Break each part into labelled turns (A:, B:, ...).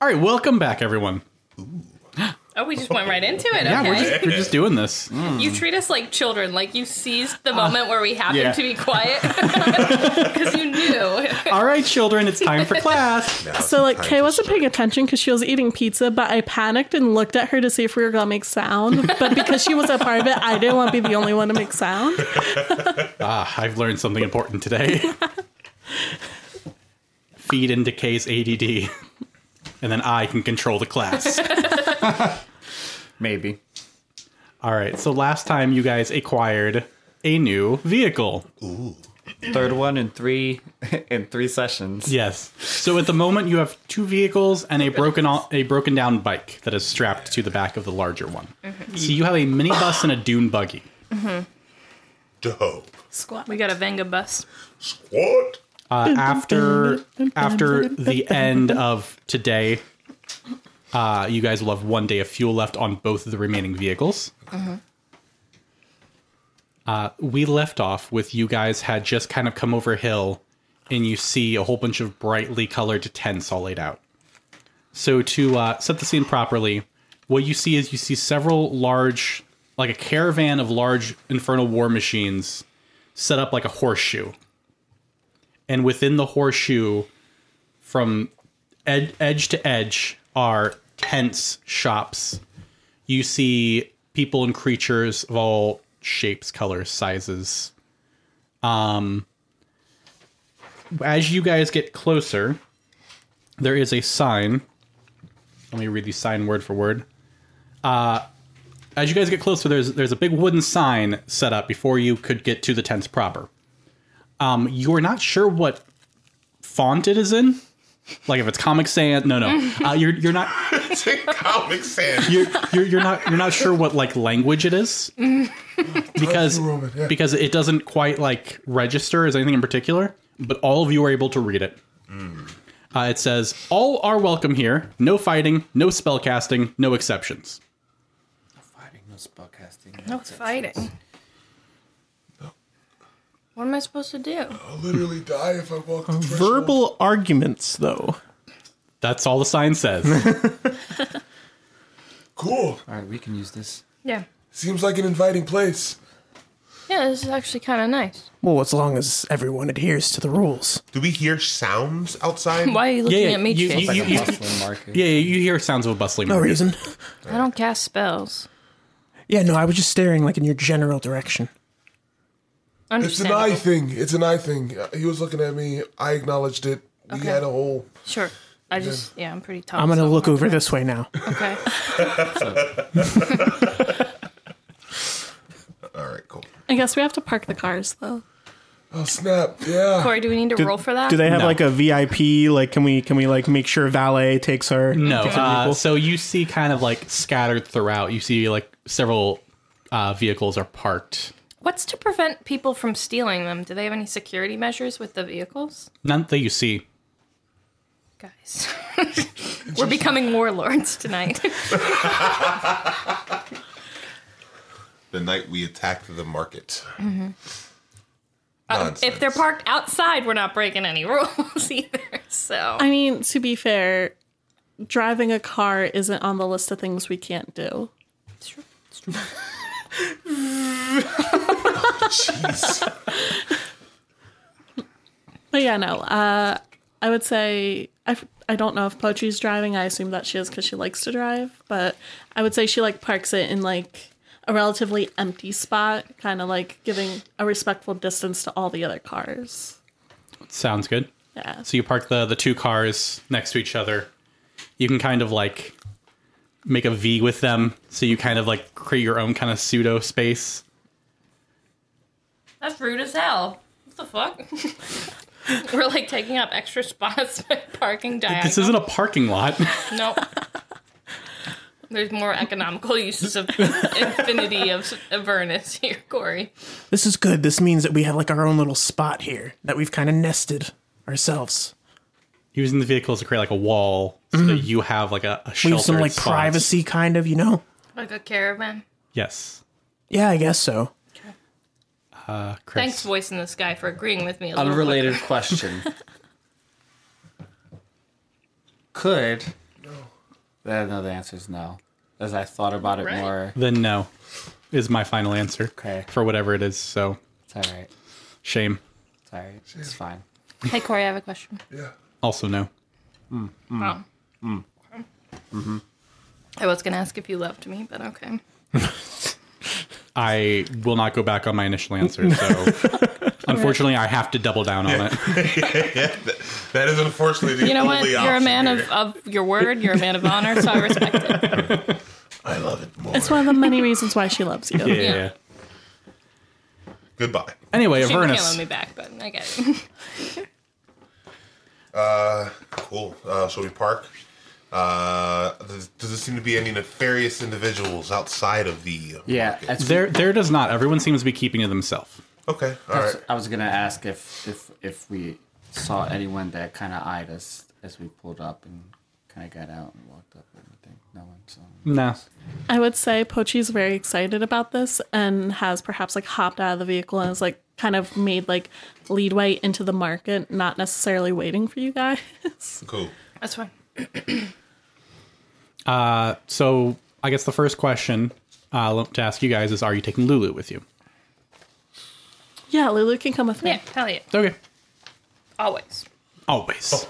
A: All right, welcome back, everyone.
B: Oh, we just went right into it.
A: Yeah, we're
B: okay. Mm.
A: just, we're just doing this.
B: you treat us like children. Like you seized the moment where we happened
A: yeah.
B: to be quiet because you knew.
A: All right, children, it's time for class.
C: Now
D: So like
C: time
D: Kay
C: to
D: wasn't
C: start.
D: paying attention because she was eating pizza, but I panicked and looked at her to see if we were gonna make sound. But because she was a part of it, I didn't want to be the only one to make sound.
A: Ah, I've learned something important today. Feed into K's ADD, and then I can control the class.
E: Maybe.
A: All right, so last time you guys acquired a new vehicle.
E: Third one in three in three sessions.
A: Yes. So at the moment, you have two vehicles and a broken a broken down bike that is strapped to the back of the larger one. So you have a minibus and a dune buggy.
C: Dope.
B: We got a Venga bus.
C: What?
A: Uh, after after the end of today, uh, you guys will have one day of fuel left on both of the remaining vehicles. Uh, we left off with you guys had just kind of come over a hill, and you see a whole bunch of brightly colored tents all laid out. So to uh, set the scene properly, what you see is you see several large, like a caravan of large infernal war machines, set up like a horseshoe and within the horseshoe from ed- edge to edge are tents shops you see people and creatures of all shapes colors sizes um as you guys get closer there is a sign let me read the sign word for word uh as you guys get closer there's there's a big wooden sign set up before you could get to the tents proper um, you are not sure what font it is in. Like if it's Comic Sans, no, no, uh, you're you're not
C: It's in Comic Sans.
A: you're, you're you're not you're not sure what like language it is because
C: Roman, yeah.
A: because it doesn't quite like register as anything in particular. But all of you are able to read it. Uh, it says all are welcome here. No fighting, no spell casting, no exceptions.
F: Fighting, no spellcasting.
B: No fighting. What am I supposed to do?
C: I'll literally die if I walk the threshold.
G: Verbal arguments, though.
A: That's all the sign says.
C: Cool.
F: All right, we can use this.
B: Yeah.
C: Seems like an inviting place.
B: Yeah, this is actually kind of nice.
G: Well, as long as everyone adheres to the rules.
C: Do we hear sounds outside?
B: Why are you looking
A: yeah,
B: at me,
A: you-
B: Chase?
A: you- you-
F: Like a bustling market.
A: yeah, you hear sounds of a bustling.
G: No
A: market.
G: reason.
B: I don't cast spells.
G: Yeah, no, I was just staring like in your general direction.
C: It's an eye
B: Understandable.
C: thing. It's an eye thing. Uh, He was looking at me. I acknowledged it. We
B: Okay.
C: had a whole.
B: Sure. I just yeah, I'm pretty tough.
G: I'm gonna
B: so-
G: look over this way now.
B: Okay.
C: All right, cool.
D: I guess we have to park the cars though.
C: Oh snap! Yeah.
B: Corey, do we need to roll for that?
G: Do they have
A: No.
G: like a VIP? Like, can we can we like make sure valet takes our?
A: No. Uh, so you see, kind of like scattered throughout, you see like several uh, vehicles are parked.
B: What's to prevent people from stealing them? Do they have any security measures with the vehicles?
A: None that you see.
B: Guys, we're becoming warlords tonight.
C: The night we attacked the market.
B: Um, Mm-hmm. if they're
C: Nonsense.
B: parked outside, we're not breaking any rules either. So,
D: I mean, to be fair, driving a car isn't on the list of things we can't do.
C: Jeez.
D: But yeah, no. Uh, I would say I, f- I don't know if Poetry's driving. I assume that she is because she likes to drive. But I would say she like parks it in like a relatively empty spot, kind of like giving a respectful distance to all the other cars.
A: Sounds good.
D: Yeah.
A: So you park the the two cars next to each other. You can kind of like make a V with them, so you kind of like create your own kind of pseudo space.
B: that's rude as hell. What the fuck? we're like taking up extra spots by parking diagonal.
A: This isn't a parking lot.
B: Nope. There's more economical uses of infinity of Avernus here, Corey.
G: This is good. This means that we have like our own little spot here that we've kind of nested ourselves.
A: Using the vehicles to create like a wall, so that you have like a, a
G: We
A: shelter.
G: have Mm-hmm. some like privacy, kind of, you know.
B: Like a caravan.
A: Yes.
G: Yeah, I guess so.
A: Uh, Chris.
B: Thanks, voice in the sky, for agreeing with me. A little
F: Unrelated question. Could Uh, no, the answer is no. As I thought about it
B: Right.
F: more,
A: Then no is my final answer
F: Okay.
A: for whatever it is. So
F: it's all right.
A: shame.
F: It's all right. It's fine.
B: Hey, Corey, I have a question.
C: Yeah.
A: Also no. Mm.
B: Oh.
A: Mm-hmm.
B: I was going to ask if you loved me, but okay.
A: I will not go back on my initial answer. So unfortunately, I have to double down on it.
C: That is unfortunately the
B: You know what?
C: only option.
B: You're a man
C: here.
B: of, of your word. You're a man of honor, so I respect it.
C: I love it more.
D: It's one of the many reasons why she loves you.
A: Yeah.
B: Yeah.
C: Goodbye.
A: Anyway,
B: She can't let
A: Avernus.
B: me back, but I get it.
C: Cool. Uh, shall we park? Uh, does, does there seem to be any nefarious individuals outside of the?
F: Yeah, that's
A: There, there does not. Everyone seems to be keeping to themselves.
C: Okay. All right.
F: I was gonna ask if if if we saw anyone that kind of eyed us as we pulled up and kind of got out and walked up or anything. No one. So
A: Nah.
D: I would say Pochi's very excited about this and has perhaps like hopped out of the vehicle and is like kind of made like leadway into the market, not necessarily waiting for you guys.
C: Cool.
B: That's fine.
A: So I guess the first question uh, to ask you guys is: Are you taking Lulu with you?
D: yeah, Lulu can come with me.
B: Yeah, hell yeah.
A: Okay.
B: Always.
A: Always,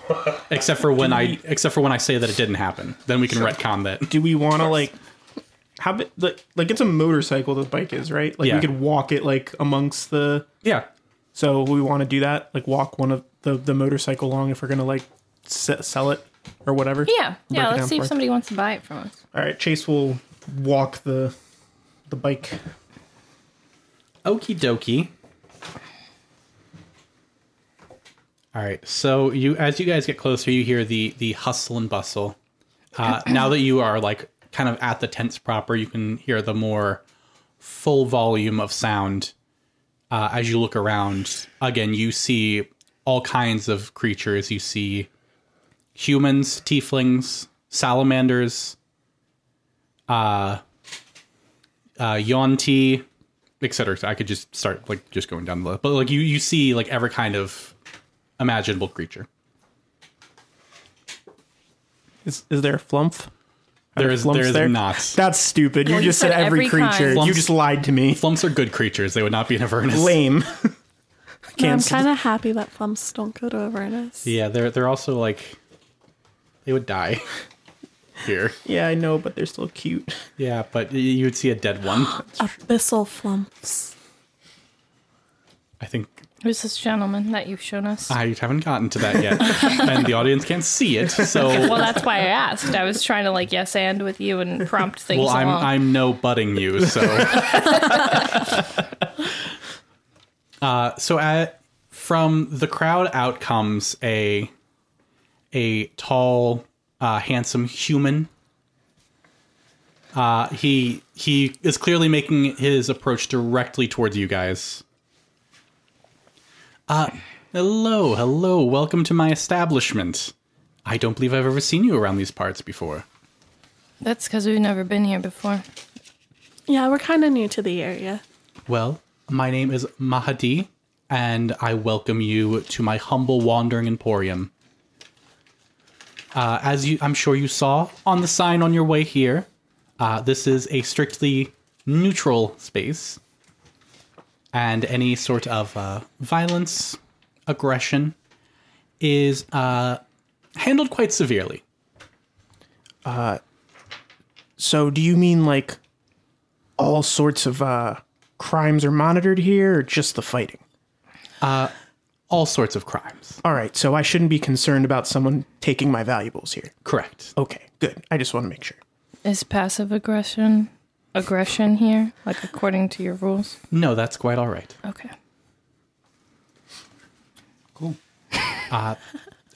A: except for when I except for when I say that it didn't happen, then we can retcon that.
G: Do we want to like? How bi- like like it's a motorcycle the bike is right? Like
A: Yeah.
G: we could walk it like amongst the.
A: Yeah,
G: So we want to do that, like walk one of the the motorcycle along if we're gonna like se- sell it or whatever.
B: Yeah.
G: it
B: Yeah,
G: down
B: let's see
G: for
B: if
G: us.
B: somebody wants to buy it from us.
G: All right, Chase will walk the the bike.
A: okie dokie. All right, so you as you guys get closer, you hear the the hustle and bustle. Uh, now that you are like kind of at the tents proper, you can hear the more full volume of sound. Uh, as you look around, again, you see all kinds of creatures. You see humans, tieflings, salamanders, uh, uh, yonti, etc. I could just start like just going down the list, but like you, you see like every kind of imaginable creature.
G: Is is there a flump? Are
A: There is
G: flumps
A: there is
G: there?
A: not.
G: That's stupid. You
B: Well, you
G: just said,
B: said
G: every,
B: every
G: creature.
A: kind.
G: You just lied to me.
A: Flumps are good creatures. They would not be in Avernus.
G: Lame.
D: No, I'm
G: Cancel.
D: kind of happy that Flumps don't go to Avernus.
A: Yeah, they're they're also like they would die here.
G: Yeah, I know, but they're still cute.
A: Yeah, but y- you would see a dead one.
D: Abyssal Flumps.
A: I think
B: Who's this gentleman that you've shown us?
A: I haven't gotten to that yet, and the audience can't see it. So
B: well, that's why I asked. I was trying to like yes and with you and prompt things
A: well, I'm
B: along.
A: I'm no butting you. So, uh, Uh, so at, from the crowd out comes a a tall, uh, handsome human. Uh, he he is clearly making his approach directly towards you guys. Uh, hello, hello, welcome to my establishment. I don't believe I've ever seen you around these parts before.
B: That's because we've never been here before.
D: Yeah, we're kind of new to the area.
A: Well, my name is Mahadi, and I welcome you to my humble wandering emporium. Uh, as you, I'm sure you saw on the sign on your way here, uh, this is a strictly neutral space, and any sort of uh, violence, aggression, is uh, handled quite severely.
G: So, do you mean like all sorts of uh, crimes are monitored here, or just the fighting?
A: All sorts of crimes.
G: All right, so I shouldn't be concerned about someone taking my valuables here.
A: Correct.
G: Okay, good. I just want to make sure.
B: Is passive aggression aggression here, like according to your rules?
A: No, that's quite all right.
B: Okay.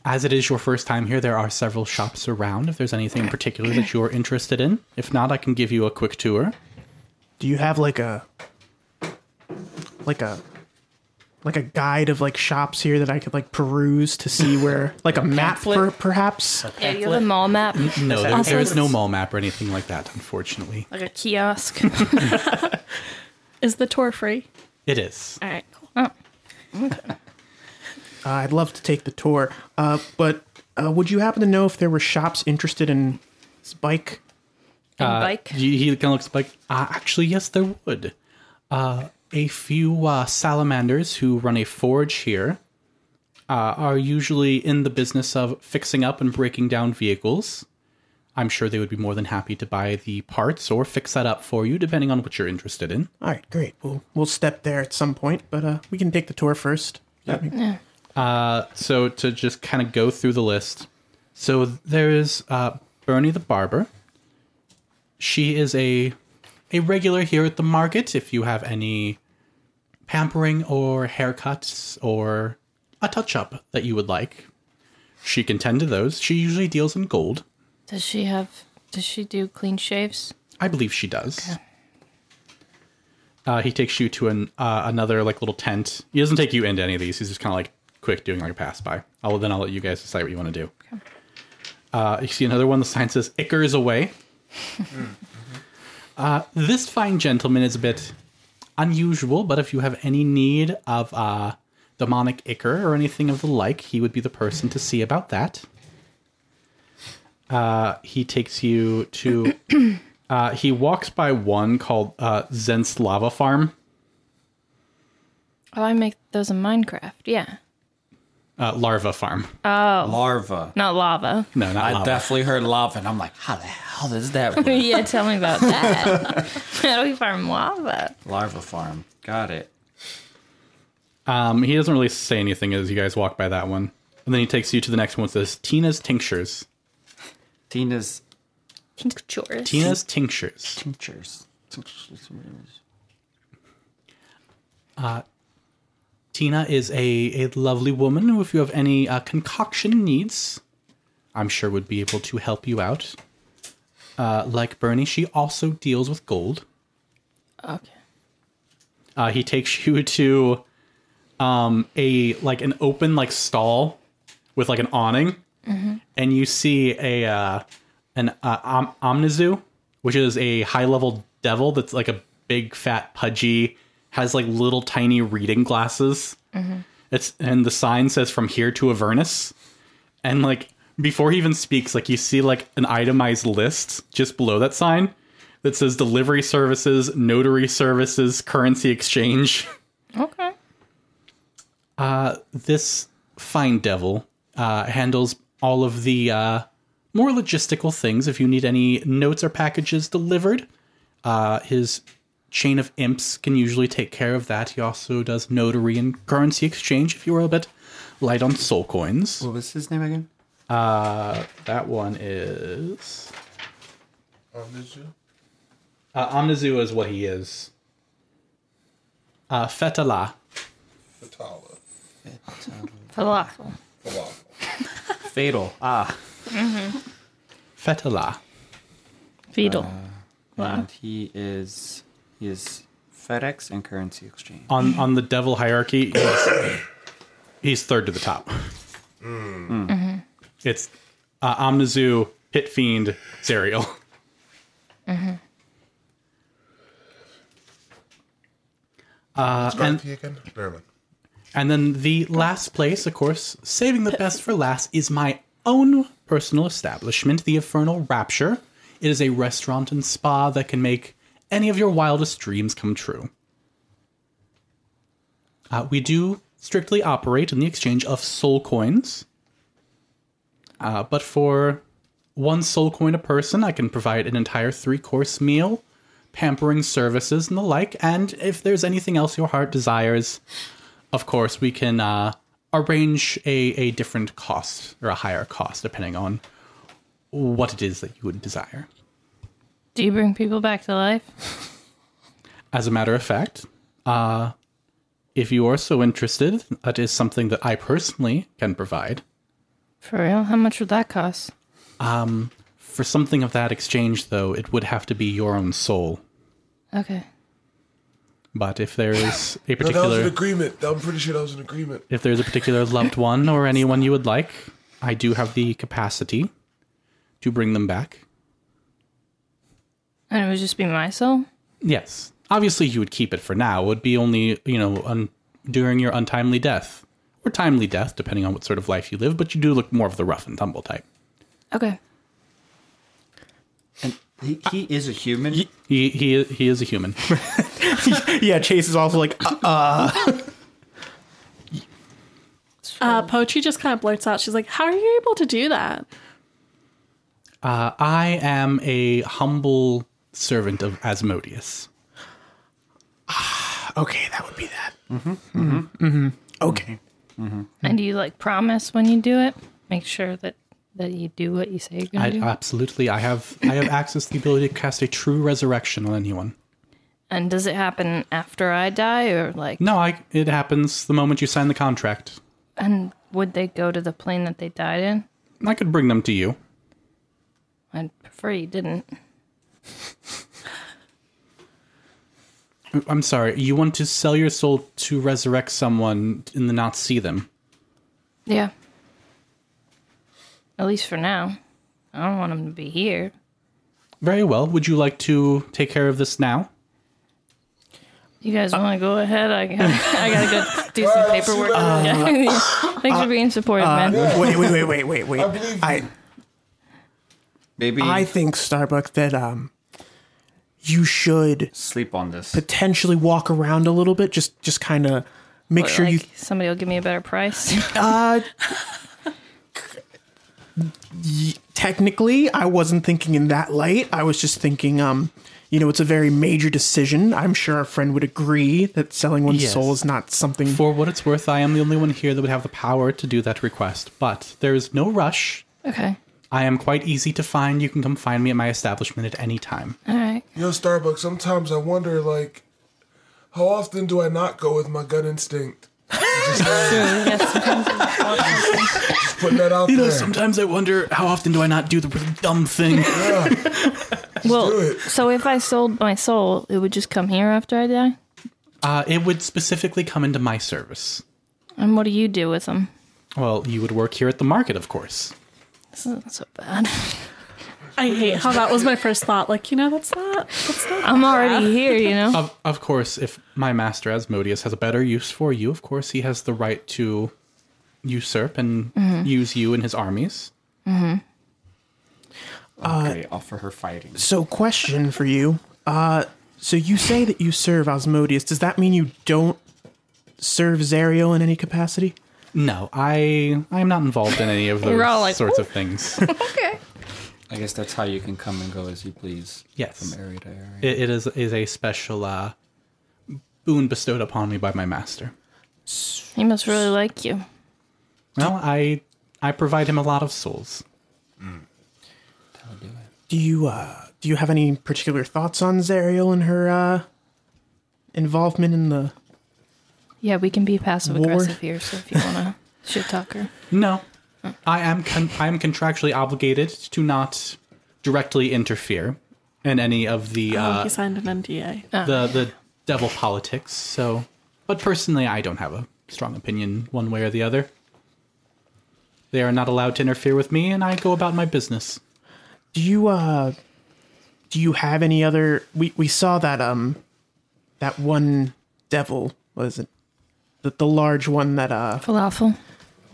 A: As it is your first time here, there are several shops around. If there's anything in particular that you're interested in, if not, I can give you a quick tour.
G: Do you have like a like a like a guide of like shops here that I could like peruse to see where like a map per, perhaps?
B: Yeah, you have a mall map,
A: No, there, there is
D: Also-
A: no mall map or anything like that, unfortunately.
B: like a kiosk.
D: Is the tour free?
A: It is.
D: All right, cool.
G: Uh, I'd love to take the tour, uh, but uh, would you happen to know if there were shops interested in His bike.
B: and bike.
A: He, he kind of looks like, uh, actually, yes, there would. Uh, a few uh, salamanders who run a forge here uh, are usually in the business of fixing up and breaking down vehicles. I'm sure they would be more than happy to buy the parts or fix that up for you, depending on what you're interested in.
G: All right, great. We'll we'll step there at some point, but uh, we can take the tour first.
A: so to just kind of go through the list so there is uh, bernie the barber she is a a regular here at the market if you have any pampering or haircuts or a touch up that you would like she can tend to those she usually deals in gold
B: Does she have? Does she do clean shaves?
A: I believe she does. Uh, he takes you to an uh, another like little tent. He doesn't take you into any of these. He's just kind of like quick doing like a pass by. I'll then I'll let you guys decide what you want to do. Uh, you see another one. The sign says "Icker is away." uh, this fine gentleman is a bit unusual, but if you have any need of uh, demonic Icker or anything of the like, he would be the person to see about that. Uh, he takes you to uh, he walks by one called uh, Zent's Lava Farm.
B: Oh, I make those in Minecraft. Yeah.
A: Uh, larva Farm.
F: Larva.
B: Not lava.
A: No, not
F: I
A: lava.
F: definitely heard lava, and I'm like, how the hell does that work?
B: yeah, tell me about that. How do we farm lava?
F: Larva farm. Got it.
A: um, he doesn't really say anything as you guys walk by that one. And then he takes you to the next one. It says Tina's Tinctures.
F: Tina's
B: Tinctures.
A: Tina's Tinctures.
F: tinctures.
A: Tina is a, a lovely woman who, if you have any uh, concoction needs, I'm sure would be able to help you out. Uh, like Bernie, she also deals with gold.
B: Okay.
A: Uh, he takes you to um, a like an open like stall with like an awning, and you see a uh, an uh, om- omnizu, which is a high level devil that's like a big fat pudgy, has like little tiny reading glasses. It's and the sign says from here to Avernus, and like before he even speaks, like you see like an itemized list just below that sign that says delivery services, notary services, currency exchange. Uh,
B: Okay.
A: This fine devil uh, handles all of the uh, more logistical things. If you need any notes or packages delivered, uh, his chain of imps can usually take care of that. He also does notary and currency exchange if you were a bit light on soul coins.
F: What was his name again?
A: That one is.
H: Um,
A: Uh, Omnizu is what he is. Uh, Fetala.
C: Fatala.
B: Falafel.
C: Falafel.
F: Fatal. Ah.
A: Fetala.
B: Fetal.
A: Uh,
F: And he is he is FedEx and currency exchange.
A: on on the devil hierarchy, he's, he's third to the top. Mm. It's uh, Omnizu, Pit Fiend, Zerial.
C: Start the again. Never mind.
A: And then the last place, of course, saving the best for last, is my own personal establishment, the Infernal Rapture. It is a restaurant and spa that can make any of your wildest dreams come true. Uh, we do strictly operate in the exchange of soul coins. Uh, but for one soul coin a person, I can provide an entire three course meal, pampering services, and the like. And if there's anything else your heart desires, of course, we can uh, arrange a, a different cost or a higher cost depending on what it is that you would desire.
B: Do you bring people back to life?
A: As a matter of fact, uh, if you are so interested, that is something that I personally can provide.
B: For real? How much would that cost?
A: For something of that exchange, though, it would have to be your own soul.
B: Okay.
A: But if there is a
C: No, that was
A: particular,
C: an agreement. I'm pretty sure that was an agreement.
A: if there's a particular loved one or anyone you would like, I do have the capacity to bring them back.
B: And it would just be my soul?
A: Yes. Obviously, you would keep it for now. It would be only, you know, un- during your untimely death or timely death, depending on what sort of life you live, but you do look more of the rough and tumble type.
B: Okay.
F: He, he is a human.
A: He he he is a human.
G: yeah, Chase is also like, uh,
D: Uh, Poetry just kind of blurts out. She's like, "How are you able to do that?"
A: Uh, I am a humble servant of Asmodeus.
G: okay, that would be that. Mm-hmm. Mm-hmm. Okay.
A: Hmm.
B: And do you like promise when you do it? Make sure that that you do what you say you're gonna
A: I,
B: do.
A: absolutely, I have I have access to the ability to cast a true resurrection on anyone.
B: and does it happen after I die, or like?
A: No, I it happens the moment you sign the contract.
B: And would they go to the plane that they died in?
A: I could bring them to you.
B: I'd prefer you didn't.
A: I'm sorry. You want to sell your soul to resurrect someone and then not see them?
B: Yeah. At least for now. I don't want them to be here.
A: Very well. Would you like to take care of this now?
B: You
G: Uh,
B: guys want to go ahead? I gotta, I gotta go do some paperwork.
G: Uh,
B: Thanks for being supportive, man.
G: Wait, wait, wait, wait, wait, wait. I I,
F: Maybe
G: think Starbuck that um, you should
F: sleep on this.
G: potentially walk around a little bit. Just just kind of make sure
B: like,
G: you
B: somebody will give me a better price.
G: Uh, y- technically, I wasn't thinking in that light. I was just thinking, um, you know, it's a very major decision. I'm sure our friend would agree that selling one's
A: Yes.
G: soul is not something.
A: For what it's worth, I am the only one here that would have the power to do that request. But there is no rush.
B: okay.
A: I am quite easy to find. You can come find me at my establishment at any time.
B: All right.
H: You know, Starbucks, sometimes I wonder, like, how often do I not go with my gut instinct? Just putting that out there.
A: sometimes I wonder how often do I not do the really dumb thing?
B: Well, so if I sold my soul, it would just come here after I die.
A: uh, it would specifically come into my service.
B: And what do you do with them?
A: Well, you would work here at the market, of course.
B: This isn't so bad.
D: I hate how that was my first thought. Like, you know, that's not. That's not.
B: I'm already here, you know.
A: Of, of course, if my master Asmodeus has a better use for you, of course he has the right to usurp and use you in his armies. uh,
F: Okay, offer her fighting.
G: So, question for you. Uh, so you say that you serve Osmodius. Does that mean you don't serve Zariel in any capacity?
A: No, I I am not involved in any of those
B: We're all like,
A: sorts of things.
B: Okay.
F: I guess that's how you can come and go as you please.
A: Yes.
F: From area to area.
A: It, it is is a special uh, boon bestowed upon me by my master.
B: He must really like you.
A: Well, I I provide him a lot of souls.
G: Do you uh, do you have any particular thoughts on Zariel and her uh, involvement in the?
B: Yeah, we can be passive aggressive
G: War.
B: here. So if you wanna shit talk her,
A: No, I am con- I am contractually obligated to not directly interfere in any of
B: Oh,
A: the
D: he
A: uh,
D: signed an NDA.
A: the the devil politics. So, but personally, I don't have a strong opinion one way or the other. They are not allowed to interfere with me, and I go about my business.
G: Do you uh do you have any other we we saw that um that one devil was it the, the large one that uh
B: falafel.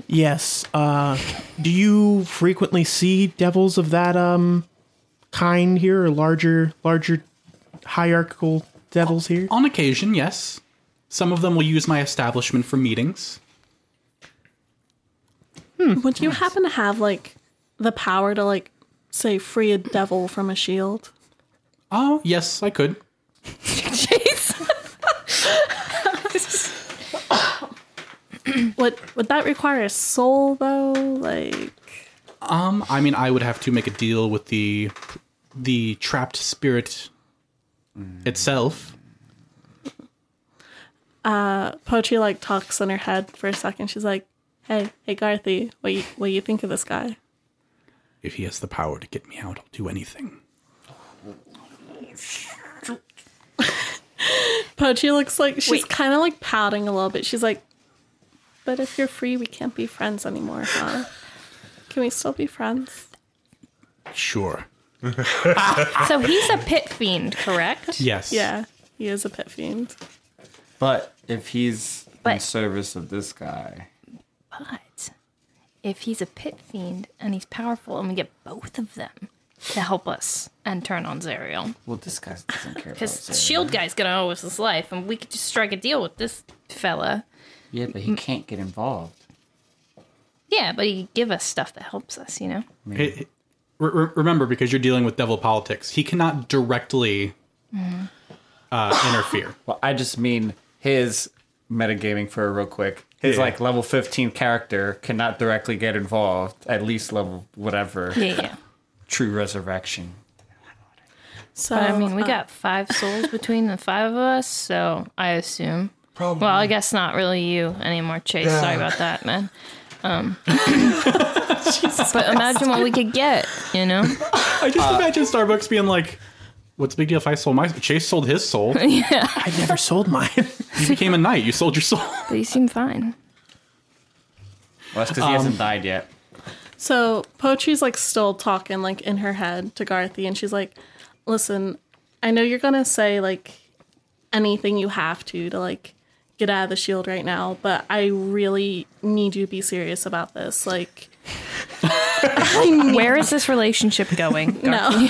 G: yes uh do you frequently see devils of that um kind here or larger larger hierarchical devils here
A: On occasion, yes. Some of them will use my establishment for meetings.
D: Would you happen to have like the power to like say free a devil from a shield?
A: Oh, yes, I could.
B: Jeez.
D: Would would that require a soul though? Like,
A: Um, I mean, I would have to make a deal with the the trapped spirit itself.
D: Poetry like talks in her head for a second. She's like, "Hey, hey, Garthy, what you, what you think of this guy?"
A: If he has the power to get me out, I'll do anything.
D: Poetry looks like she's kind of like pouting a little bit. She's like, "But if you're free, we can't be friends anymore, huh? Can we still be friends?"
A: Sure.
G: Ah.
B: So he's a pit fiend, correct?
A: Yes.
D: Yeah, he is a pit fiend.
F: But if he's in
B: But-
F: service of this guy,
B: But if he's a pit fiend and he's powerful, and we get both of them, to help us and turn on Zerial.
F: Well, this guy doesn't care about
B: Because the
F: Zarya.
B: shield E guy's gonna owe us his life, and we could just strike a deal with this fella.
F: Yeah, but he can't get involved.
B: Yeah, but he give us stuff that helps us, you know.
A: It- it- re- re- remember, because you're dealing with devil politics, he cannot directly uh, interfere.
E: Well, I just mean his metagaming for it real quick. His
A: Yeah.
E: like level 15 character cannot directly get involved, at least level whatever.
B: Yeah, yeah.
E: True resurrection.
D: So
B: But I mean, we
D: uh,
B: got five souls between the five of us, so I assume.
H: Probably.
B: Well, I guess not really you anymore, Chase. Sorry about that, man. Um, but imagine what we could get, you know?
A: I just imagine Starbucks being like, "What's the big deal if I sold my Chase sold his soul?
G: I never sold mine.
A: You became a knight. You sold your soul."
B: But you seem fine.
E: Well, that's because he hasn't died yet.
D: So Poetry's like still talking like in her head to Garthy, and she's like, "Listen, I know you're gonna say like anything you have to to like get out of the shield right now, but I really need you to be serious about this. Like,
B: Where is this relationship going?
D: no,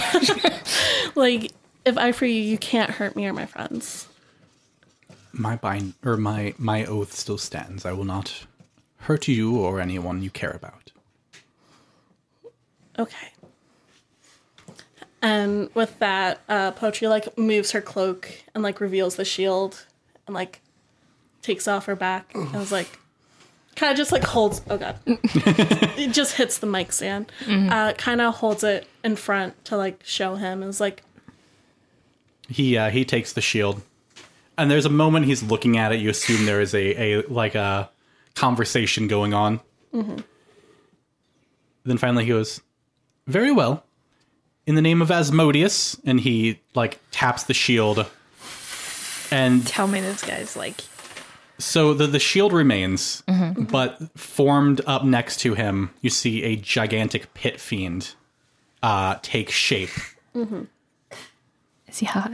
D: like if I free you, you can't hurt me or my friends.
A: my bind or my my oath still stands. I will not hurt you or anyone you care about.
D: Okay." And with that, uh, Poetry like moves her cloak and like reveals the shield and like takes off her back and is like kind of just like holds oh god it just hits the mic stand
A: Mm-hmm.
D: uh, kind of holds it in front to like show him and is like
A: He uh, he takes the shield, and there's a moment he's looking at it. You assume there is a a like a conversation going on. Mm-hmm. Then finally he goes, "Very well, in the name of Asmodeus," and he like taps the shield, and
B: Tell me this guy's like,
A: So the, the shield remains, but formed up next to him, you see a gigantic pit fiend uh, take shape.
B: is he hot?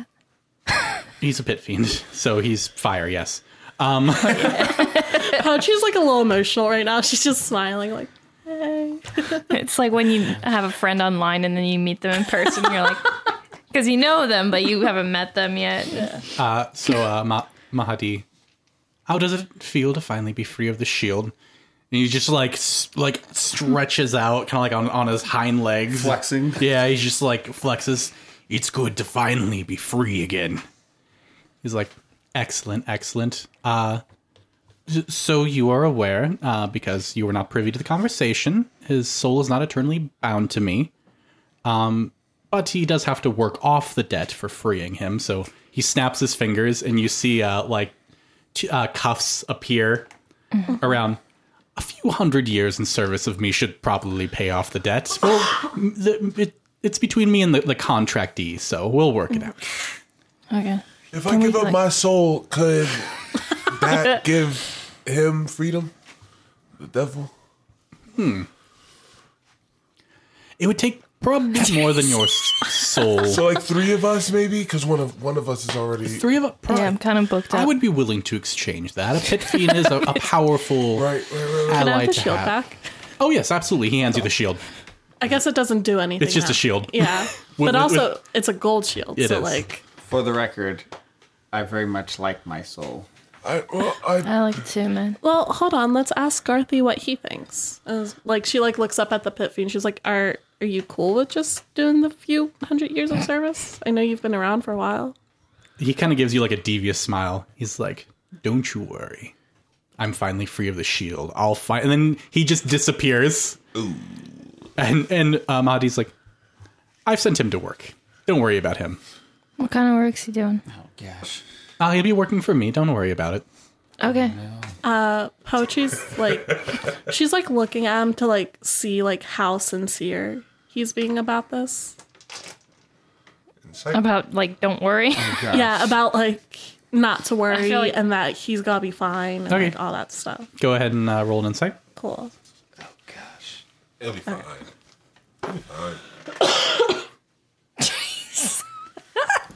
A: He's a pit fiend, so he's fire, yes.
D: Poetry's like a little emotional right now she's just smiling like
B: It's like when you have a friend online and then you meet them in person, you're like, because you know them, but you haven't met them yet.
A: Uh, so, uh, Ma- Mahadi, how does it feel to finally be free of the shield? And he just like s- like stretches out, kind of like on, on his hind legs,
E: Flexing.
A: Yeah, he's just like flexes. It's good to finally be free again. He's like, excellent, excellent. Uh, s- so you are aware, uh, because you were not privy to the conversation, his soul is not eternally bound to me. Um, but he does have to work off the debt for freeing him. So he snaps his fingers, and you see uh, like t- uh, cuffs appear
D: Mm-hmm.
A: around. A few hundred years in service of me should probably pay off the debt. Well, m- the, it, it's between me and the, the contractee, so we'll work
D: Mm.
A: it out.
B: Okay.
H: If I give up
B: like-
H: my soul, could that give him freedom? The devil?
A: It would take probably more than your s- soul.
H: So like three of us maybe, because one of one of us is already
A: Three of us.
B: Yeah, I'm kind of booked up.
A: I would be willing to exchange that. A pit fiend is a, a powerful
H: right. Right. Right. right.
D: can
A: ally
D: I have the
A: to
D: shield
A: have.
D: back
A: Oh yes, absolutely. He hands you the shield.
D: I guess it doesn't do anything
A: It's just a
D: now.
A: shield.
D: yeah
A: With-
D: but
A: with-
D: also it's a gold shield
A: It
D: so
A: is.
D: like
F: For the record, I very much like my soul.
H: I, well, I
B: I like it too, man.
D: well hold on let's ask Garthy what he thinks Uh, like she like looks up at the pit fiend she's like are are you cool with just doing the few hundred years of service I know you've been around for a while
A: He kind of gives you like a devious smile. He's like, "Don't you worry, I'm finally free of the shield. I'll find." And then he just disappears. And and uh, Mahdi's like, "I've sent him to work. Don't worry about him.
B: What kind of work's he doing?
F: Oh gosh.
A: Uh, he'll be working for me. Don't worry about it."
B: Okay.
D: Poetry's like she's like looking at him to like see like how sincere he's being about this.
C: Insight.
B: About, like, don't worry.
D: Yeah, about like not to
B: I
D: worry
B: feel like-
D: and that he's gonna be fine and
A: Okay.
D: like all that stuff.
A: Go ahead and uh, roll an insight.
D: Cool.
C: Gosh. It'll be fine. It'll be fine.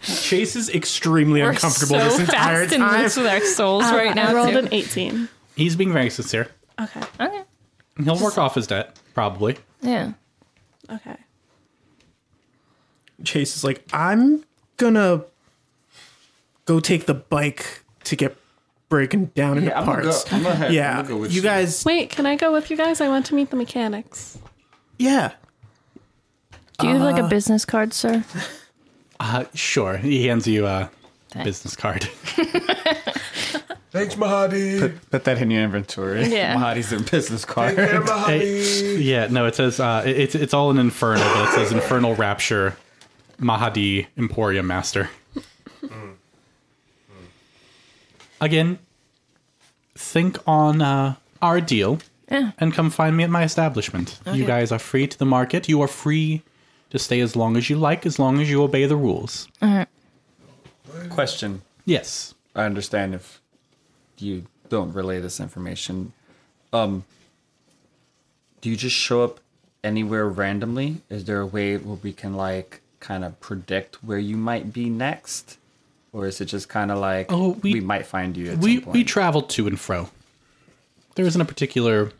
A: Chase is extreme.
G: Extremely
B: We're
G: uncomfortable
B: so
G: this entire
B: fast and
G: time.
B: loose with our souls right now.
D: I rolled
B: too.
D: an eighteen.
A: He's being very sincere.
D: Okay.
B: Okay.
A: He'll work off his debt, probably.
B: Yeah.
D: Okay.
G: Chase is like, I'm gonna go take the bike to get broken down into
E: I'm gonna go.
G: parts.
E: I'm gonna head- I'm
G: yeah,
E: gonna go with
G: you guys.
D: Wait, can I go with you guys? I want to meet the mechanics.
G: Yeah,
B: Do you have like a
G: Uh-huh.
B: business card, sir?
A: Uh, sure. He hands you a business card.
H: Thanks, Mahadi.
E: Put that in your inventory.
B: Yeah.
E: Mahadi's their business
H: Take care,
E: card.
H: Mahadi.
A: yeah, no, it says uh, it- it's it's all an infernal, but it says Infernal Rapture, Mahadi Emporium Master.
E: Hmm.
A: Again, think on uh, our deal
B: Yeah.
A: and come find me at my establishment. You guys are free to the market. You are free to stay as long as you like, as long as you obey the rules.
E: Question.
A: Yes.
E: I understand if you don't relay this information. Um, do you just show up anywhere randomly? Is there a way where we can like kind of predict where you might be next, or is it just kind of like
A: Oh, we-
E: might find you at
A: we
E: some point?
A: we travel to and fro. There isn't a particular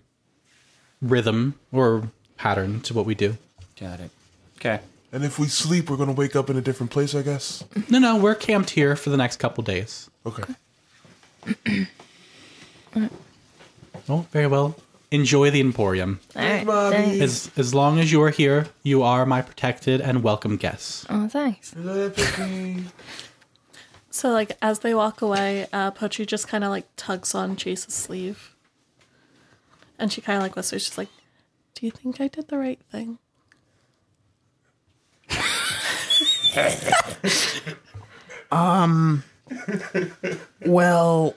A: rhythm or pattern to what we do.
E: Got it. Okay.
H: And if we sleep, we're gonna wake up in a different place, I guess.
A: No, no, we're camped here for the next couple days.
H: Okay.
A: Oh, very well. Enjoy the Emporium.
B: All right.
H: Mommy.
B: Thanks.
A: As as long as you are here, you are my protected and welcome guests.
B: Oh, thanks.
D: So, like, as they walk away, uh, Pochi just kind of like tugs on Chase's sleeve. And she kind of like whispers, she's like, Do you think I did the right thing?
G: well,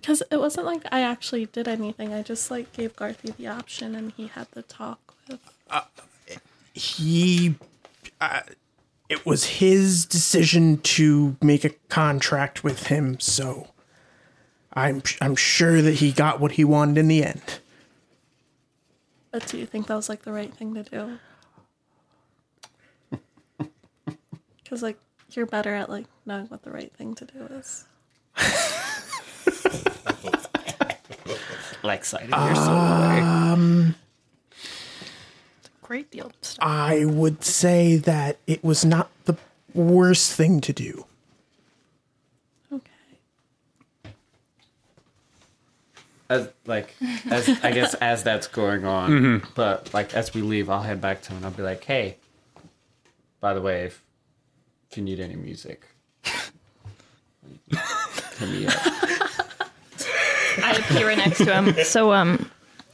D: Because it wasn't like I actually did anything. I just like gave Garthy the option and he had the talk with.
G: he. Uh, it was his decision to make a contract with him, so I'm I'm sure that he got what he wanted in the end.
D: But do you think that was like the right thing to do? Because like you're better at like knowing what the right thing to do is.
E: Like uh, sighted.
B: Great deal. Stuff.
G: I would say that it was not the worst thing to do.
D: Okay.
E: as like as I guess as that's going on. But like as we leave, I'll head back to him and I'll be like, "Hey, by the way, if, if you need any music, hit me up."
B: I appear right next to him. So, um,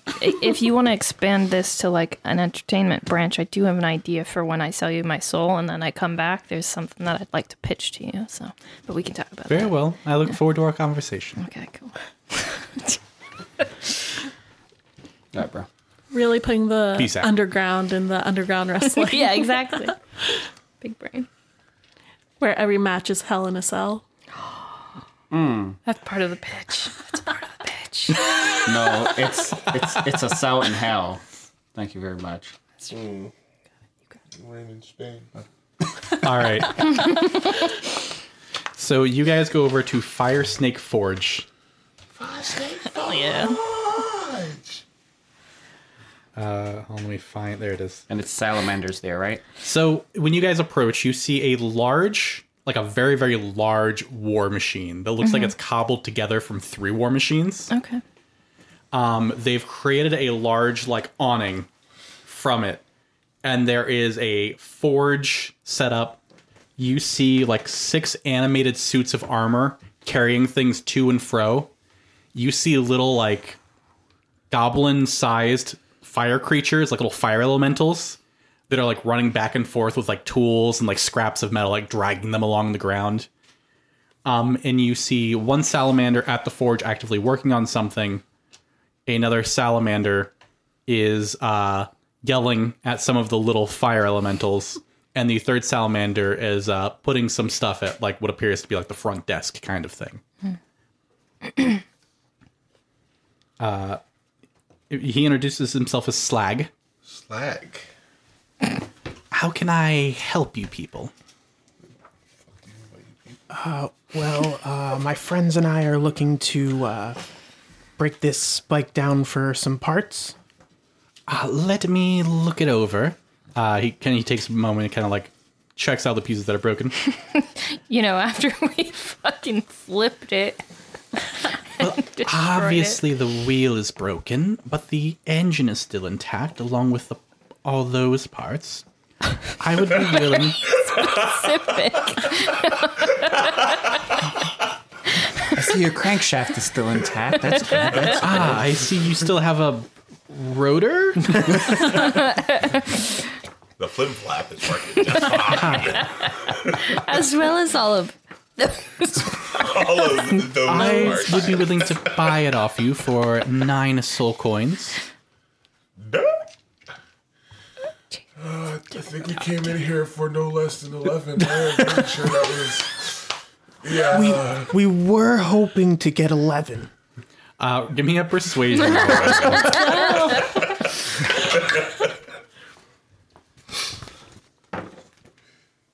B: i- if you want to expand this to like an entertainment branch, I do have an idea for when I sell you my soul and then I come back. There's something that I'd like to pitch to you. So, but we can talk about
A: Very
B: that.
A: well. I look forward to our conversation.
B: Okay, cool.
E: All right, bro.
D: Really putting the
A: Peace out.
D: underground in the underground wrestling
B: yeah, exactly. Big brain.
D: where every match is hell in a cell.
B: That's part of the pitch. That's part of the pitch.
E: No, it's it's it's a sow in hell. Thank you very much.
H: Rain in Spain.
A: All right. so you guys go over to Fire Snake Forge.
B: Hell yeah.
A: Uh, hold on, let me find. There it is.
E: And it's salamanders there, right?
A: So when you guys approach, you see a large, like a very, very large war machine that looks like it's cobbled together from three war machines.
B: Okay.
A: Um, they've created a large, like, awning from it, and there is a forge set up. You see, like, six animated suits of armor carrying things to and fro. You see little, like, goblin sized fire creatures, like little fire elementals that are like running back and forth with like tools and like scraps of metal, like dragging them along the ground. Um, and you see one salamander at the forge actively working on something. Another salamander is uh, yelling at some of the little fire elementals, and the third salamander is uh, putting some stuff at like what appears to be like the front desk kind of thing. uh, he introduces himself as Slag.
C: Slack.
A: How can I help you people?
G: Well, uh, my friends and I are looking to uh, break this bike down for some parts.
A: Uh, let me look it over. Uh, he kind of takes a moment and kind of like checks out the pieces that are broken.
B: You know, after we fucking flipped it. Destroyed it.
A: Obviously, the wheel is broken, but the engine is still intact, along with the, all those parts. I would be willing.
B: Specific.
F: I see your crankshaft is still intact. That's good. That's
A: Ah, I see you still have a rotor.
C: The flim flap is working just fine.
B: As well as all of
C: All of those
A: I
C: parts.
A: would be willing to buy it off you for nine soul coins.
H: I think we came in here for no less than 11. I am pretty sure that was. Yeah.
G: We,
H: uh,
G: we were hoping to get 11.
A: Uh, give me a persuasion. roll.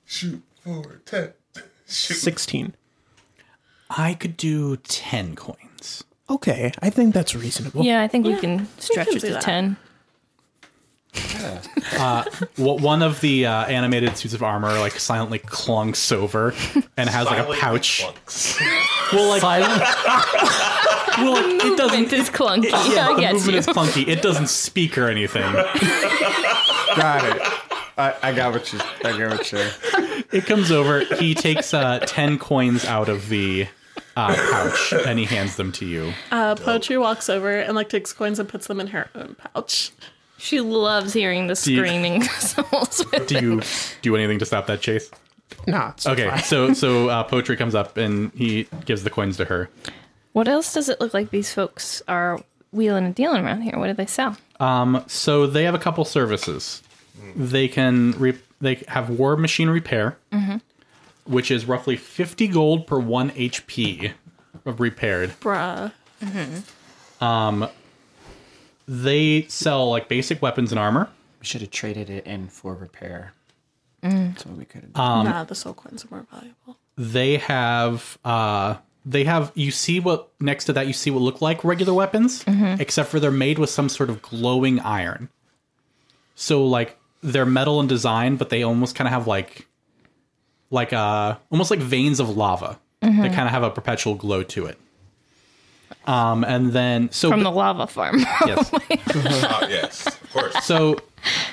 H: shoot forward 10.
G: 16.
A: I could do ten coins.
G: Okay, I think that's reasonable.
B: Yeah, I think we
D: Yeah,
B: can stretch
D: can
B: it
D: do
B: to
D: that.
B: 10.
A: Wha- One of the uh, animated suits of armor like silently clunks over and has like a
C: Silent
A: pouch.
C: clunks.
A: Well, like, well, like, it doesn't.
B: Movement is clunky. Yeah, I
A: the
B: get
A: movement
B: you.
A: is clunky. It doesn't speak or anything.
F: got it. I, I got what you. I got what you.
A: It comes over. He takes uh, ten coins out of the uh, pouch and he hands them to you.
D: Uh, Poetry walks over and like takes coins and puts them in her own pouch.
B: She loves hearing the
A: you-
B: screaming souls.
A: Do you do anything to stop that chase?
G: Nah, it's
A: Okay,
G: fine.
A: so so uh, poetry comes up and he gives the coins to her.
B: What else does it look like these folks are wheeling and dealing around here? What do they sell?
A: So they have a couple services. They can re- they have war machine repair,
B: Mm-hmm.
A: which is roughly fifty gold per one HP of repaired.
D: Bruh.
A: They sell like basic weapons and armor.
F: We should have traded it in for repair. That's what we could have.
D: nah, the soul coins are more valuable.
A: They have uh they have you see what next to that you see what look like regular weapons,
B: Mm-hmm.
A: except for they're made with some sort of glowing iron. So like they're metal in design, but they almost kind of have like like uh almost like veins of lava.
B: Mm-hmm.
A: They kind of have a perpetual glow to it. Um and then so
B: From the lava farm.
A: yes.
C: Ah, yes, of course.
A: so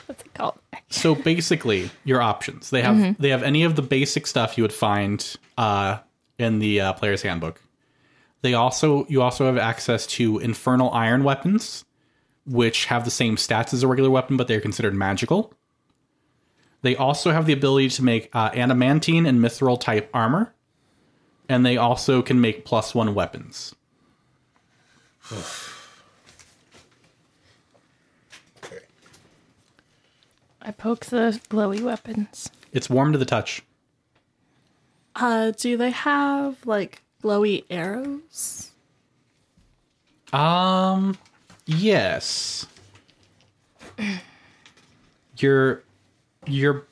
B: What's it called?
A: so basically your options they have they have any of the basic stuff you would find uh, in the uh, player's handbook they also you also have access to infernal iron weapons which have the same stats as a regular weapon but they're considered magical they also have the ability to make uh, adamantine and mithril type armor and they also can make plus one weapons
C: Okay.
B: I poke the glowy weapons.
A: it's warm to the touch
D: Uh, do they have like glowy arrows?
A: Um, yes. Your your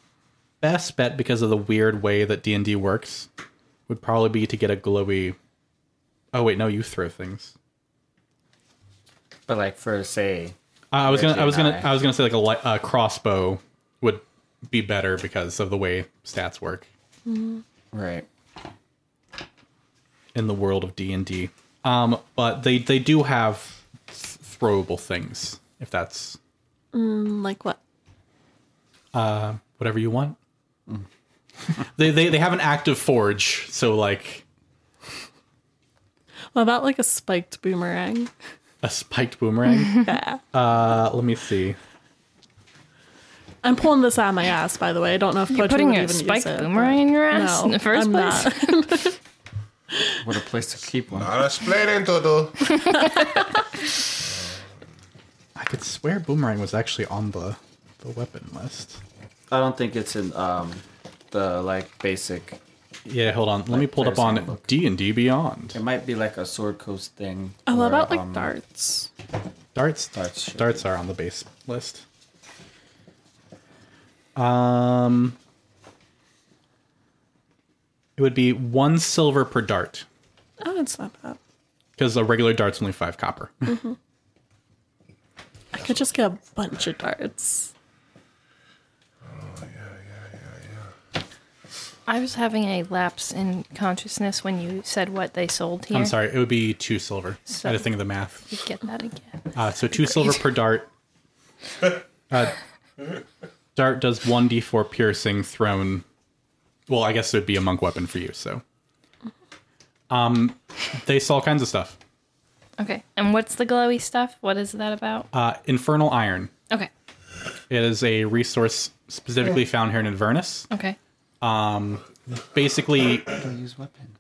A: best bet because of the weird way that D&D works would probably be to get a glowy Oh wait, no, you throw things.
F: But like for say,
A: Uh, I was going to I was going
F: Reggie
A: to
F: and I.
A: I was going to say like a, li- a crossbow would be better because of the way stats work
F: right?
A: in the world of D&D. Um, but they they do have th- throwable things if that's
D: Like what?
A: whatever you want. they, they they have an active forge, so like
D: What about like a spiked boomerang?
A: a spiked boomerang.
D: Yeah.
A: uh, let me see.
D: I'm pulling this out of my ass, by the way. I don't know if
B: You're
D: Poetry
B: putting
D: would
B: a
D: even
B: spiked
D: use it,
B: boomerang in your
D: but-
B: ass
D: no,
B: in the 1st
D: I'm
B: place?
D: not.
F: What a place to keep one.
C: Not explaining, Toto.
A: I could swear boomerang was actually on the the weapon list.
F: I don't think it's in um the like basic.
A: Yeah, hold on. Let me pull it up
F: player's
A: on
F: handbook.
A: D and D Beyond.
F: It might be like a sword coast thing.
D: Oh, what
F: or,
D: about like
F: um,
D: darts?
A: Darts
F: Darts
A: darts,
F: should
A: darts are on the base list. Um, it would be one silver per dart
D: Oh, it's not bad.
A: because a regular dart's only five copper.
D: I could just get a bunch of darts.
B: I was having a lapse in consciousness when you said what they sold here.
A: I'm sorry, it would be two silver. I
B: So-
A: had to think of the math.
B: You get that again.
A: Uh, so two silver per dart. Uh, dart does 1d4 piercing thrown. Well, I guess it would be a monk weapon for you, so. Um, they sell all kinds of stuff.
B: Okay. And what's the glowy stuff? What is that about?
A: Uh, Infernal Iron.
B: Okay.
A: It is a resource specifically found here in Inverness.
B: Okay.
A: Basically,
F: They'll use weapons.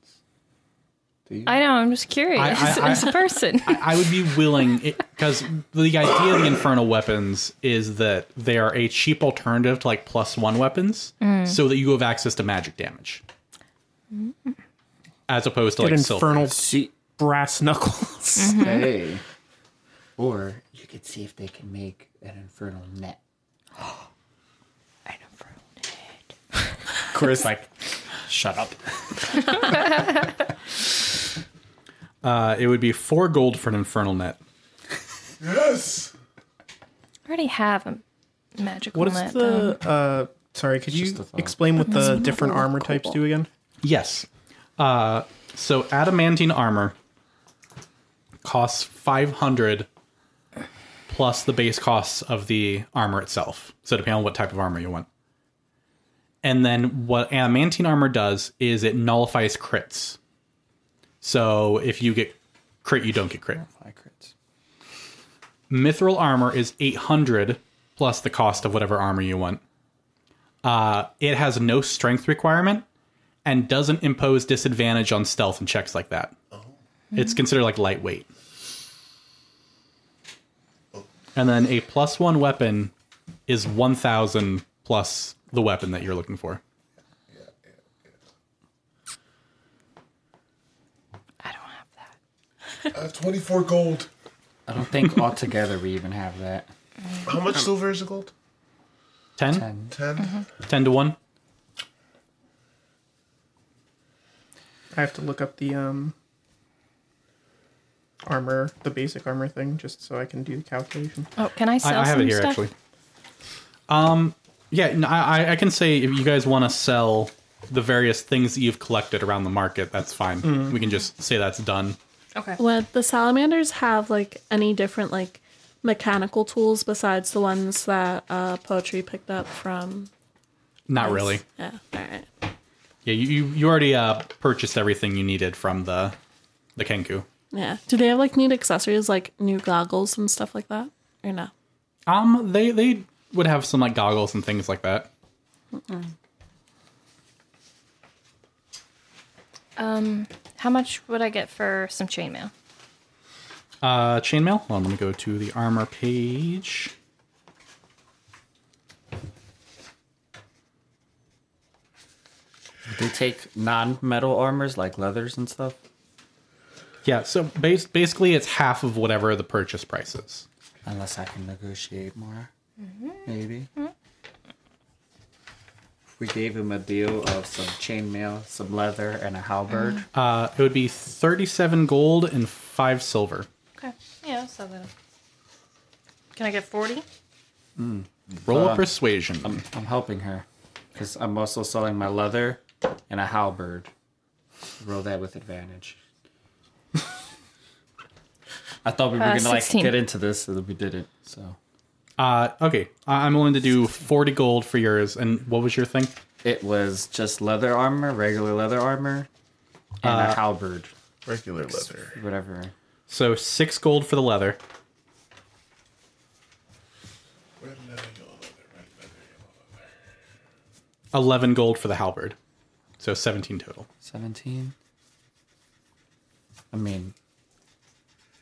B: I know. I'm just curious
A: I- I-
B: as a person.
A: I would be willing because the idea of the infernal weapons is that they are a cheap alternative to like plus one weapons, so that you have access to magic damage, as opposed to
G: Get
A: like
G: infernal
A: silver.
F: See,
G: brass knuckles.
F: hey. Or you could see if they can make an infernal net.
E: Cora's like, shut up.
A: Uh, it would be four gold for an infernal net.
H: Yes.
B: I already have a um, magical
G: What is
B: net. though.
G: the? Uh, sorry, could you explain what the different armor types do again?
A: Yes. Uh, so adamantine armor costs five hundred plus the base costs of the armor itself. So depending on what type of armor you want. And then what adamantine armor does is it nullifies crits. So if you get crit, you don't get crit.
F: Fly crits.
A: Mithril armor is 800 plus the cost of whatever armor you want. Uh, it has no strength requirement and doesn't impose disadvantage on stealth and checks like that. It's considered like lightweight. And then a plus one weapon is 1,000 plus the weapon that you're looking for.
B: I don't have that.
H: I have 24 gold.
F: I don't think altogether we even have that.
C: How much silver is a gold?
A: 10? 10,
F: And
C: 10
A: to 1?
G: I have to look up the um armor, the basic armor thing, just so I can do the calculation.
B: Oh, can I sell
A: I, I have
B: some
A: it here
B: stuff?
A: actually. Um, yeah, no, I, I- I can say if you guys want to sell the various things that you've collected around the market, that's fine. We can just say that's done.
B: Okay.
D: Would the salamanders have like any different like mechanical tools besides the ones that uh, poetry picked up from?
A: Not really.
D: Yeah. All right.
A: Yeah, you you, you already uh, purchased everything you needed from the the kenku.
D: Yeah. Do they have like neat accessories like new goggles and stuff like that, or no?
A: Um, they they would have some like goggles and things like that.
B: How much would I get for some chainmail?
A: Uh, chainmail. Hold on, let me go to the armor page.
E: They take non metal armors like leathers and stuff.
A: Yeah, so base, basically it's half of whatever the purchase price is.
F: Unless I can negotiate more. Maybe.
E: We gave him a deal of some chainmail, some leather, and a halberd.
A: Uh, it would be thirty-seven gold and five silver.
B: Okay. Yeah, I'll sell that. Can I get 40?
A: Roll a persuasion.
F: um,
E: I'm helping her because I'm also selling my leather and a halberd. Roll that with advantage. I thought we were
B: Uh,
E: gonna like
B: 16.
E: get into this, and we didn't. So
A: Uh, okay, I- I'm willing to do 40 gold for yours. And what was your thing?
E: it was just leather armor, regular leather armor, and a halberd,
C: regular leather.
E: whatever.
A: So six gold for the leather.
H: Red leather, yellow leather, red leather.
A: 11 gold for the halberd. So 17 total.
E: Seventeen. I mean,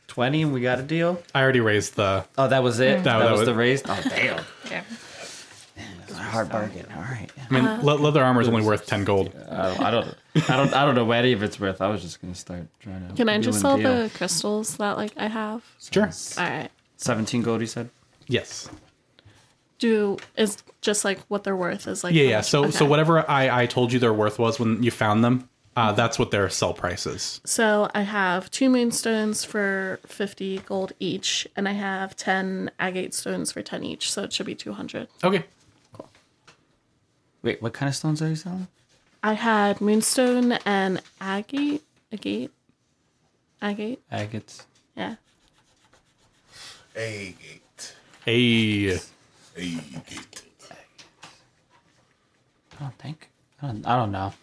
E: twenty, and we got a deal.
A: I already raised the.
E: Oh, that was it.
A: That-
E: That,
A: that
E: was,
A: was-
E: the raise. Oh, damn.
B: Mm. Yeah.
F: Hard bargain. All right.
A: I mean,
D: Uh-huh.
A: le- leather armor is only worth 10 gold.
E: I don't, Uh, I don't. I don't. I don't know what any of it's worth. I was just gonna start trying to.
D: Can I
E: do
D: just
E: a
D: sell
E: deal.
D: the crystals that like I have?
A: Sure.
D: All right.
E: Seventeen gold, you said.
A: Yes.
D: Do is just like what they're worth is like
A: Yeah,
D: how
A: yeah.
D: much-
A: So, so
D: okay.
A: whatever I, I told you their worth was when you found them, uh, that's what their sell price is.
D: So I have two moonstones for 50 gold each, and I have 10 agate stones for 10 each, so it should be 200.
A: Okay.
E: Wait, what kind of stones are you selling?
D: I had Moonstone and Agate. Agate? Agate?
E: Agates.
D: Yeah.
C: A gate.
A: Hey.
C: A gate.
E: I don't think. I don't, I don't know.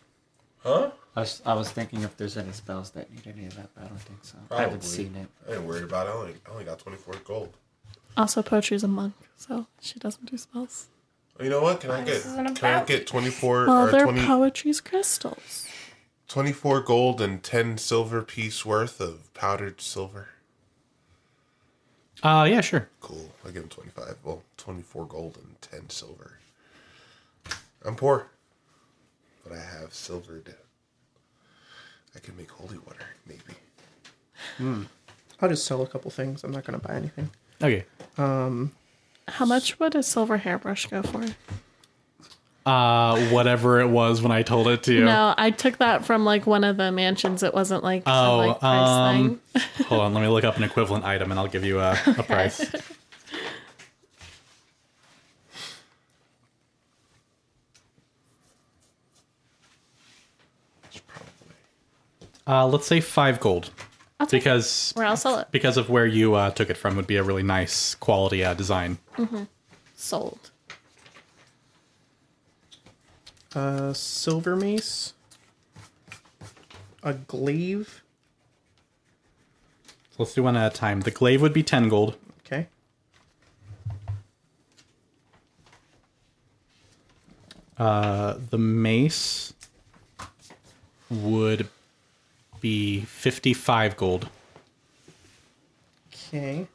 C: Huh?
E: I was, I was thinking if there's any spells that need any of that, but I don't think so. I
C: Probably.
E: haven't seen it.
C: I ain't worried about it. I only, I only got 24 gold.
D: Also, Poetry's a monk, so she doesn't do spells.
C: You know what? Can I get
B: isn't
C: can I
B: about-
C: get 24
D: Well,
C: or
D: they're
C: 20,
D: poetry's crystals.
C: 24 gold and 10 silver piece worth of powdered silver?
A: Uh, yeah, sure.
C: Cool. I give him 25. Well, 24 gold and 10 silver. I'm poor, but I have silvered. I can make holy water, maybe.
G: I'll just sell a couple things. I'm not gonna buy anything.
A: Okay.
D: How much would a silver hairbrush go for?
A: Uh, whatever it was when I told it to you.
D: No, I took that from like one of the mansions. It wasn't like
A: Oh,
D: some like price
A: um,
D: thing.
A: Hold on, let me look up an equivalent item and I'll give you a, a price.
C: It's probably.
A: Uh, let's say five gold.
D: I'll take it.
A: Because
D: Or I'll sell it.
A: because of where you uh, took it from would be a really nice quality uh, design.
D: Sold.
G: A Uh, silver mace, a glaive.
A: So let's do one at a time. The glaive would be ten gold.
G: Okay.
A: Uh, the mace would be fifty-five gold.
G: Okay.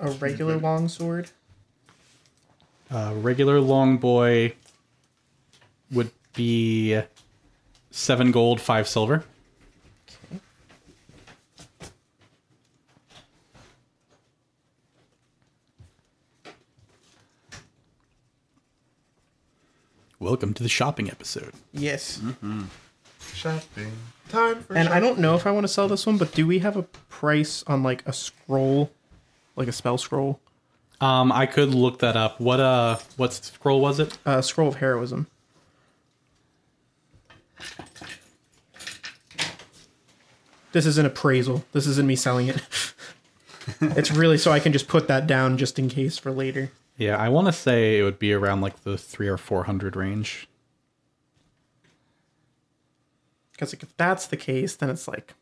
G: A regular longsword.
A: A regular long boy would be seven gold, five silver.
G: Okay.
A: Welcome to the shopping episode. Hmm?
G: Yes.
C: Shopping. Time for
G: And I
C: shopping.
G: don't know if I want to sell this one, but do we have a price on like a scroll, like a spell scroll,
A: Um, I could look that up. What uh, what scroll was it?
G: uh, scroll of heroism? This is an appraisal. This isn't me selling it. it's really so I can just put that down just in case for later.
A: Yeah, I want to say it would be around like the three or four hundred range.
G: Because like, if that's the case, then it's like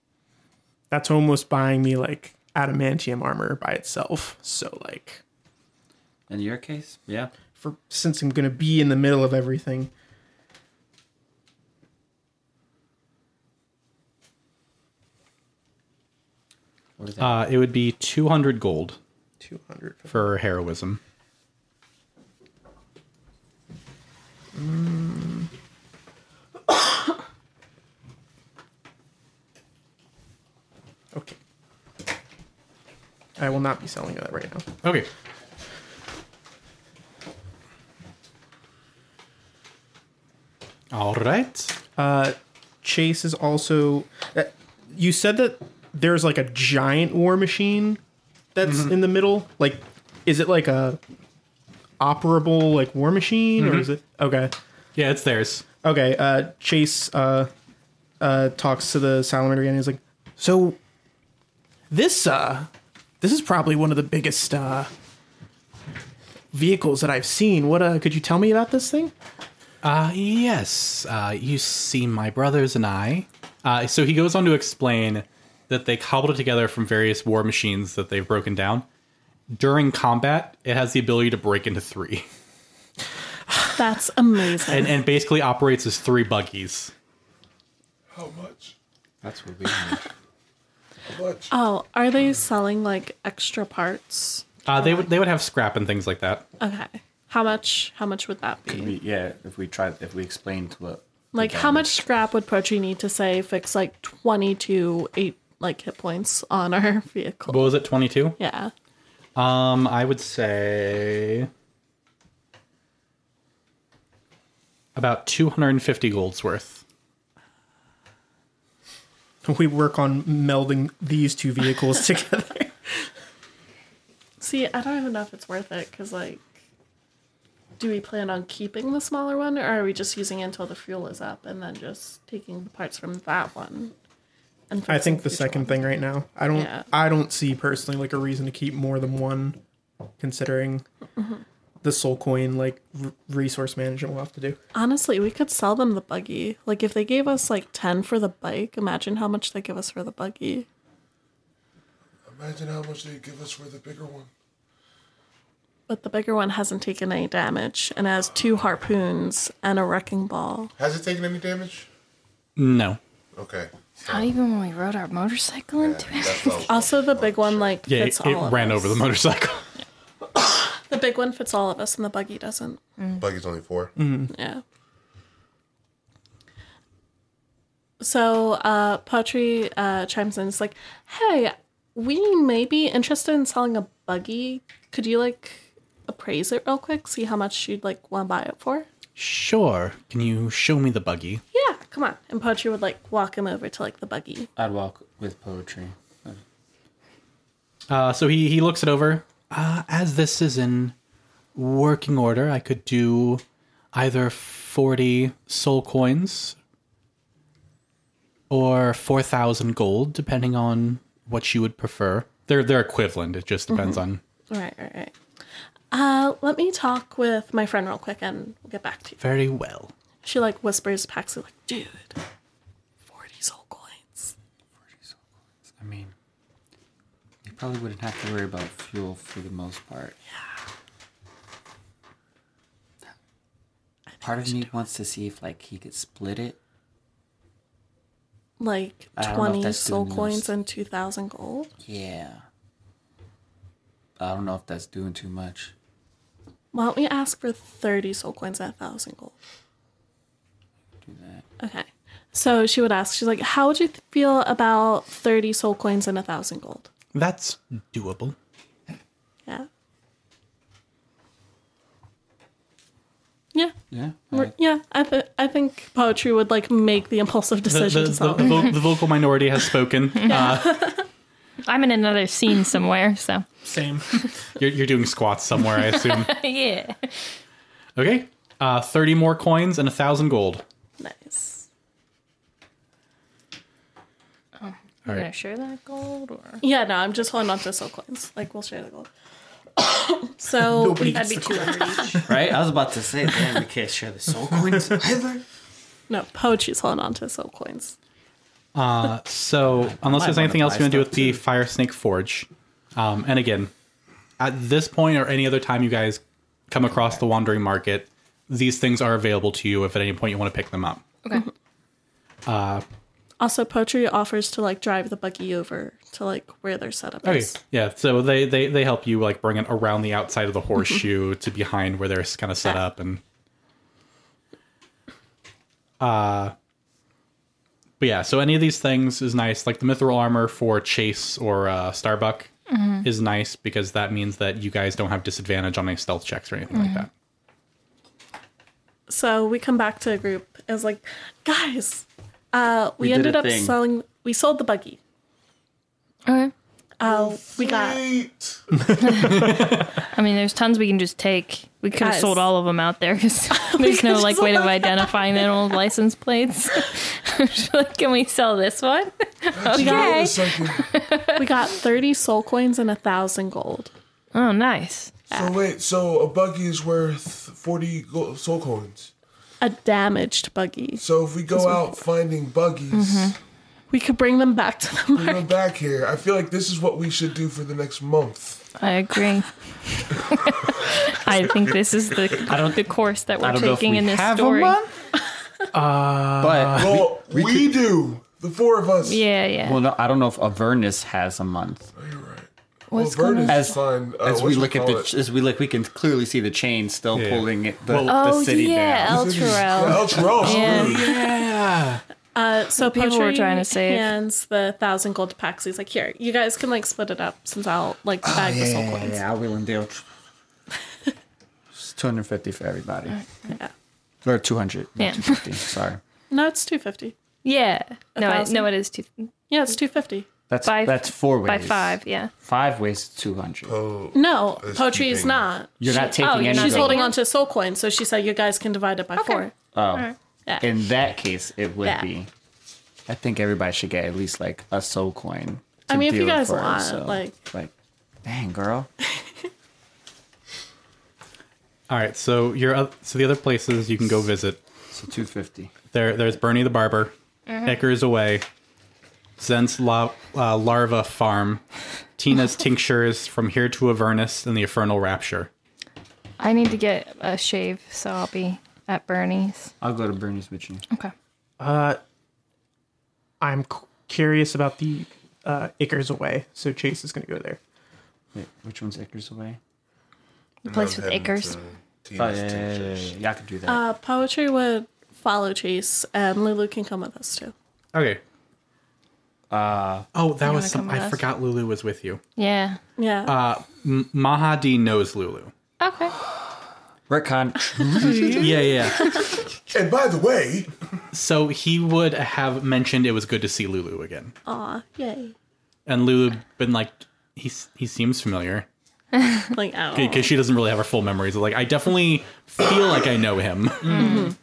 G: that's almost buying me like adamantium armor by itself. So like
E: In your case, yeah.
G: for since I'm gonna be in the middle of everything.
E: What is that?
A: Uh, it would be two hundred gold
G: Two hundred
A: for heroism.
G: Okay. I will not be selling that right now.
A: Okay. All right.
G: Chase is also. Uh, you said that there's like a giant war machine that's in the middle. Like, is it like a operable like war machine or is it okay?
A: Yeah, it's theirs.
G: Okay. Uh, Chase uh, uh, talks to the salamander again. And he's like, so this uh, this is probably one of the biggest uh, vehicles that I've seen. What uh, could you tell me about this thing?
A: Uh, yes. Uh, you see, my brothers and I. Uh, so he goes on to explain that they cobbled it together from various war machines that they've broken down. During combat, it has the ability to break into three
D: That's amazing.
A: and, and basically operates as three buggies.
H: How much?
E: That's what we need.
H: How much?
D: oh, are they selling like extra parts?
A: Uh, they, would, they would have scrap and things like that.
D: Okay. How much? How much would that
E: Could
D: be?
E: we, yeah, if we tried, if we explained what.
D: Like, how much scrap would Poetry need to say fix like twenty to eight like hit points on our vehicle?
A: What was it, 22?
D: yeah.
A: Um, I would say about 250 golds worth.
G: We work on melding these two vehicles together.
D: See, I don't even know if it's worth it because like, do we plan on keeping the smaller one, or are we just using it until the fuel is up and then just taking the parts from that one? And
G: I
D: fixing
G: think the
D: future
G: second
D: ones?
G: thing right now. I don't.
D: Yeah.
G: I don't see personally like a reason to keep more than one, considering the soul coin like r- resource management we'll have to do.
D: Honestly, we could sell them the buggy. Like if they gave us like ten for the bike, imagine how much they give us for the buggy.
H: Imagine how much they give us for the bigger one.
D: But the bigger one hasn't taken any damage and has two harpoons and a wrecking ball.
C: Has it taken any damage?
A: No.
C: Okay.
B: Not even when we rode our motorcycle into it.
C: That's all.
D: Also, the big one like
A: Yeah,
D: fits
A: it, it
D: all.
A: ran
D: of
A: over the
D: us.
A: motorcycle.
D: The big one fits all of us, and the buggy doesn't.
C: Buggy's only 4
A: Mm.
D: Yeah. So uh Patri uh chimes in, it's like, Hey, we may be interested in selling a buggy. Could you like appraise it real quick, see how much you'd like wanna buy it for?
A: Sure. Can you show me the buggy?
D: Yeah, come on. And Patri would like walk him over to like the buggy.
E: I'd walk with poetry.
A: Uh, so he he looks it over. Uh, as this is in working order, I could do either forty soul coins or four thousand gold, depending on what you would prefer. Mm-hmm. They're they're equivalent. It just depends on.
D: All right, all right, all right. Uh let me talk with my friend real quick and we'll get back to you.
A: Very well.
D: She like whispers Paxley like, dude, forty soul coins.
E: I mean, you probably wouldn't have to worry about fuel for the most part. Yeah. Part of me wants to see if like he could split it.
D: Like
E: I don't know if
D: twenty
E: that's
D: soul
E: doing the most.
D: coins and two thousand gold.
E: Yeah. I don't know if that's doing too much.
D: Why don't we ask for 30 soul coins at 1,000 gold?
E: Do that.
D: Okay. So she would ask, she's like, how would you th- feel about 30 soul coins and 1,000 gold?
A: That's doable.
D: Yeah. Yeah.
E: Yeah.
D: We're- yeah. I, th- I think poetry would like make the impulsive
A: The,
D: decision
A: the,
D: to
A: the,
D: sell.
A: the, vo- the vocal minority has spoken. uh,
B: I'm in another scene somewhere, so
G: Same.
A: you're, you're doing squats somewhere, I assume.
B: yeah.
A: okay. Uh, thirty more coins and a thousand gold.
D: nice.
B: We're gonna share that gold, or
D: Yeah, no, I'm just holding on to soul coins. Like, we'll share the gold. so
G: Nobody
D: we-
G: gets
D: that'd be
G: the
D: 200 each.
E: Right? I was about to say, damn, we can't share the soul coins either.
D: No, poetry's holding on to soul coins.
A: Uh, so, unless there's
E: wanna
A: anything else
E: buy
A: you want to do
E: stuff
A: with the Fire Snake Forge, um, and again, at this point or any other time you guys come across the Wandering Market, these things are available to you if at any point you want to pick them up.
B: okay,
D: Also, poetry offers to like drive the buggy over to like where their setup
A: Okay,
D: is.
A: yeah. So they they they help you like bring it around the outside of the horseshoe to behind where they're kind of set up and. Uh, but yeah, so any of these things is nice. Like the mithril armor for Chase or uh, Starbuck is nice because that means that you guys don't have disadvantage on any stealth checks or anything like that.
D: So we come back to a group. It was like, guys, uh, we,
E: We did
D: ended
E: a
D: up
E: thing.
D: selling. We sold the buggy.
B: okay.
D: Uh, we got
H: Eight.
B: I mean, there's tons we can just take. We could have
D: Guys.
B: sold all of them out there because there's
D: could
B: no
D: have
B: like way of
D: sold-
B: identifying their old license plates. like, can we sell this one?
H: You know,
B: Okay.
H: the second.
D: we got thirty soul coins and a thousand gold.
B: Oh, nice.
H: So wait, so a buggy is worth forty gold, soul coins.
D: A damaged buggy.
H: So if we go out finding buggies,
B: Mm-hmm.
D: We could bring them back to the
H: bring them back here. I feel like this is what we should do for the next month.
B: I agree. I think this is the the course that we're
E: I don't know if
B: taking
E: we
B: in this
E: have a
B: story.
E: But
H: Well, we, do. The four of us.
B: Yeah, yeah.
E: well, no, I don't know if Avernus has a month.
H: Oh, you're right.
B: What's
H: well,
B: going on?
H: As,
E: As-
H: fine. Uh,
E: As we
H: whatchamacallit.
E: look at the, ch- as we look, we can clearly see the chain still
A: Yeah.
E: pulling it, the,
B: oh
E: the city
B: yeah,
E: down.
B: El Terrell.
H: El Terrell.
B: Yeah.
D: uh, so
B: People were
D: Poetry
B: trying to save.
D: hands the thousand gold to Pax. He's like, here, you guys can like split it up since I'll like bag the soul coins.
E: Oh, Yeah, I will deal. It's 250 for everybody.
D: Yeah.
E: Or 200. not
B: Yeah.
E: 250, sorry.
D: No, it's two fifty.
B: Yeah. No, it,
D: thousand?
B: no, it is two.
D: Yeah, it's two fifty.
E: That's
B: By-
E: that's four ways.
B: by five. Yeah.
E: Five ways to two hundred.
F: Oh,
D: No, poetry is
C: keeping-
D: not.
E: You're not taking
B: oh,
E: any.
B: you're not
E: of
D: She's
E: them.
D: holding on to a soul coin, so she said you guys can divide it by four.
E: Oh.
D: Yeah.
E: In that case, it would
D: Yeah.
E: be. I think everybody should get at least like a soul coin.
D: I
E: to
D: mean, if you
E: deal
D: guys
E: for it,
D: want, like-
E: like, dang girl.
A: All right, so your oth- so the other places you can go visit
F: So 250.
A: There, there's Bernie the Barber,
B: Mm-hmm.
A: Eckers Away, Zen's La- uh, Larva Farm, Tina's Tinctures, From Here to Avernus, and the Infernal Rapture.
B: I need to get a shave, so I'll be at Bernie's.
F: I'll go to Bernie's Mitchell.
B: Okay.
G: Uh, I'm c- curious about the uh, Ickers away, so Chase is going to go there.
F: Wait, which one's Acres away?
B: The place with acres.
F: Oh, yeah, yeah, yeah, yeah, yeah. yeah, I could do that.
D: Uh, poetry would follow Chase, and Lulu can come with us too.
A: Okay. Uh, oh, that
B: wanna
A: was some.
B: come with
A: I
B: us?
A: forgot Lulu was with you.
B: Yeah.
D: Yeah.
A: Mahadi knows Lulu.
B: Okay.
E: Retcon.
A: Yeah, yeah.
H: And by the way,
A: so he would have mentioned it was good to see Lulu again,
E: Uh,
D: Aw, yay.
A: and Lulu been like, he s- he seems familiar
D: Like, ow.
A: because she doesn't really have her full memories. Like, I definitely feel like I know him.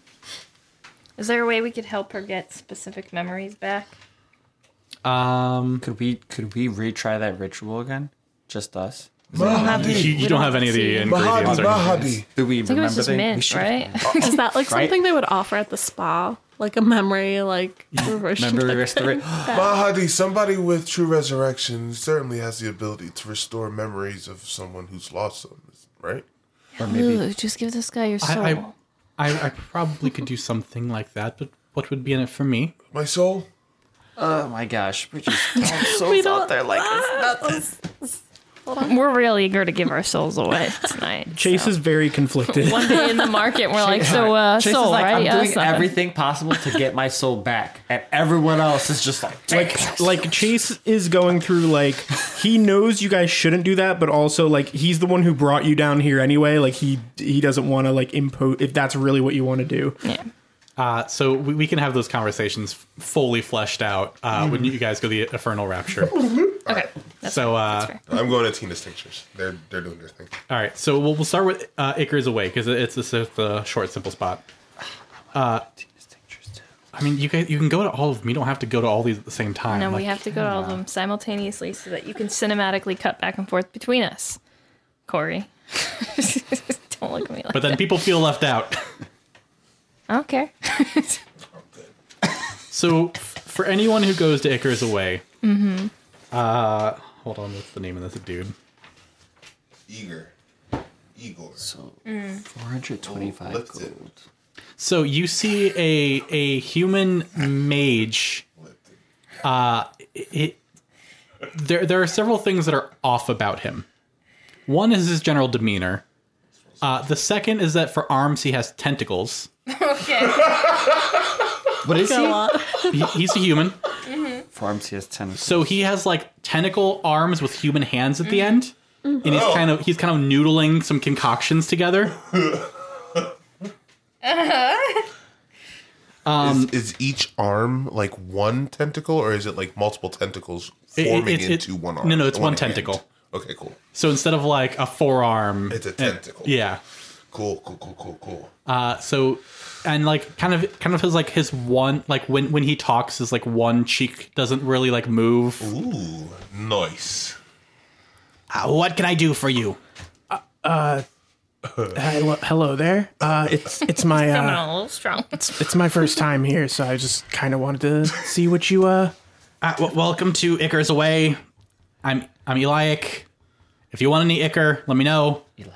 B: Is there a way we could help her get specific memories back?
A: Um,
E: could we could we retry that ritual again? Just us?
A: you,
B: We
A: you don't,
B: don't
A: have any of the
B: see.
A: ingredients.
H: Mahadi,
A: or anything.
H: Mahadi.
E: Do we
B: I think it was
E: remember
B: just
E: the we
B: mint,
E: should-
B: right?
D: Is that like
E: Right?
D: something they would offer at the spa? Like a memory, like version?
E: Remember the rest of it?
H: Mahadi, somebody with true resurrection certainly has the ability to restore memories of someone who's lost them, right?
E: Oh.
B: Lulu, just give this guy your soul.
A: I, I, I, I probably could do something like that, but what would be in it for me?
H: My soul?
E: Oh my gosh, we're just throwing
D: We
E: souls
D: don't-
E: out there like it's nothing.
B: We're really eager to give our souls away tonight.
G: Chase is very conflicted.
B: One day in the market, we're like, so uh,
E: Chase
B: soul,
E: is like,
B: right?
E: I'm
B: Yeah,
E: doing
B: something.
E: everything possible to get my soul back, and everyone else is just like, like
G: like Chase is going through like he knows you guys shouldn't do that, but also like he's the one who brought you down here anyway. Like he he doesn't want to like impose if that's really what you want to do.
B: Yeah.
A: Uh, so we, we can have those conversations fully fleshed out uh, when you guys go to the Infernal Rapture.
B: Okay.
A: so, uh,
C: I'm going to Tina's Tinctures. They're they're doing their thing.
A: all right. So we'll, we'll start with uh, Icarus Away because it's just a, the short, simple spot. Uh, I mean, you can, you can go to all of them. You don't have to go to all these at the same time.
B: No, we
A: Like,
B: have to go to all of them simultaneously so that you can cinematically cut back and forth between us. Corey. Don't look at me like
A: But then people feel left out.
B: I don't care.
C: Oh,
A: So, f- for anyone who goes to Icarus Away,
B: Mm-hmm.
A: uh, hold on, what's the name of this dude?
C: Eager. Igor.
F: So 425
C: Lifted.
F: gold.
A: So you see a a human mage. Uh, it, there there are several things that are off about him. One is his general demeanor. Uh, the second is that for arms he has tentacles.
E: what is
D: Go
E: he?
D: on.
A: He, he's a human,
F: Farms, he has 10.
A: so he has like tentacle arms with human hands at the end, and he's kind of he's kind of noodling some concoctions together. Um,
C: is, is each arm like one tentacle, or is it like multiple tentacles
A: It- it-
C: forming
A: it's- it-
C: into one arm?
A: no, no, it's one
C: hand?
A: tentacle.
C: Okay, cool.
A: So instead of like a forearm,
C: It's a
A: and-
C: tentacle.
A: yeah.
C: Cool, cool, cool, cool, cool.
A: Uh, so and like kind of kind of his like his one like when when he talks his like one cheek doesn't really like move.
C: Ooh, nice.
A: Uh, what can I do for you?
G: Hello, hello there. Uh, it's it's my
B: Coming
G: uh,
B: on a little strong.
G: it's my first time here, so I just kind of wanted to see what you uh.
A: Uh, w- welcome to Icar's Away. I'm I'm Eliak. If you want any Icar, let me know.
E: Like,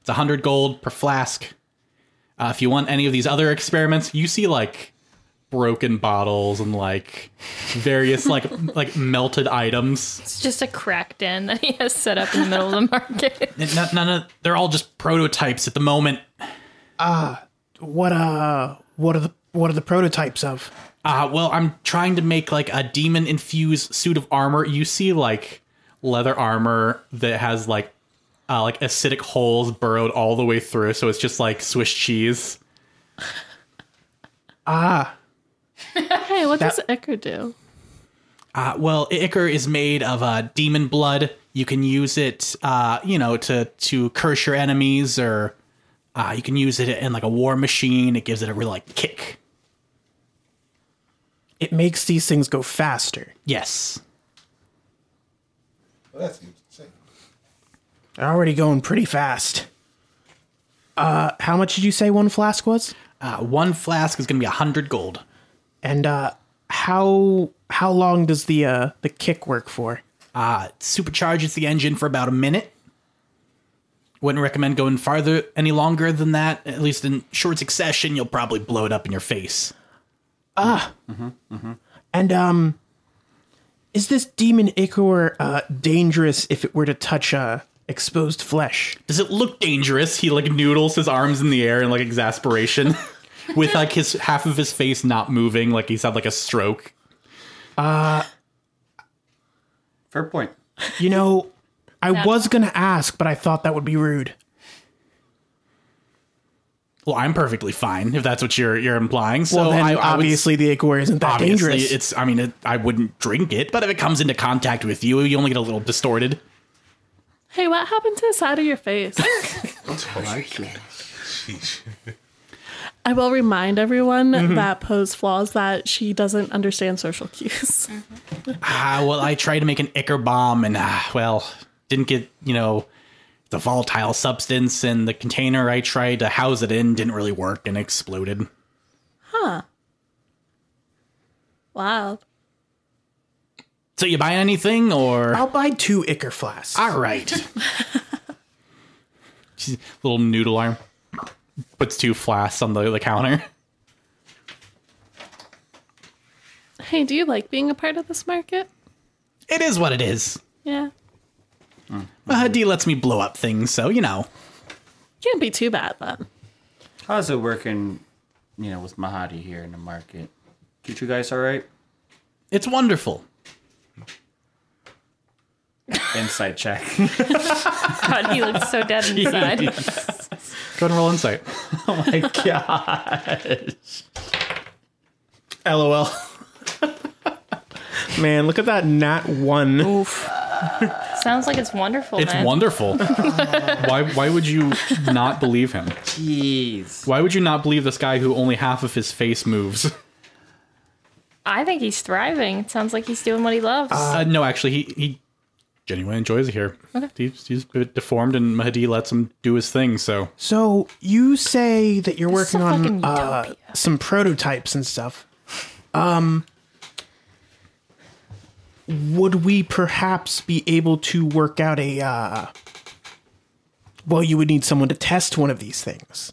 A: It's a hundred gold per flask. Uh, if you want any of these other experiments, you see like broken bottles and like various like like melted items.
B: It's just a crack den that he has set up in the middle of the market.
A: N- None, none of they're all just prototypes at the moment.
G: What uh? What are the what are the prototypes of?
A: Uh, well, I'm trying to make like a demon infused suit of armor. You see, like leather armor that has like uh, like acidic holes burrowed all the way through, so it's just like Swiss cheese.
D: Hey, what does Ecker do?
A: Uh, well, I- Ichor is made of uh, demon blood. You can use it, uh, you know, to to curse your enemies, or uh, you can use it in like a war machine. It gives it a real like kick.
G: It makes these things go faster.
A: Yes.
H: Well, that seems insane.
G: They're already going pretty fast. Uh, how much did you say one flask was?
A: Uh, one flask is going to be a hundred gold.
G: And uh, how how long does the uh, the kick work for?
A: Uh, it supercharges the engine for about a minute. Wouldn't recommend going farther any longer than that. At least in short succession, you'll probably blow it up in your face.
G: And um, is this demon ichor uh, dangerous if it were to touch uh, exposed flesh?
A: Does it look dangerous? He like noodles his arms in the air in like exasperation, with like his half of his face not moving, like he's had like a stroke.
E: Fair point.
G: You know, I was gonna ask, but I thought that would be rude.
A: Well, I'm perfectly fine if that's what you're you're implying. So
G: well, then
A: I, I would-
G: obviously the ichor isn't that
A: obviously
G: dangerous.
A: it's. I mean, it, I wouldn't drink it, but if it comes into contact with you, you only get a little distorted.
D: Hey, what happened to the side of your face?
H: Sheesh.
D: I will remind everyone that Poe's flaws that she doesn't understand social cues.
A: Ah, well, I tried to make an Icker bomb and, ah, well, didn't get, you know, the volatile substance and the container I tried to house it in didn't really work and exploded.
D: Wow.
A: So you buy anything or?
G: I'll buy two ichor flasks.
A: All right. She's- Little noodle arm puts two flasks on the, the counter.
D: Hey, do you like being a part of this market?
A: It is what it is.
D: Yeah.
A: Mahadi lets me blow up things, so you know.
D: Can't be too bad then.
E: How's it working, you know, with Mahadi here in the market? Treat you guys all right?
A: It's wonderful.
E: Insight check.
B: God, he looks so dead inside.
A: Go ahead and roll insight.
I: LOL. Man, look at that nat one.
B: Sounds like it's wonderful.
A: It's
B: man.
A: wonderful. why why would you not believe him?
E: Jeez.
A: Why would you not believe this guy who only half of his face moves?
B: I think he's thriving. It sounds like he's doing what he loves.
A: Uh, no, actually, he he genuinely enjoys it here. He's, he's a bit deformed, and Mahdi lets him do his thing. So
G: So you say that you're
B: This is
G: working
B: a
G: on
B: fucking
G: uh,
B: utopia.
G: some prototypes and stuff. Um, would we perhaps be able to work out a? Uh, well, you would need someone to test one of these things.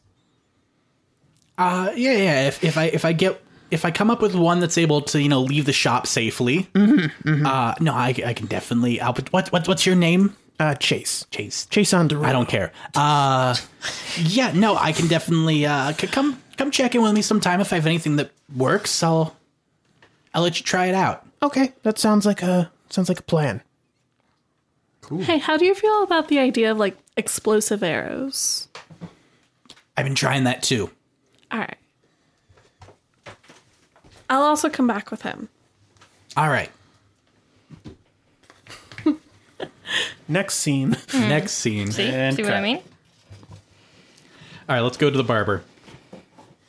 A: Uh, yeah, yeah. If, if I if I get if I come up with one that's able to you know leave the shop safely, uh, no, I, I can definitely. I'll, put- what what what's your name?
G: Uh, Chase,
A: Chase.
G: Chase on Derulo.
A: I don't care. Uh, yeah, no, I can definitely uh c- come come check in with me sometime if I have anything that works. I'll I'll let you try it out.
G: Okay, that sounds like a sounds like a plan.
D: Hey, how do you feel about the idea of like explosive arrows?
A: I've been trying that too.
D: All right. I'll also come back with him.
A: All right.
G: Next scene.
A: Next scene.
B: See,
E: and
B: see what I
E: cut.
B: mean?
A: All right, let's go to the barber.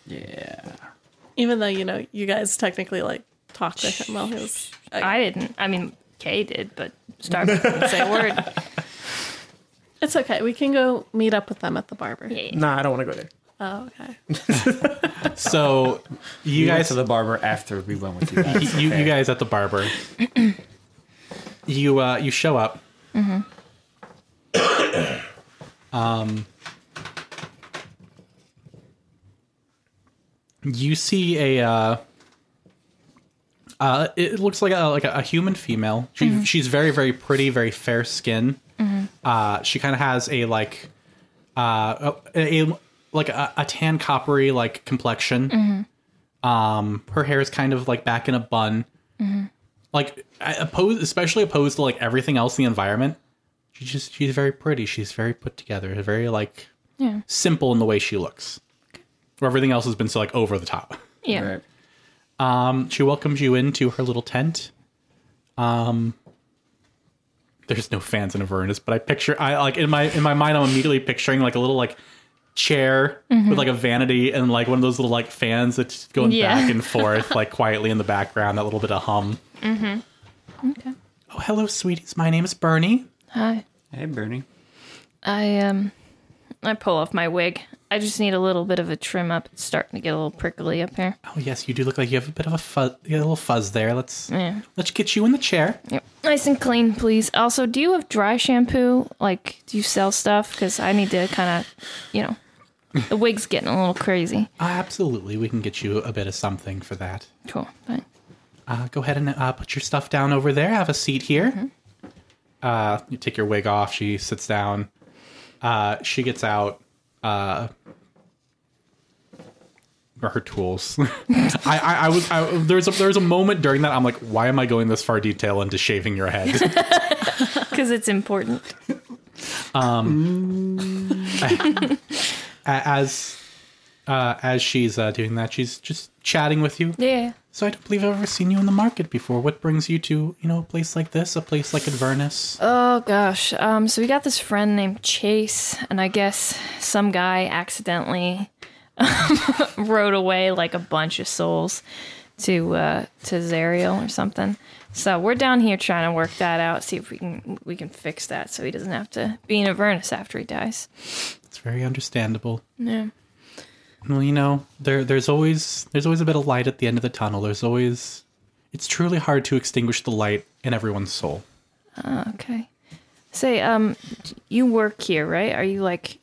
E: Yeah.
D: Even though, you know, you guys technically like talked to him while he was.
B: I didn't. I mean, Kay did, but Starbuck didn't say a word.
D: It's okay. We can go meet up with them at the barber.
B: Yeah.
I: Nah, I don't want to go there.
D: Oh, okay.
A: So you
E: You
A: guys
E: guys to the barber after we went with you guys.
A: you, you
E: okay?
A: guys at the barber. you uh, you show up. um, you see a. Uh, uh, it looks like a like a, a human female. She she's very very pretty, very fair skin. Uh, she kind of has a like, uh, a, a- like a, a tan coppery like complexion. Um, her hair is kind of like back in a bun. Like I opposed, especially opposed to like everything else in the environment. She just she's very pretty. She's very put together. Very like
B: Yeah.
A: simple in the way she looks. Where everything else has been so like over the top.
B: Yeah.
E: Right.
A: Um, she welcomes you into her little tent. there's no fans in Avernus, but I picture I like in my in my mind I'm immediately picturing like a little like chair with like a vanity and like one of those little like fans that's going
B: Yeah.
A: back and forth like quietly in the background, that little bit of hum.
B: Mm-hmm. Okay.
A: Oh, hello, sweeties. My name is Bernie.
B: Hi.
E: Hey, Bernie.
B: I um I pull off my wig. I just need a little bit of a trim up. It's starting to get a little prickly up here.
A: Oh yes, you do look like you have a bit of a fuzz, a little fuzz there. Let's
B: Yeah.
A: let's get you in the chair.
B: Yep. Nice and clean, please. Also, do you have dry shampoo? Like, do you sell stuff? Because I need to kind of, you know, the wig's getting a little crazy.
A: Uh, absolutely, we can get you a bit of something for that.
B: Cool. Fine.
A: Uh, go ahead and uh, put your stuff down over there. Have a seat here. Uh, you take your wig off. She sits down. Uh, she gets out uh, her tools. I, I, I was I, there's a, there's a moment during that I'm like, why am I going this far detail into shaving your head?
B: Because it's important.
A: A- as uh, as she's uh, doing that, she's just chatting with you.
B: Yeah.
A: So I don't believe I've ever seen you in the market before. What brings you to you know a place like this, a place like Adverness?
B: Oh gosh. Um. So we got this friend named Chase, and I guess some guy accidentally um, rode away like a bunch of souls to uh, to Zariel or something. So we're down here trying to work that out, see if we can we can fix that, so he doesn't have to be in Avernus after he dies.
A: It's very understandable.
B: Yeah.
A: Well, you know, there there's always there's always a bit of light at the end of the tunnel. There's always it's truly hard to extinguish the light in everyone's soul.
B: Okay. Say, um, you work here, right? Are you like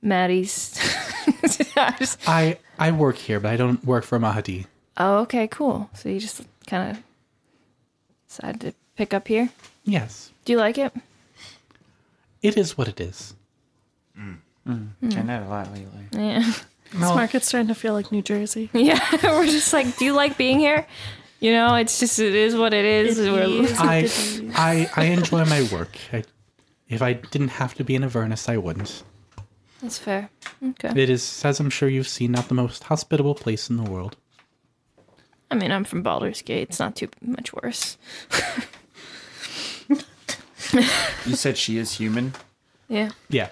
B: Maddie's? I just-
A: I I work here, but I don't work for Mahdi.
B: oh, okay, cool. So you just kind of decided to pick up here.
A: Yes,
B: Do you like it?
A: it is what it is.
E: Been out a lot lately.
B: Yeah.
D: This market's starting to feel like New Jersey.
B: Yeah. We're just like, do you like being here? You know, it's just it is what it is.
D: It
B: We're-
D: is.
A: I I I enjoy my work. I, if I didn't have to be in Avernus, I wouldn't.
B: That's fair. Okay.
A: It is, as I'm sure you've seen, not the most hospitable place in the world.
B: I mean, I'm from Baldur's Gate. It's not too much worse.
E: You said she is human.
B: Yeah.
A: Yeah.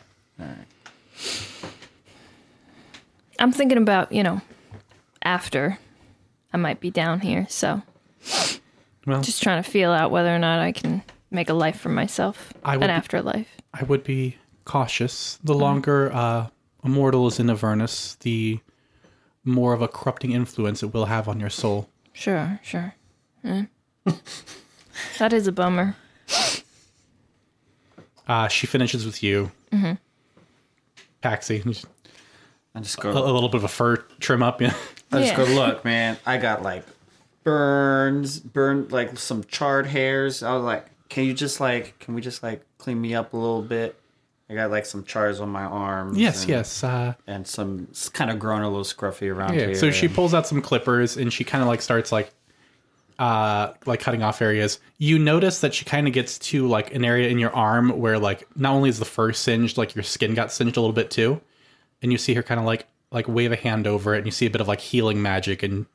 B: I'm thinking about you know, after I might be down here, so
A: Well,
B: just trying to feel out whether or not I can make a life for myself,
A: I would
B: an
A: be-
B: afterlife.
A: I would be cautious. The longer uh, a mortal is in Avernus, the more of a corrupting influence it will have on your soul.
B: Sure, sure. Mm. that is a bummer.
A: Uh, she finishes with you, mm-hmm. Paxi. just
E: I just
A: A,
E: go.
A: a little bit of a fur trim up. Yeah.
E: I just
B: Yeah.
E: go. Look, man. I got like burns, burned like some charred hairs. I was like, can you just like, can we just like clean me up a little bit? I got like some chars on my arms.
A: yes,
E: and,
A: yes. Uh,
E: And some it's kind of grown a little scruffy around
A: yeah.
E: here.
A: So she
E: and-
A: pulls out some clippers and she kind of like starts like, uh, like cutting off areas. You notice that she kind of gets to like an area in your arm where like not only is the fur singed, like your skin got singed a little bit too, and you see her kind of like like wave a hand over it, and you see a bit of like healing magic, and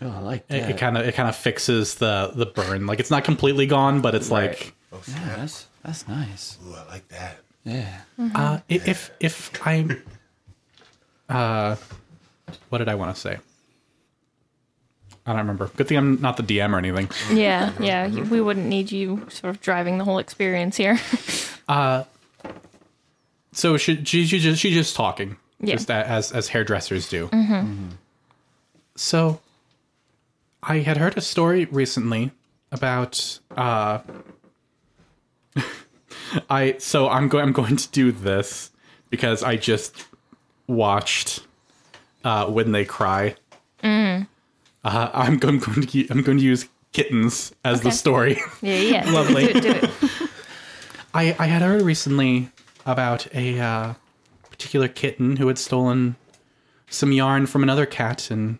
E: Oh, I like
A: it-
E: that.
A: it kind of it kind of fixes the the burn. Like it's not completely gone, but it's
E: Right.
A: like.
C: Oh,
E: yeah,
C: snap.
E: that's that's nice.
C: Ooh, I like that.
E: Yeah.
A: Uh, i- if if I, uh, what did I want to say? I don't remember. Good thing I'm not the DM or anything.
B: Yeah, yeah. you- We wouldn't need you sort of driving the whole experience here.
A: So she she, she just she's just talking,
B: Yeah. Mm-hmm.
A: just a- as as hairdressers do. Mm-hmm. So, I had heard a story recently about uh. I so I'm going I'm going to do this because I just watched uh, when they cry.
B: Mm-hmm.
A: Uh, I'm, go- I'm going to u- I'm going to use kittens as the
B: Okay.
A: story.
B: yeah, yeah.
A: Lovely.
B: Do it, do it.
A: I, I had heard recently about a uh, particular kitten who had stolen some yarn from another cat, and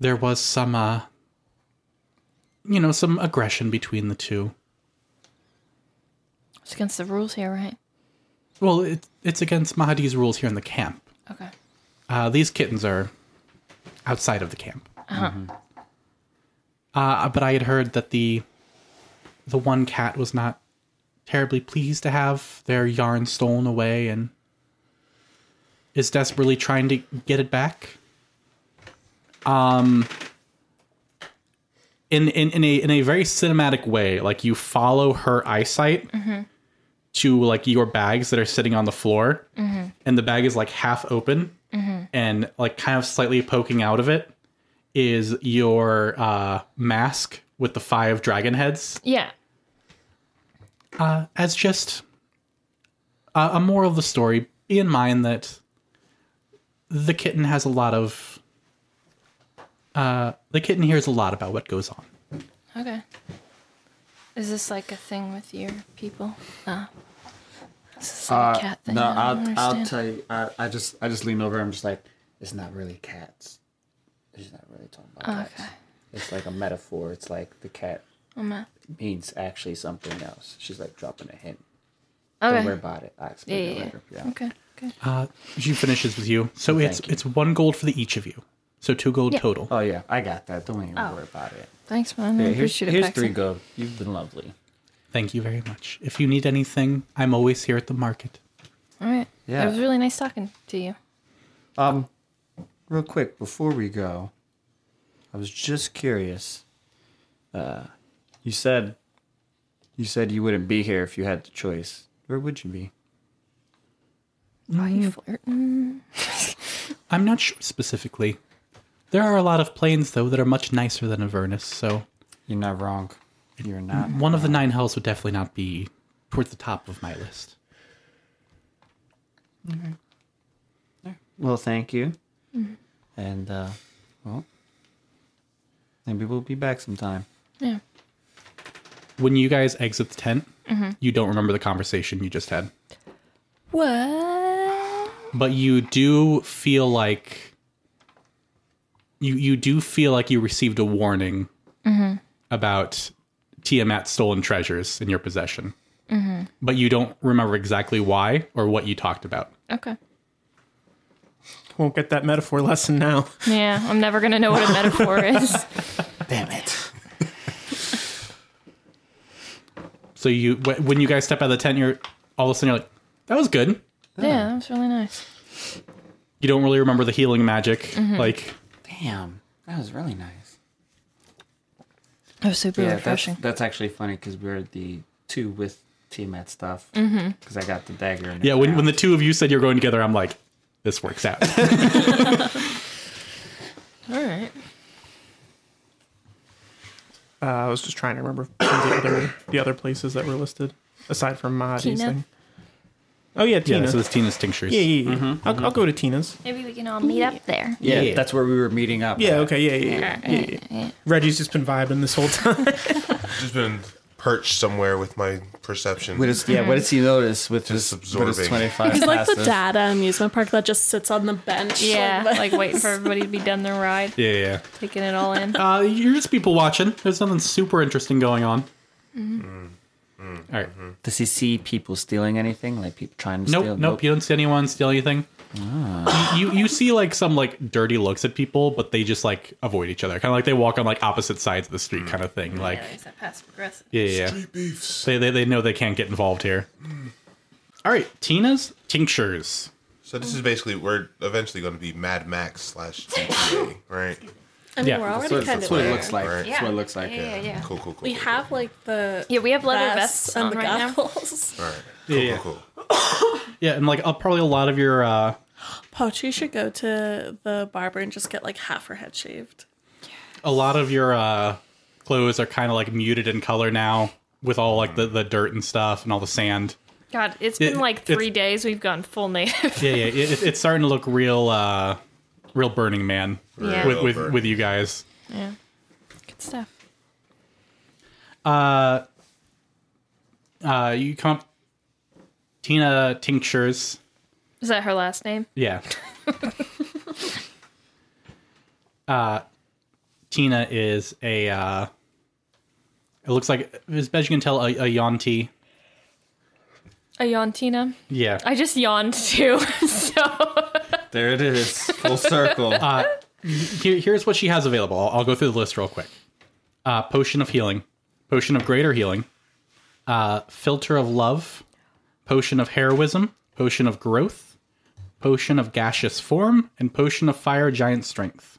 A: there was some, uh, you know, some aggression between the two.
B: It's against the rules here, right?
A: Well, it, it's against Mahadi's rules here in the camp.
B: Okay.
A: Uh, these kittens are outside of the camp. Mm-hmm. Uh, but I had heard that the the one cat was not terribly pleased to have their yarn stolen away and is desperately trying to get it back. Um, in in in a in a very cinematic way. Like you follow her eyesight to like your bags that are sitting on the floor, and the bag is like half open and like kind of slightly poking out of it is your uh, mask with the five dragon heads
B: Yeah.
A: as just a, a moral of the story. Be in mind that the kitten has a lot of. Uh, the kitten hears a lot about what goes on.
B: Okay. Is this like a thing with your people? Uh, is this like a cat thing?
E: Uh, No,
B: I don't
E: I'll, I'll
B: understand.
E: tell you. I, I just I just lean over. I'm just like, it's not really cats. She's not really talking about
B: Oh, Okay.
E: cats. It's like a metaphor. It's like the cat
B: I'm not-
E: means actually something else. She's like dropping a hint. Don't worry
B: Okay.
E: about it. I
B: Yeah,
E: explain it
B: yeah,
E: later.
B: yeah.
E: Yeah.
B: Okay. Okay.
A: Uh, She finishes with you. So it's
E: you.
A: it's one gold for the each of you. So two gold
B: Yeah.
A: total.
E: Oh yeah, I got that. Don't even worry about it.
B: Thanks, man. Oh. I
E: Yeah, here's
B: appreciate it.
E: here's
B: Paxton.
E: three gold. You've been lovely.
A: Thank you very much. If you need anything, I'm always here at the market.
B: All right.
E: Yeah.
B: It was really nice talking to you.
E: Um, real quick before we go, I was just curious. Uh, you said, you said you wouldn't be here if you had the choice. Where would you be?
B: Are you flirting?
A: I'm not sure specifically. There are a lot of planes though that are much nicer than Avernus, so
E: You're not wrong. You're not.
A: one of the nine hells would definitely not be towards the top of my list.
E: Well, thank you. And uh, well, maybe we'll be back sometime.
B: Yeah.
A: When you guys exit the tent, you don't remember the conversation you just had.
B: What?
A: but you do feel like you you do feel like you received a warning about Tiamat's stolen treasures in your possession, but you don't remember exactly why or what you talked about.
B: Okay.
G: Won't get that metaphor lesson now.
B: Yeah, I'm never gonna know what a metaphor is.
E: Damn it!
A: So you wh- when you guys step out of the tent, you're all of a sudden you're like, "That was good."
B: Yeah, that was really nice.
A: You don't really remember the healing magic,
G: Mm-hmm.
A: like
E: Damn, that was really nice.
B: That was super
E: Yeah, that's,
B: refreshing.
E: that's actually funny because we're the two with Tiamat stuff. Because I got the dagger. and
A: yeah. When when the
E: everything
A: two of you said you're going together, I'm like, "This works out."
B: All right.
G: Uh, I was just trying to remember from the other the other places that were listed aside from Mahdi's
B: Tina.
G: thing. Oh yeah, Tina.
A: yeah.
G: Yeah,
A: So it's Tina's tinctures.
G: yeah, yeah. I'll, I'll go to Tina's.
B: Maybe we can all meet up there.
E: else. yeah, that's where we were meeting up.
G: Yeah,
E: at.
G: okay, yeah, yeah, yeah. yeah, yeah. Reggie's just been vibing this whole time.
C: Just been perched somewhere with my perception.
E: What is yeah? What does he notice with
C: Just
E: his
C: absorbing.
E: twenty five?
D: He's like the dad at amusement park that just sits on the bench.
B: Yeah,
D: like,
B: like waiting for everybody to be done their ride,
A: yeah, yeah.
B: taking it all in.
A: Uh, you're just people watching. There's nothing super interesting going on. All right.
E: Does he see people stealing anything? Like people trying to
A: Nope,
E: steal?
A: nope, You don't see anyone steal anything. You, you you see like some like dirty looks at people, but they just like avoid each other. Kind of like they walk on like opposite sides of the street, kind of thing. Like yeah, yeah. yeah.
H: Street beefs.
A: They, they they know they can't get involved here. All right, Tina's tinctures.
C: so this is basically we're eventually going to be Mad Max slash GTA, right?
D: I mean,
A: Yeah,
D: we're
A: that's
D: already kind of
E: what it
D: there.
E: looks like.
C: Right.
E: That's what it looks like.
B: Yeah, yeah, yeah.
C: Cool, cool, cool.
D: We
C: cool,
D: have like the
B: Yeah, we have leather
D: vests
B: vests
D: and
B: on
D: the
B: right now.
D: goggles.
C: Cool. All right. Cool,
A: Yeah, yeah.
C: cool, cool.
A: Yeah, and like uh, probably a lot of your uh
D: Poetry should go to the barber and just get like half her head shaved.
A: a lot of your uh clothes are kind of like muted in color now with all like the the dirt and stuff and all the sand.
B: God, it's been
A: Yeah,
B: like
A: it's-
B: three days. We've gone full native.
A: yeah, yeah. It, it- it's starting to look real, uh, real Burning Man
B: Yeah.
A: with with,
C: Burning.
A: with you guys.
B: yeah, good stuff.
A: Uh, you come up, Tina tinctures.
B: Is that her last name?
A: Yeah. uh, Uh, Tina is a. Uh, it looks like, as best you can tell, a, a Yonti.
B: A yawn, Tina.
A: Yeah.
B: I just yawned too. So
E: There it is, full circle.
A: Uh, Here, here's what she has available. I'll, I'll go through the list real quick. uh, potion of healing, potion of greater healing, uh, filter of love, potion of heroism, potion of growth, potion of gaseous form, and potion of fire giant strength.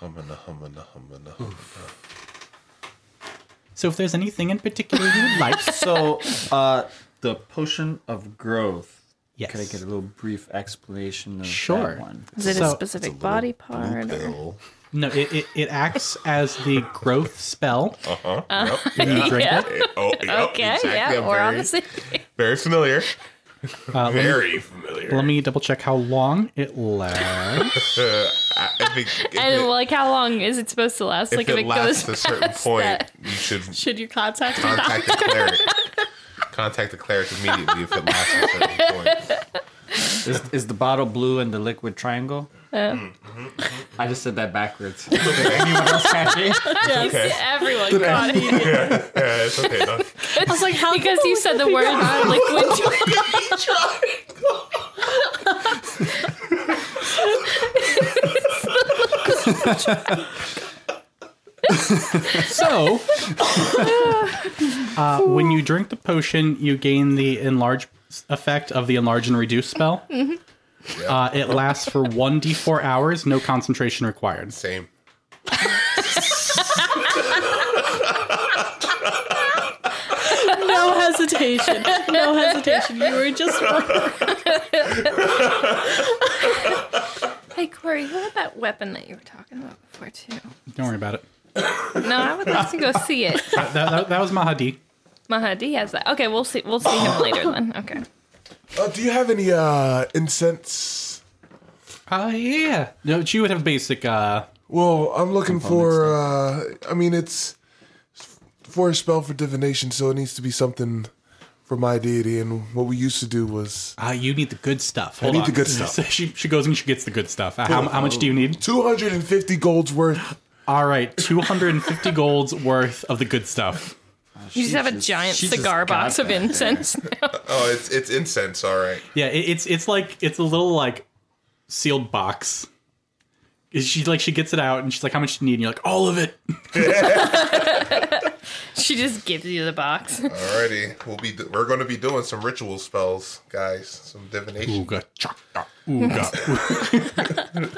C: Humana, humana, humana, humana.
A: So if there's anything in particular you would like,
F: So, uh, the potion of growth.
A: yes,
F: Can I get a little brief explanation of
A: Sure.
F: that one?
B: Is it
G: So-
B: a specific body part? or-
C: Pill.
A: no, it, it, it acts as the growth spell.
C: Yep.
A: You drink
B: yeah.
A: it.
C: Oh, yep,
B: Okay,
C: exactly.
B: yeah,
C: I'm
B: we're on
C: very,
B: the same.
C: very familiar.
A: Uh, let, me,
C: Very familiar.
A: let me double check how long it lasts.
C: Uh, I, I think if it,
B: And like, how long is it supposed to last?
C: if
B: like,
C: it,
B: if it
C: lasts
B: goes
C: a certain
B: past
C: point,
B: that-
C: you should
D: Should you contact me?
C: contact the cleric. Contact the cleric immediately if it lasts a certain point.
F: Is, is the bottle blue and the liquid triangle?
D: Uh.
F: Mm-hmm, I just said that backwards. Anyone else catch it?
C: Okay.
B: Everyone got it.
C: Yeah, it's okay. No,
D: I was like, how
B: Because you said the word liquid.
A: So, uh, when you drink the potion, you gain the enlarge effect of the enlarge and reduce spell. Uh, it lasts for 1d4 hours, no concentration required.
C: same.
D: no hesitation. No hesitation. You were just
B: hey, Corey, who had that weapon that you were talking about before, too?
A: Don't worry about it. Uh,
B: No, I would like to go see it.
A: That, that, that was Mahadi.
B: Mahadi has that. Okay, we'll see. We'll see him later then. Okay.
H: Uh, do you have any uh, incense?
A: Uh, yeah. No, she would have basic. Uh,
H: Well, I'm looking for. Uh, I mean, it's for a spell for divination, so it needs to be something for my deity. And what we used to do was
A: uh, you need the good stuff. Hold
H: need
A: on.
H: the good stuff. Oh.
A: So she, she goes and she gets the good stuff. Uh, how, how much do you need?
H: 250 golds worth.
A: All right, 250 golds worth of the good stuff.
B: You just have a giant
F: she just
B: cigar
F: got
B: box of
F: that
B: incense.
C: Oh, it's it's incense. All right.
A: Yeah, it, it's it's like it's a little like sealed box. Is she like she gets it out and she's like, "How much do you need?" And you're like, "All of it."
B: she just gives you the box.
C: Alrighty, we'll be do- we're going to be doing some ritual spells, guys. Some divination.
A: Ooga chaka, ooga.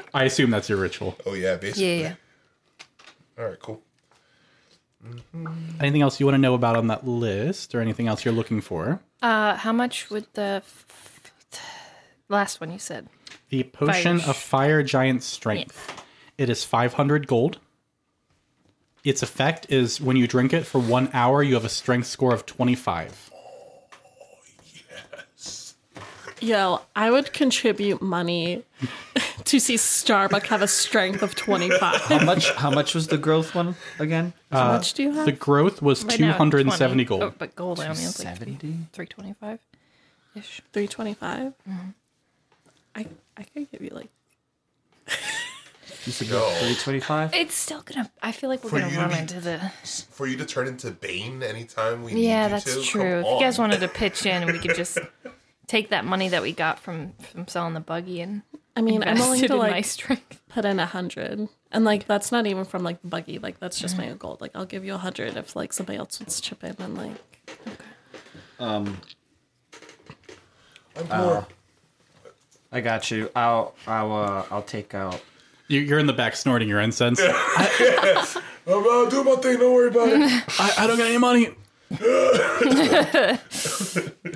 A: I assume that's your ritual.
C: Oh yeah,
B: Yeah,
C: basically.
B: yeah.
C: All right, cool.
A: Anything else you want to know about on that list, or anything else you're looking for?
B: Uh, how much would the f- last one you said?
A: The potion
B: Fire.
A: of fire giant strength. It is 500 gold. Its effect is when you drink it for one hour, you have a strength score of 25.
D: Yo, I would contribute money to see Starbuck have a strength of 25. How
E: Uh,
F: How much? How much was the growth one again?
A: Uh,
D: much do you have?
A: The growth was
B: Right now,
A: 270
B: 20.
A: gold.
B: Oh, but gold, I only have like three-
F: 70?
B: 325 ish.
D: 325. I I could give you like
F: You said three twenty-five.
B: It's still gonna. I feel like we're
C: For
B: gonna
C: you
B: run
C: to-
B: into the.
C: For you to turn into Bane anytime we need
B: Yeah,
C: you
B: that's
C: to,
B: true.
C: come
B: If you guys
C: on.
B: wanted to pitch in, we could just take that money that we got from from selling the buggy and
D: I mean, I'm
B: invest
D: willing
B: it
D: to
B: in
D: like
B: my strength.
D: put in a 100. And like that's not even from like buggy. Like that's just my own gold. Like I'll give you a 100 if like somebody else wants to chip in and like
H: I'm
C: Uh-huh.
H: poor.
F: I got you. I'll. I'll. Uh, I'll take out.
A: You- You're in the back snorting your incense. I,
H: I'm, I'll do my thing. Don't worry about it.
A: I don't got any money.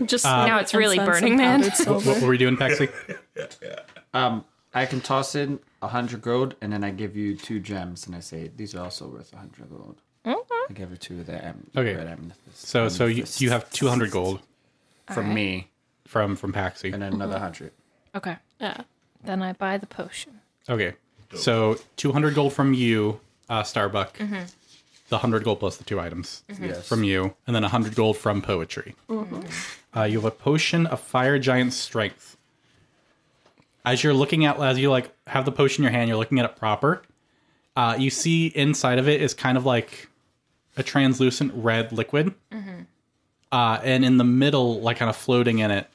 D: just
B: Now it's really
D: incense
B: Burning
D: and
B: Man.
D: powdered
A: Uh, What, what
D: silver.
A: were we doing, Paxi?
F: Um, I can toss in a hundred gold, and then I give you two gems, and I say these are also worth a hundred gold.
D: Mm-hmm.
F: I give her two of the am-
A: Okay.
F: red amethyst.
A: So, so you,
F: amethyst
A: you have 200 gold
F: from me,
A: from from Paxi.
F: and then another hundred.
B: Okay,
D: Yeah.
B: then I buy the potion.
A: Okay, so 200 gold from you, uh, Starbuck. The 100 gold plus the two items
F: Yes.
A: from you, and then 100 gold from poetry. Uh, you have a potion of fire giant strength. As you're looking at, as you like have the potion in your hand, you're looking at it proper. Uh, you see inside of it is kind of like a translucent red liquid, uh, and in the middle, like kind of floating in it,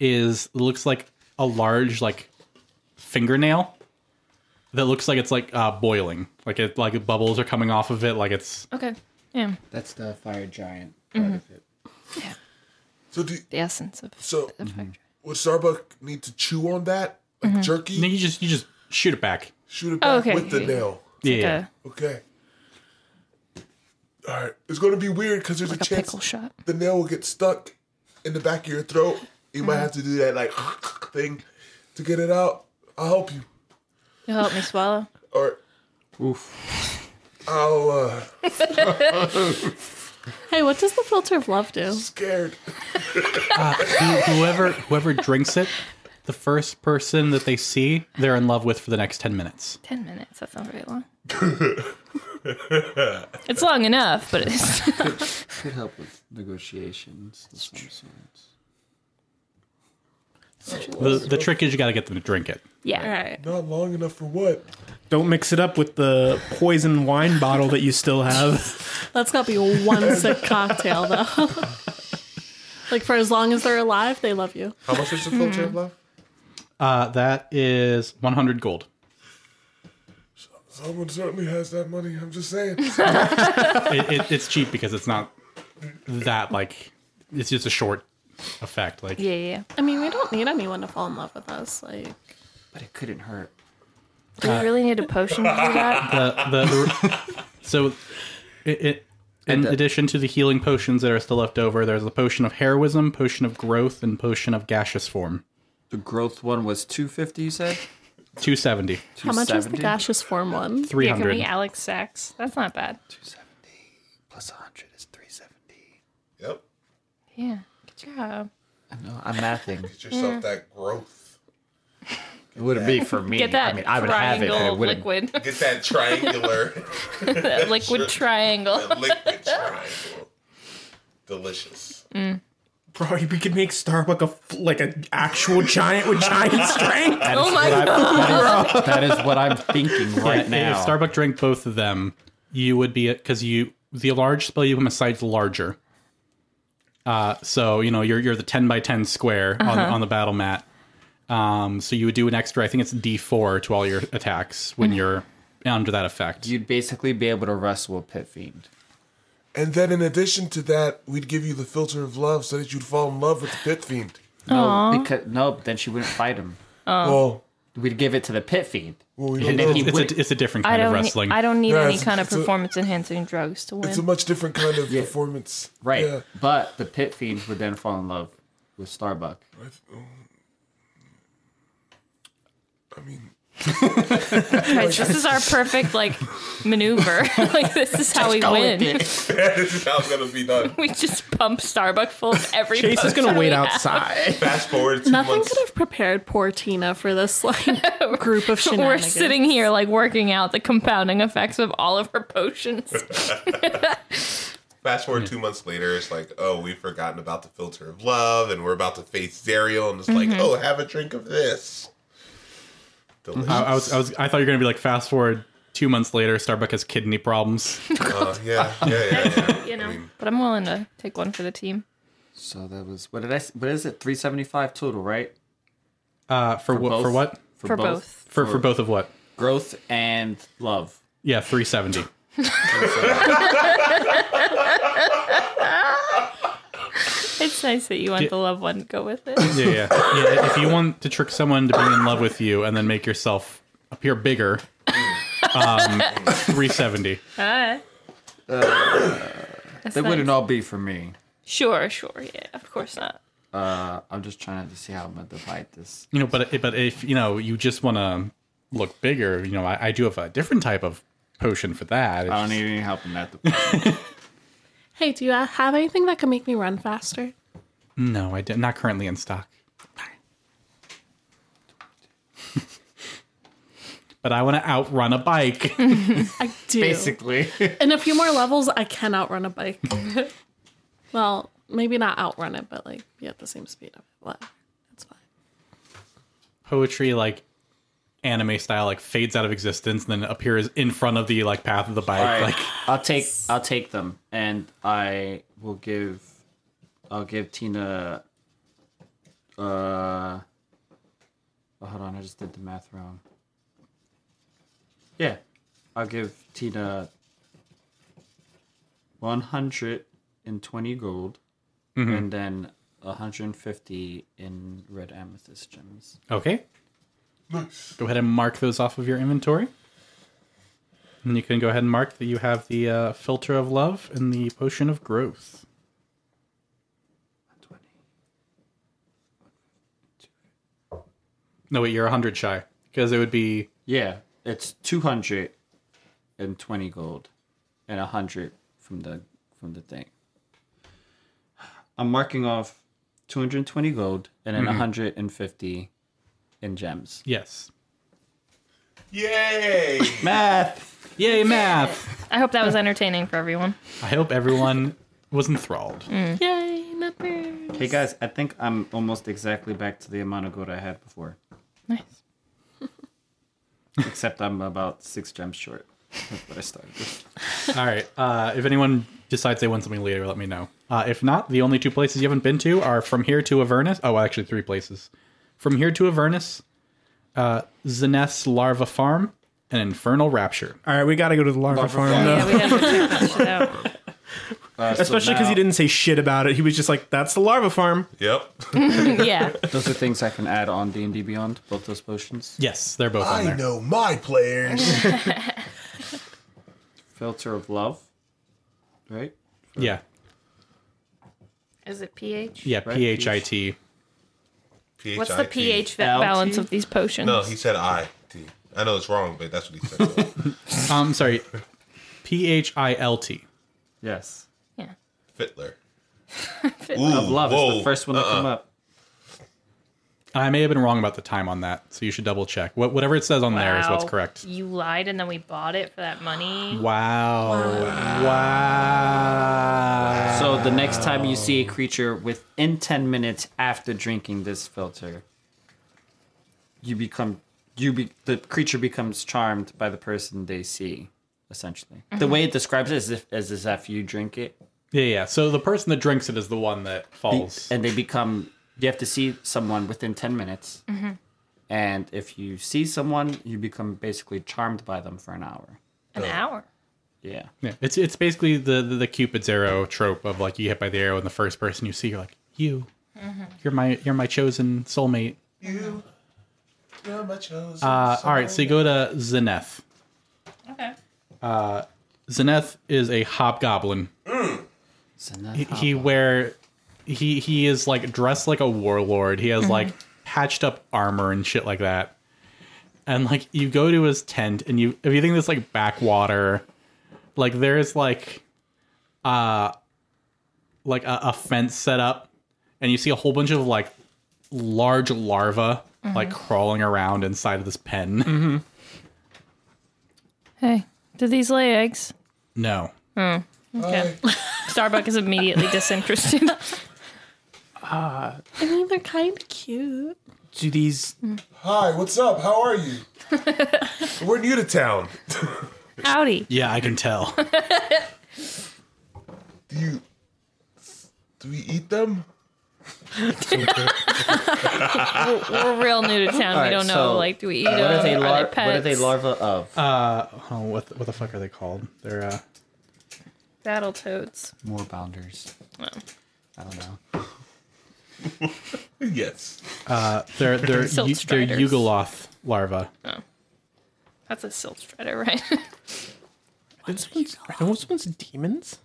A: is looks like a large like fingernail that looks like it's like uh, boiling, like it like bubbles are coming off of it, like it's
B: Okay. Yeah.
F: That's the fire giant part
D: Mm-hmm.
F: of it.
H: So do
B: The essence of
H: so
B: the
F: Mm-hmm.
B: fire.
H: would Starbuck need to chew on that like jerky?
A: you just you just shoot it back.
H: Shoot it
B: Oh,
H: back
B: Mm-hmm. okay.
H: with the nail.
A: Yeah,
B: Like
A: yeah.
B: a,
H: Okay. All right. It's going to be weird because there's
B: like
H: a
B: a
H: chance
B: pickle shot.
H: the nail will get stuck in the back of your throat. You might have to do that like thing to get it out. I'll help you.
B: You'll help me swallow.
H: All right. Oof. I'll uh,
D: Hey, what does the filter of love do?
H: scared.
A: Who- whoever whoever drinks it, the first person that they see, they're in love with for the next ten minutes.
B: Ten minutes. That's not very long. it's long enough, but it's
F: Could help with negotiations. of some sorts.
A: The the trick is you got to get them to drink it.
B: yeah.
D: All right.
H: Not long enough for what?
G: Don't mix it up with the poison wine bottle that you still have.
D: That's got to be one sick cocktail, though. like, for as long as they're alive, they love you.
C: How much is the filter of love?
A: Uh, that is one hundred gold.
H: Someone certainly has that money. I'm just saying.
A: It, it, it's cheap because it's not that like it's just a short effect. Like
B: Yeah, yeah,
D: I mean, we don't need anyone to fall in love with us. Like,
F: But it couldn't hurt.
B: yeah. Do we
F: Uh,
B: really need a potion for that?
A: the the, the so it. it
B: uh,
A: in addition to the healing potions that are still left over, there's a potion of heroism, potion of growth, and potion of gaseous form.
F: The growth one was 250, you said?
A: 270.
D: how much is the
F: 270?
D: gaseous form one?
B: yeah, can
A: 300.
B: we Alex Sachs? That's not bad.
F: 270 plus 100 is 370.
C: Yep.
B: Yeah. Good job.
F: I know, I'm mathing.
C: Get yourself that growth.
F: It wouldn't be for me.
B: Get that
F: I mean, I would have it,
B: triangle
F: but it wouldn't.
B: liquid.
C: Get that triangular
B: that liquid triangle.
C: liquid triangle. Delicious.
G: Bro, we could make Starbuck a f- like an actual giant with giant strength.
B: Oh my god.
F: That is, that is what I'm thinking right
A: Like,
F: now.
A: If Starbuck drank both of them, you would be because you the large spell you become a size larger. Uh, so you know you're you're the ten by ten square on,
B: Uh-huh.
A: on the battle mat. Um, so you would do an extra. I think it's D four to all your attacks
B: Mm-hmm.
A: when you're under that effect.
F: You'd basically be able to wrestle a pit fiend.
H: And then, in addition to that, we'd give you the filter of love so that you'd fall in love with the pit fiend.
F: No, because no, then she wouldn't fight him.
H: well,
F: We'd give it to the pit fiend.
H: well, we don't
F: And
H: know.
F: then he
A: it's,
F: would.
A: a, it's a different
B: I
A: kind of
B: don't.
A: wrestling.
B: Need, I don't need
H: Yeah,
B: any
H: it's-
B: kind of
H: it's a-
B: performance enhancing drugs to win.
H: It's a much different kind of performance.
F: right.
H: Yeah.
F: But the pit fiend would then fall in love with Starbuck.
H: I mean,
B: Guys, this is our perfect like maneuver. like this is how we win.
C: this is how it's gonna be done.
B: We just pump Starbuck full of every.
G: Chase is gonna
B: potion
G: wait
B: we have.
G: outside.
C: Fast forward two
D: Nothing
C: months.
D: could have prepared poor Tina for this like group of
B: We're
D: shenanigans.
B: sitting here like working out the compounding effects of all of her potions.
C: Fast forward two months later, it's like, oh, we've forgotten about the filter of love, and we're about to face Zerial, and it's
B: Mm-hmm.
C: like, oh, have a drink of this. Delicious.
A: I, I was, I was I thought you were gonna be like fast forward two months later. Starbuck has kidney problems.
C: Uh, yeah, yeah, yeah, yeah.
B: you know, but I'm willing to take one for the team.
F: So that was what did I? s- What is it? Three seventy five total, right?
A: Uh, for, what? For
F: both?
A: what?
B: For both.
A: For for both of what?
F: growth and love.
A: Yeah, three seventy.
B: It's nice that you want the loved one to go with it.
A: Yeah, yeah. yeah. If you want to trick someone to be in love with you and then make yourself appear bigger, um, 370.
B: Ah.
F: They wouldn't all be for me.
B: Sure, sure, yeah, of course not.
F: Uh, I'm just trying to see how I'm gonna divide this.
A: You know, but but if you know you just want to look bigger, you know, I, I do have a different type of potion for that. It's
F: I don't
A: just-
F: need any help in that department.
D: Hey, do you uh, have anything that can make me run faster?
A: no, I did not currently in stock. but I want to outrun a bike.
D: I do.
F: Basically,
D: In a few more levels, I can outrun a bike. well, maybe not outrun it, but like be at the same speed of it. Whatever. That's fine.
A: Poetry like anime style like fades out of existence and then appears in front of the like path of the bike
F: All right.
A: like
F: I'll take I'll take them, and I will give I'll give Tina. Uh, oh, hold on, I just did the math wrong.
E: Yeah.
F: I'll give Tina 120 gold and then 150 in red amethyst gems.
A: Okay. Go ahead and mark those off of your inventory. And you can go ahead and mark that you have the uh, filter of love and the potion of growth.
F: 120.
A: No, wait, you're 100 shy. Because it would be.
F: Yeah, it's 220 gold and 100 from the from the thing. I'm marking off 220 gold and then
G: Mm-hmm.
F: 150 in gems.
A: Yes.
C: Yay!
F: Math.
A: Yay, math!
B: I hope that was entertaining for everyone.
A: I hope everyone was enthralled.
D: Yay, numbers.
F: Hey guys, I think I'm almost exactly back to the amount of gold I had before.
B: Nice.
F: Except I'm about six gems short. That's what I started with.
A: All right. Uh, if anyone decides they want something later, let me know. Uh, if not, the only two places you haven't been to are from here to Avernus. Oh, actually, three places. From here to Avernus, uh, Zeneth's Larva Farm, and Infernal Rapture.
G: All right, we got to go to the larva farm, though.
B: Yeah, we had to check that shit out.
F: Uh, so
G: Especially because
F: now-
G: he didn't say shit about it. He was just like, "That's the larva farm."
C: Yep.
B: Yeah.
F: Those are things I can add on D and D Beyond. Both those potions.
A: Yes, they're both on
C: I
A: there.
C: know my players.
F: Filter of love, right?
A: Yeah,
B: Is it pH?
A: yeah.
F: Right?
A: P H I T.
B: What's the pH va-
F: LT?
B: balance of these potions?
C: No, he said I T. I know it's wrong, but that's what he said.
A: Um, sorry, P H I L T.
F: Yes.
B: yeah.
C: Fiddler.
F: Of love is the first one to come up.
A: I may have been wrong about the time on that, so you should double check. What, whatever it says on there is what's
B: Wow.
A: correct.
B: You lied, and then we bought it for that money.
A: Wow. Wow.
F: So the next time you see a creature within ten minutes after drinking this filter, you become you be the creature becomes charmed by the person they see. Essentially, the way it describes it is if as is if you drink it
A: Yeah, yeah. So the person that drinks it is the one that falls.
F: and they become you have to see someone within 10 minutes and if you see someone you become basically charmed by them for an hour
B: An hour.
F: yeah
A: Yeah, it's it's basically the, the the Cupid's arrow trope of like you hit by the arrow and the first person you see you're like you, you're my you're my chosen soulmate.
C: Not much else.
A: Uh, all right, so you go to Zeneth.
B: Okay.
A: Zeneth is a hobgoblin.
F: so now
A: He- He wear he he is like dressed like a warlord. He has like patched up armor and shit like that. And like you go to his tent and you if you think this like backwater, like there's like uh like a, a fence set up and you see a whole bunch of like large larvae like crawling around inside of this pen.
B: Hey, do these lay eggs?
A: No.
B: Okay. Starbuck is immediately disinterested.
D: I mean, they're kind of cute.
G: Do these?
H: Hi, what's up? How are you?
C: We're new to town.
B: Howdy.
A: Yeah, I can tell.
C: Do you? Do we eat them?
B: We're, we're real new to town. we
F: Alright,
B: don't know.
F: so,
B: like, do we eat
F: what
B: them?
F: are they, lar-
B: are they pets?
F: what are they larva of
A: oh, what the, what the fuck are they called? They're uh
B: Battle toads.
F: more bounders i don't know
C: Yes.
A: They're they're
B: Silt
A: u- they're
B: striders.
A: Yugoloth larvae.
B: That's a silt strider, right?
G: Are those ones, are those ones demons?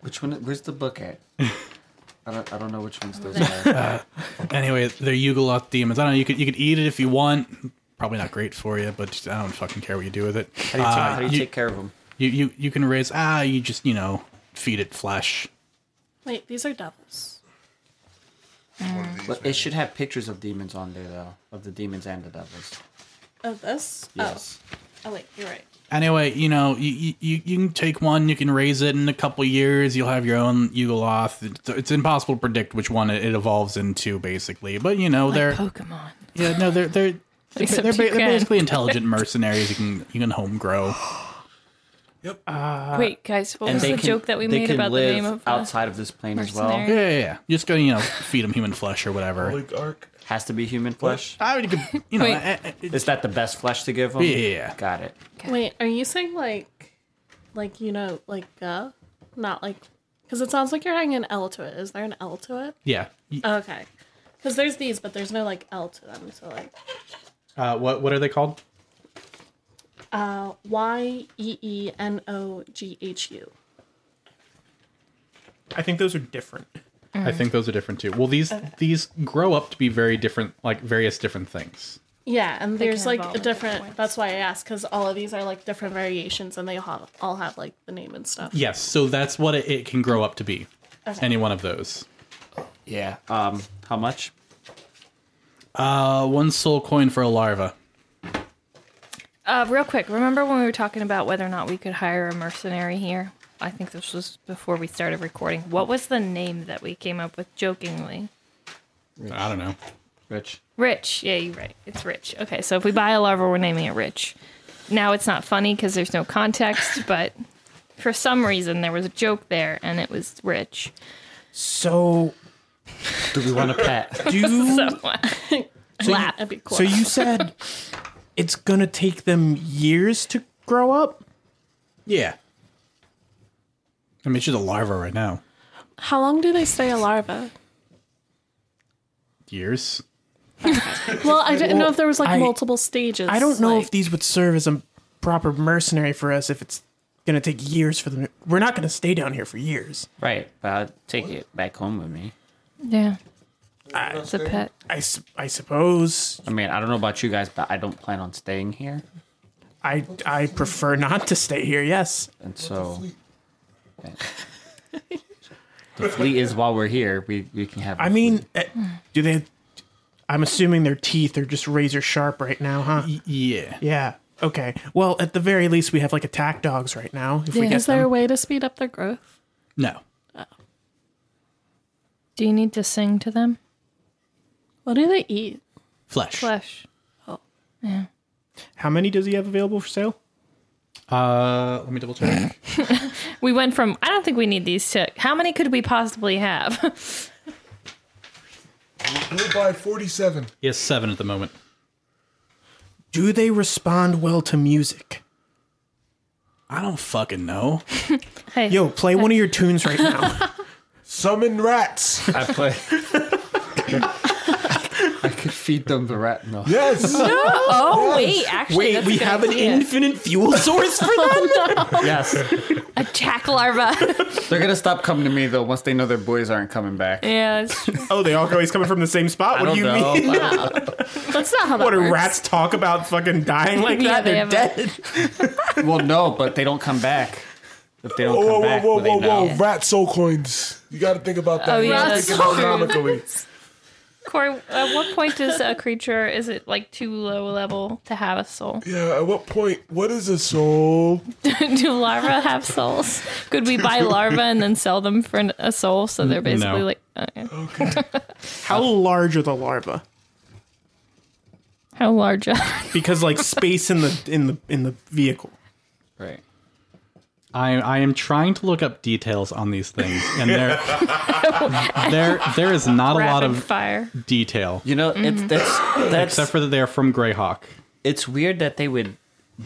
F: which one where's the book at I don't, I don't know which ones those are.
A: Anyway, they're Yugoloth demons. I don't know. You could you could eat it if you want. Probably not great for you, but I don't fucking care what you do with it.
F: How do you,
A: Uh,
F: how do you,
A: you-
F: take care of them?
A: You, you you can raise ah. You just you know feed it flesh.
D: Wait, these are devils.
C: One of these
F: But it should have pictures of demons on there, though, of the demons and the devils.
D: Oh, this?
F: Yes.
D: Oh. oh, wait, you're right.
A: Anyway, you know you, you- you you can take one. You can raise it in a couple years. You'll have your own Yugoloth. It's, it's impossible to predict which one it, it evolves into, basically. But you know they're
B: Pokemon.
A: yeah no they're they're. They're,
B: Except
A: they're, ba-
B: you
A: they're
B: can.
A: basically intelligent mercenaries. You can you can home grow.
B: Wait, guys, what
F: Uh, and
B: was
F: they
B: the
F: can,
B: joke that we
F: they
B: made
F: can
B: about the
F: live
B: name of uh,
F: outside of this plane as well.
B: mercenary?
A: Yeah, yeah, yeah. You're just gonna, you know, feed them human flesh or whatever.
H: Oligarch.
F: Has to be human flesh.
A: I would, give- you know,
B: Wait.
A: I- I-
F: Is that the best flesh to give them?
A: Yeah, yeah, yeah.
F: Got it.
D: Wait, are you saying like, like you know, like uh, not like, because it sounds like you're adding an L to it. Is there an L to it?
A: yeah.
D: Okay, because there's these, but there's no like L to them. So like,
A: Uh, what what are they called?
D: uh, Y E E N O G H U.
J: I think those are different.
B: Mm-hmm.
A: I think those are different too. Well, these these grow up to be very different, like various different things.
D: Yeah, and there's
B: can
D: like
B: evolve
D: a
B: at different
D: different.
B: points.
D: That's why I asked, because all of these are like different variations, and they all have, all have like the name and stuff.
A: Yes, so that's what it, it can grow up to be.
D: Okay.
A: Any one of those.
F: Yeah. Um. How much?
A: Uh, one soul coin for a larva.
B: Uh, real quick, remember when we were talking about whether or not we could hire a mercenary here? I think this was before we started recording. What was the name that we came up with jokingly?
A: I don't know.
F: Rich.
B: Rich. Yeah, you're right. It's Rich. Okay, so if we buy a larva, we're naming it Rich. Now it's not funny because there's no context, but for some reason there was a joke there and it was Rich.
G: So
F: Do we want a pet?
G: do
D: Laugh. That'd be cool.
G: so you said it's gonna take them years to grow up?
A: Yeah. I mean, she's a larva right now.
D: How long do they stay a larva?
A: Years.
D: Well, I didn't know if there was like
G: I-
D: multiple stages.
G: I don't know
D: like-
G: if these would serve as a proper mercenary for us if it's gonna take years for them. to- We're not gonna stay down here for years.
F: right. But I'll take it back home with me.
B: Yeah. It's a pet.
G: I, s- I suppose
F: I mean, I don't know about you guys, but I don't plan on staying here.
G: I I prefer not to stay here. Yes.
F: And so the fleet is while we're here. We we can have.
G: I mean, eh, do they? I'm assuming their teeth are just razor sharp right now, huh?
A: Yeah.
G: Yeah. Okay. Well, at the very least, we have like attack dogs right now. If we get
D: Is there a
G: them.
D: way to speed up their growth?
A: No.
B: Do you need to sing to them?
D: What do they eat?
A: Flesh.
B: Flesh.
J: How many does he have available for sale?
A: Uh, let me double check.
B: We went from I don't think we need these to how many could we possibly have?
H: We'll buy 47.
A: he has seven at the moment.
G: Do they respond well to music?
A: I don't fucking know.
B: hey,
G: Yo, play one of your tunes right now.
H: Summon rats.
F: I play. I could feed them the rat. No.
H: Yes.
B: Oh wait, actually, that's a good idea.
G: infinite fuel source for them.
F: Yes.
B: a jack larva.
F: They're gonna stop coming to me though once they know their boys aren't coming back.
B: yeah, it's true.
J: Oh, they all go. He's coming from the same spot.
F: I
J: What
F: don't
J: do you
F: know.
J: mean?
F: I-
D: That's not how that
J: What do
D: works.
J: rats talk about fucking dying like
B: Yeah,
J: that?
B: they
J: They're
B: have a-
J: dead.
F: well, no, but they don't come back. If they don't
H: Whoa,
F: come
H: whoa,
F: back,
H: whoa,
F: will they
H: whoa, whoa.
F: know?
H: Rat soul coins. You got to think about that.
B: Oh, yeah,
H: Not
B: that's
H: think
B: so true.
H: economically.
B: Corey, at what point does a creature is it like too low level to have a soul?
H: Yeah, at what point? What is a soul?
B: Do larvae have souls? Could we buy larvae and then sell them for an- a soul so they're basically
A: no.
B: like okay.
G: How large are the larvae?
B: how large? are-
G: Because like space in the in the in the vehicle.
F: Right.
A: I I am trying to look up details on these things, and there there there is not a lot
B: Rapid
A: of
B: fire.
A: detail
F: You know, it's that's that's
A: except for that they're from Greyhawk.
F: it's weird that they would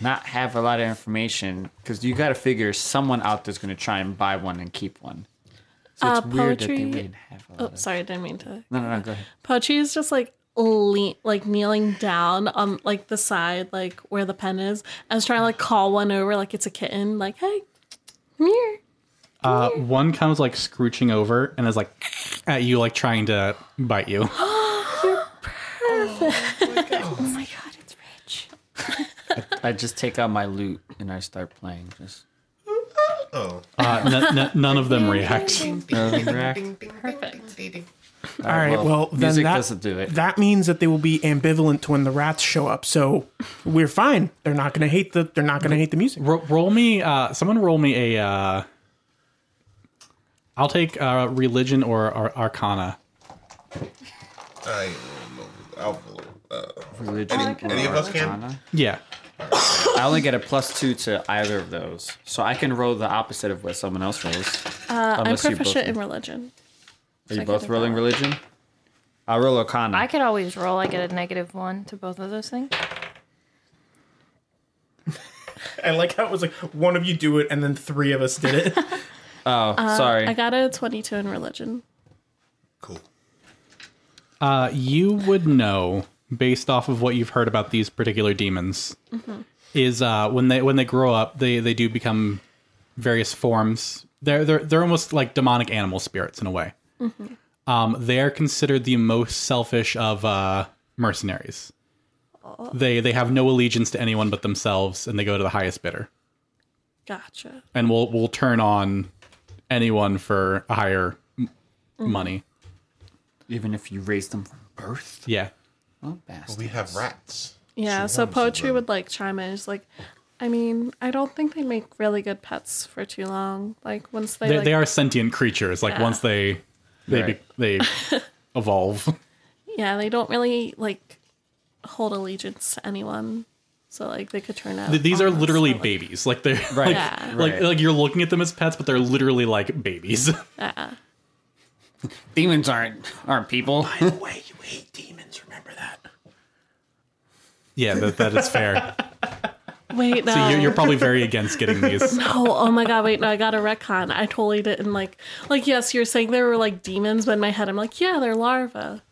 F: not have a lot of information because you got to figure someone out there's going to try and buy one and keep one. So it's
D: Uh,
F: weird that they
D: poetry-
F: wouldn't have a lot.
D: Oh, sorry, I didn't mean to.
F: No, no, no, go ahead.
D: Pochi is just like lean, like kneeling down on like the side, like where the pen is, and is trying to like call one over, like it's a kitten, like hey, come here.
A: Uh, one comes like scrooching over and is like at you, like trying to bite you.
B: Oh my god, it's rich.
F: I just take out my loot and I start playing. Just
K: Oh,
A: Uh, n- n- none of them react.
G: All right. Well, then
F: music
G: that
F: doesn't do it.
G: That means that they will be ambivalent to when the rats show up. So we're fine. They're not going to hate the. They're not going to hate the music.
A: Ro- roll me. Uh, someone roll me a. Uh, I'll take uh, religion or, or arcana.
C: I am I'll, uh,
F: Religion.
C: any of us can?
F: Arcana.
A: Yeah.
F: I only get a plus two to either of those, so I can roll the opposite of what someone else rolls.
D: Uh, I'm
F: Unless you both-
D: proficient in religion. so
F: Are you
D: I
F: both
D: can-
F: rolling religion? I roll Arcana.
B: I could always roll. I get a negative one to both of those things.
G: I like how it was like one of you do it and then three of us did it.
F: oh,
D: Uh, I got a 22 in religion.
A: Uh, you would know based off of what you've heard about these particular demons
D: Mhm.
A: is uh, when they when they grow up, they they do become various forms. They're they're they're almost like demonic animal spirits in a way.
K: Mhm.
A: Um, they are considered the most selfish of uh, mercenaries. They they have no allegiance to anyone but themselves, and they go to the highest bidder,
D: Gotcha.
A: and will will turn on anyone for a higher m-
D: Mhm.
A: money.
F: Even if you raise them from birth.
A: Yeah.
F: Oh,
C: we have rats.
D: Yeah, so poetry would like chime in. It's like, I mean, I don't think they make really good pets for too long. Like once they,
A: They, they,
D: like,
A: are sentient creatures. Like
D: Yeah.
A: once they they
F: Right.
A: be, they evolve.
D: yeah, they don't really like hold allegiance to anyone. So like they could turn out.
A: Th- These are
D: harmless.
A: literally babies. Like they're
D: Right.
A: like,
D: Yeah.
A: like
D: Right.
A: like you're looking at them as pets, but they're literally like babies.
D: Yeah.
F: Demons aren't aren't people. By the way, you hate demons. Remember that.
A: yeah, that, that is fair.
D: Wait, no.
A: So you're, you're probably very against getting these.
D: No, oh my god, wait, no, I got a retcon. I totally didn't like like yes, you're saying there were like demons, but in my head I'm like, yeah, they're larvae.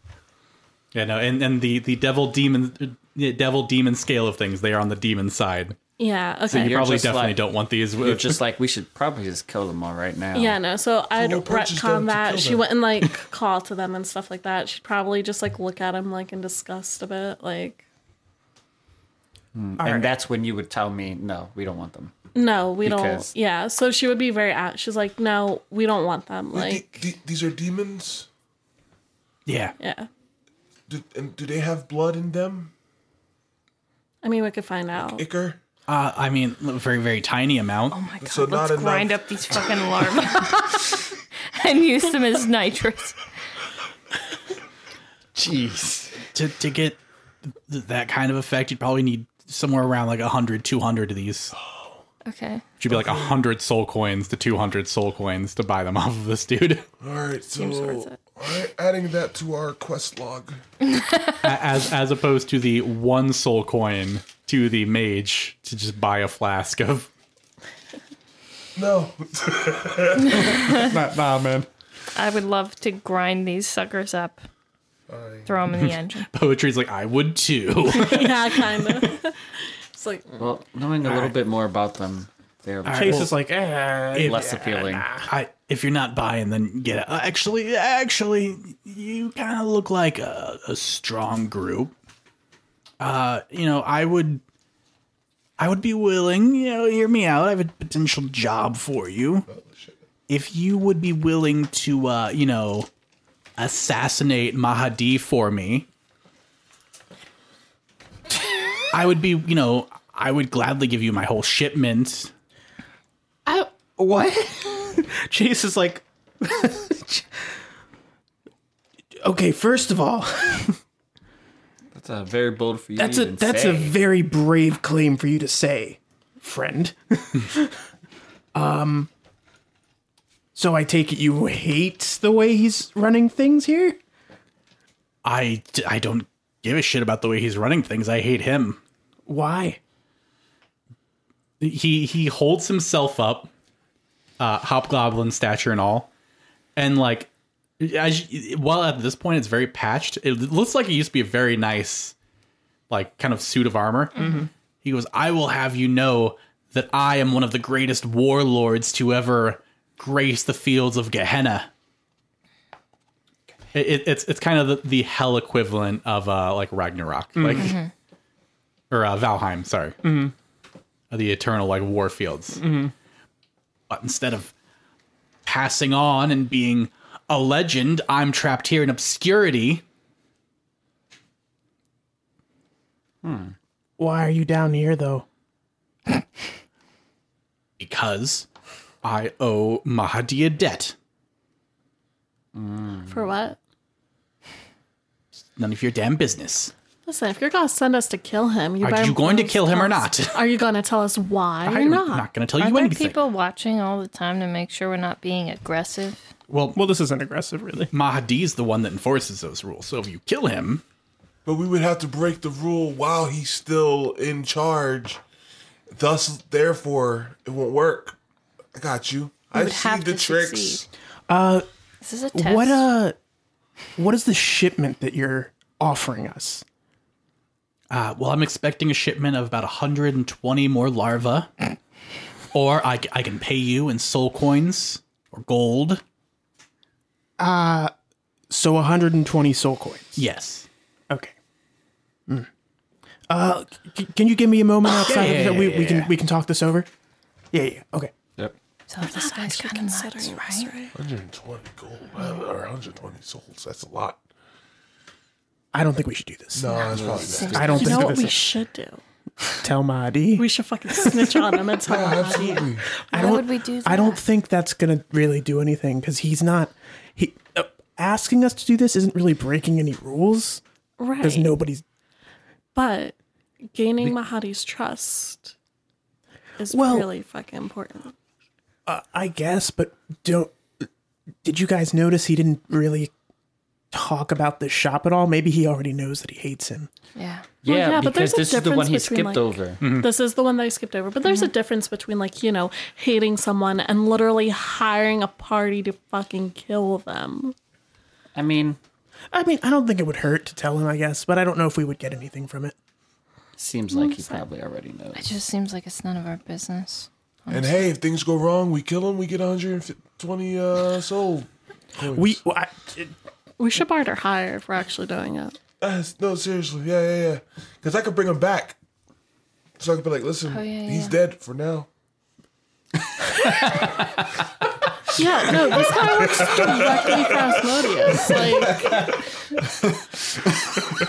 A: Yeah, no, and and the the devil demon uh, yeah, devil demon scale of things, they are on the demon side.
D: Yeah, okay.
A: So you probably
F: just
A: definitely
F: like-
A: don't want these.
F: You're just like we should probably just kill them all right now.
D: Yeah, no. So I'd
F: we'll purchase them
D: retcon
F: to
D: that.
F: kill
D: She
F: them.
D: wouldn't like call to them and stuff like that. She'd probably just like look at him like in disgust a bit. Like,
F: Mm, And
D: All right.
F: that's when you would tell me, no, we don't want them.
D: no, we
F: Because-
D: don't. Yeah. So she would be very out. She's like, no, we don't want them. Like,
C: D- these are demons.
A: Yeah.
D: yeah.
C: Do, and do they have blood in them?
D: I mean, we could find out.
C: Icker.
A: Uh, I mean, very very tiny amount. Oh my
C: God, So not let's enough. grind
B: up these fucking larvae and use them as nitrous.
A: Jeez. To to get th- that kind of effect, you'd probably need somewhere around like 100, 200 of these.
B: Okay.
A: Should be like 100 soul coins to 200 soul coins to buy them off of this dude.
C: All right, so
D: Seems worth
C: all right, adding that to our quest log.
A: A- as as opposed to the one soul coin to the mage to just buy a flask of
C: No.
B: Nah,
A: man.
B: I would love to grind these suckers up, throw them in the engine.
A: Poetry's like I would too.
D: yeah, kind of. it's like, mm.
F: Well, knowing a little bit more about them, they're
G: Chase is like, eh,
F: less appealing.
A: I, if you're not buying, then get it. Uh, actually, actually, you kind of look like a, a strong group. Uh, you know, I would, I would be willing. You know, hear me out. I have a potential job for you. If you would be willing to, uh, you know, assassinate Mahadi for me, I would be. You know, I would gladly give you my whole shipment.
G: I what? Chase is like, okay. First of all,
F: That's a very bold for you.
G: that's
F: to
G: a
F: even
G: that's a
F: say.
G: very brave claim for you to say, friend. um. So I take it you hate the way he's running things here.
A: I, I don't give a shit about the way he's running things. I hate him.
G: Why?
A: He he holds himself up, uh, hobgoblin stature and all, and like as you- while at this point it's very patched. It looks like it used to be a very nice, like kind of suit of armor.
K: Mhm.
A: He goes, "I will have you know that I am one of the greatest warlords to ever grace the fields of Gehenna." It, it- it's it's kind of the, the hell equivalent of uh like Ragnarok, like
K: Mhm.
A: or uh, Valheim, sorry,
K: Mhm.
A: Of the eternal like war fields.
B: Mm-hmm.
A: But instead of passing on and being a legend, I'm trapped here in obscurity.
G: Why are you down here though?
A: because I owe Mahadi a debt.
D: for what?
A: None of your damn business.
D: Listen, if you're gonna send us to kill him, you
A: Are
D: better
A: you going to kill him or
D: tell
A: not?
D: us- Are you gonna tell us why or
A: I'm
D: not?
A: not going to tell
B: Are
A: you
B: there
A: anything.
B: people watching all the time to make sure we're not being aggressive?
A: Well,
G: well, this isn't aggressive, really.
A: Mahdi's the one that enforces those rules. So if you kill him,
H: But we would have to break the rule while he's still in charge. Thus, therefore, it won't work. I got you.
B: We
H: I
B: would
H: see
B: have
H: the
B: to
H: tricks.
B: succeed.
G: Uh,
B: This is a test.
G: what uh, what is the shipment that you're offering us?
A: uh, well, I'm expecting a shipment of about 120 more larvae, or I, c- I can pay you in soul coins or gold.
G: Uh, so 120 soul coins.
A: Yes.
G: Okay. Hmm. Uh, c- can you give me a moment outside?
A: yeah,
G: of the, we,
A: yeah,
G: we
A: yeah.
G: can we can talk this over. Yeah, yeah. Okay.
B: So this guy's kind of nuts, right?
H: 120 gold uh, or 120 souls. That's a lot.
G: I don't think we should do this.
H: No, that's probably not.
G: I don't
D: you
G: think
D: know what
G: this
D: we
G: is-
D: should do.
G: Tell Mahdi.
D: We should fucking snitch on him and tell
H: Yeah,
D: him.
H: absolutely.
G: I
B: Why
G: don't.
B: would we do that?
G: I don't think that's gonna really do anything because he's not. He uh, asking us to do this isn't really breaking any rules
D: Right.
G: because nobody's.
D: but gaining Mahadi's trust is
G: Well-
D: really fucking important.
G: Uh, I guess, but don't. Did you guys notice he didn't really talk about this shop at all? Maybe he already knows that he hates him.
B: Yeah.
D: Well,
F: yeah,
D: yeah, but
F: because
D: there's a
F: this is the one
D: difference
F: he
D: between,
F: skipped
D: like-
F: over.
D: This is the one that I skipped over. But there's a difference between like, you know, hating someone and literally hiring a party to fucking kill them.
F: I mean,
G: I mean, I don't think it would hurt to tell him. I guess, but I don't know if we would get anything from it.
F: seems like he probably already knows.
B: It just seems like it's none of our business.
H: And hey, if things go wrong, we kill him, we get 120 uh, soul coins.
G: We. Well, I,
D: We should barter higher if we're actually doing it.
H: Uh, no, seriously. Yeah, yeah, yeah. Because I could bring him back. So I could be like, listen,
B: Oh, yeah,
H: he's
B: yeah.
H: dead for now.
D: Yeah, no, this guy works directly for Asmodeus.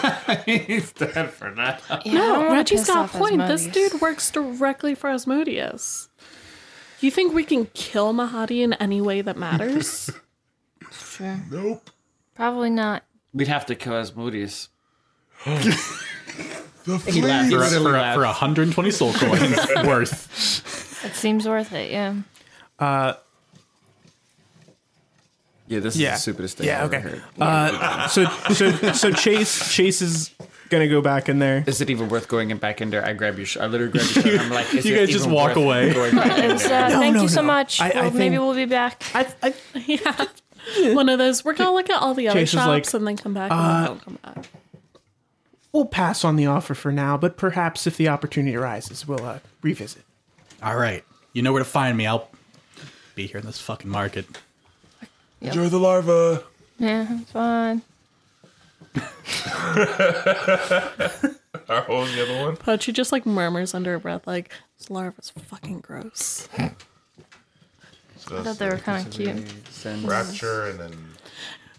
D: Like,
F: He's dead for now.
B: Yeah, I don't
D: no,
B: wanna
D: Reggie's
B: piss
D: got
B: off
D: a point. This
B: Asmodeus.
D: dude works directly for Asmodeus. You think we can kill Mahadi in any way that matters?
B: Sure.
H: Nope.
B: Probably not.
F: We'd have to kill Asmodeus.
H: The
F: He laughed.
H: fleas.
A: for, for 120 soul coins worth.
B: It seems worth it. Yeah.
F: Yeah, this is
G: Yeah.
F: the stupidest thing
G: Yeah,
F: I've
G: okay. Uh,
F: ever heard.
G: so so so Chase Chase is gonna go back in there.
F: Is it even worth going in back in there? I grab your, sh- I literally grab your shirt. I'm like, is
A: you
F: it
A: guys just
F: even
A: walk
F: worth
A: away.
F: Going back in
B: It's,
F: there?
B: uh,
G: No,
B: thank
G: no,
B: you so
G: no.
B: much.
G: I- I
B: well, maybe
G: think-
B: we'll be back.
G: I, I
D: yeah. One of those, we're going to look at all the other
G: Chase is
D: shops
G: like,
D: and then come back and then don't come back.
G: we'll pass on the offer for now, but perhaps if the opportunity arises, we'll uh, revisit.
A: All right. You know where to find me. I'll be here in this fucking market.
H: Enjoy the larva.
B: Yeah, it's fine.
H: What was the other one?
D: Pochi just like murmurs under her breath, like, this larva's fucking gross.
B: I thought they were kind of cute.
H: Rapture and then.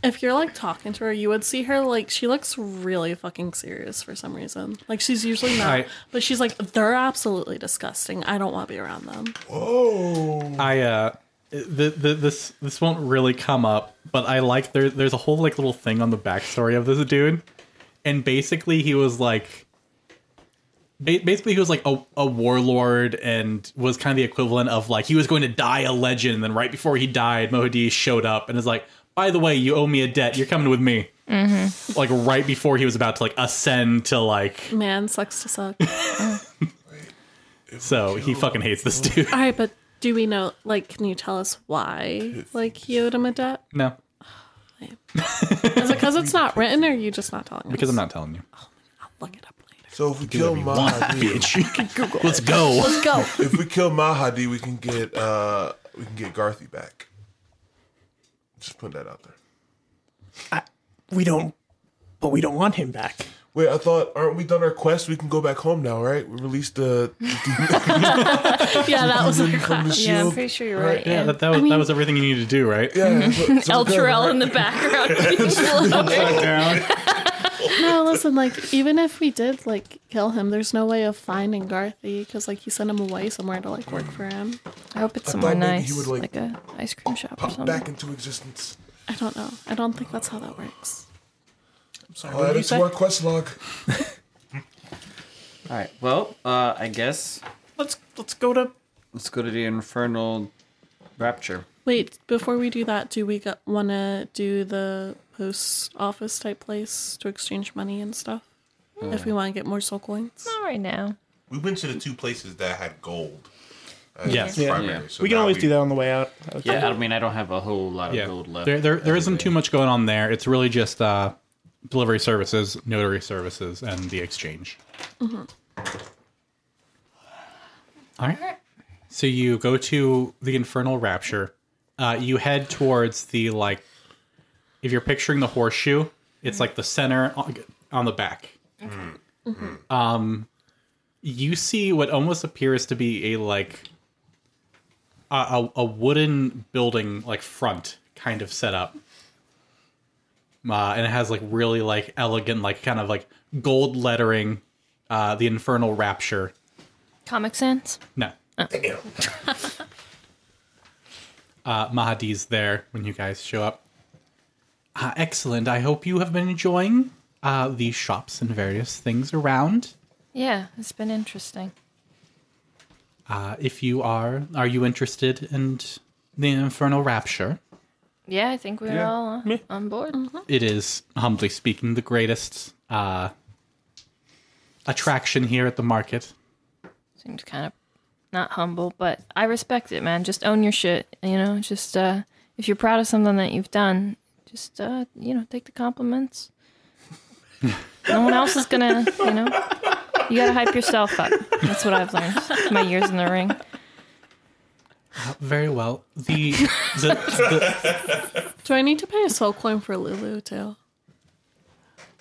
D: If you're like talking to her, you would see her like she looks really fucking serious for some reason. Like she's usually not,
A: I-
D: but she's like they're absolutely disgusting. I don't want to be around them.
H: Whoa.
A: I uh the, the this this won't really come up, but I like there there's a whole like little thing on the backstory of this dude. And basically he was like ba- basically he was like a, a warlord and was kind of the equivalent of like he was going to die a legend and then right before he died Mohdi showed up and is like by the way you owe me a debt you're coming with me like right before he was about to like ascend to like
D: Man, sucks to suck.
A: so he fucking hates this dude
D: All right, but do we know? Like, can you tell us why? Like he owed him a debt?
A: no
D: Is it because it's not written, or are you just not telling?
A: because
D: us?
A: I'm not telling you
D: I'll look it up later.
H: So if we kill Mahadi,
A: bitch let's go
D: Let's go.
H: if we kill Mahadi, we can get uh we can get Garthy back. Just putting that out there.
G: We don't, but we don't want him back.
H: Wait, I thought aren't we done our quest? We can go back home now, right? We released the, the
D: yeah, that was
H: demon
B: Yeah,
H: from the
B: I'm
H: shield.
B: pretty sure you're right.
A: Yeah, that, that, was, that was everything you needed to do, right?
H: Yeah, so- so
B: El
H: we're good,
B: Terrell
H: right?
B: in the background.
D: no. Listen, like even if we did like kill him, there's no way of finding Garthy because like he sent him away somewhere to like work for him.
B: I hope it's
H: I
B: somewhere
H: thought maybe
B: nice,
H: he would,
B: like,
H: like,
B: a ice cream shop or
H: Pop
B: something.
H: back into existence.
D: I don't know. I don't think that's how that works.
L: sorry,
H: I'll
L: what
H: add
L: did you
H: it
L: say?
H: to our quest log.
F: All right. Well, uh, I guess
L: Let's let's go to
F: let's go to the infernal rapture.
D: Wait, before we do that, do we want to do the post office type place to exchange money and stuff? If we want to get more soul coins?
B: Not right now.
K: We went to the two places that had gold. as
A: Yes.
K: primary,
F: Yeah.
K: so
L: we can
K: now
L: always
K: we-
L: do that on the way out.
F: Yeah, I mean, I don't have a whole lot of
A: Yeah.
F: gold left.
A: There, there, there isn't too much going on there. It's really just uh, delivery services, notary services, and the exchange. All right. So you go to the Infernal Rapture. Uh, you head towards the, like, if you're picturing the horseshoe, it's like the center on, on the back. Um, you see what almost appears to be a, like, a, a, a wooden building like front kind of setup uh, and it has like really like elegant like kind of like gold lettering uh the infernal rapture
B: Comic Sans?
A: no uh mahadi's there when you guys show up uh, excellent i hope you have been enjoying uh the shops and various things around
B: Yeah, it's been interesting.
A: uh if you are are you interested in the infernal rapture
B: Yeah, I think we're all on, on board.
A: it is humbly speaking the greatest uh, attraction here at the market
B: Seems kind of not humble, but I respect it, man. Just own your shit, you know? Just, uh, if you're proud of something that you've done, just, uh, you know, take the compliments. no one else is gonna, you know? You gotta hype yourself up. That's what I've learned. My years in the ring.
A: very well the, the, the
D: Do I need to pay a soul coin for Lulu too?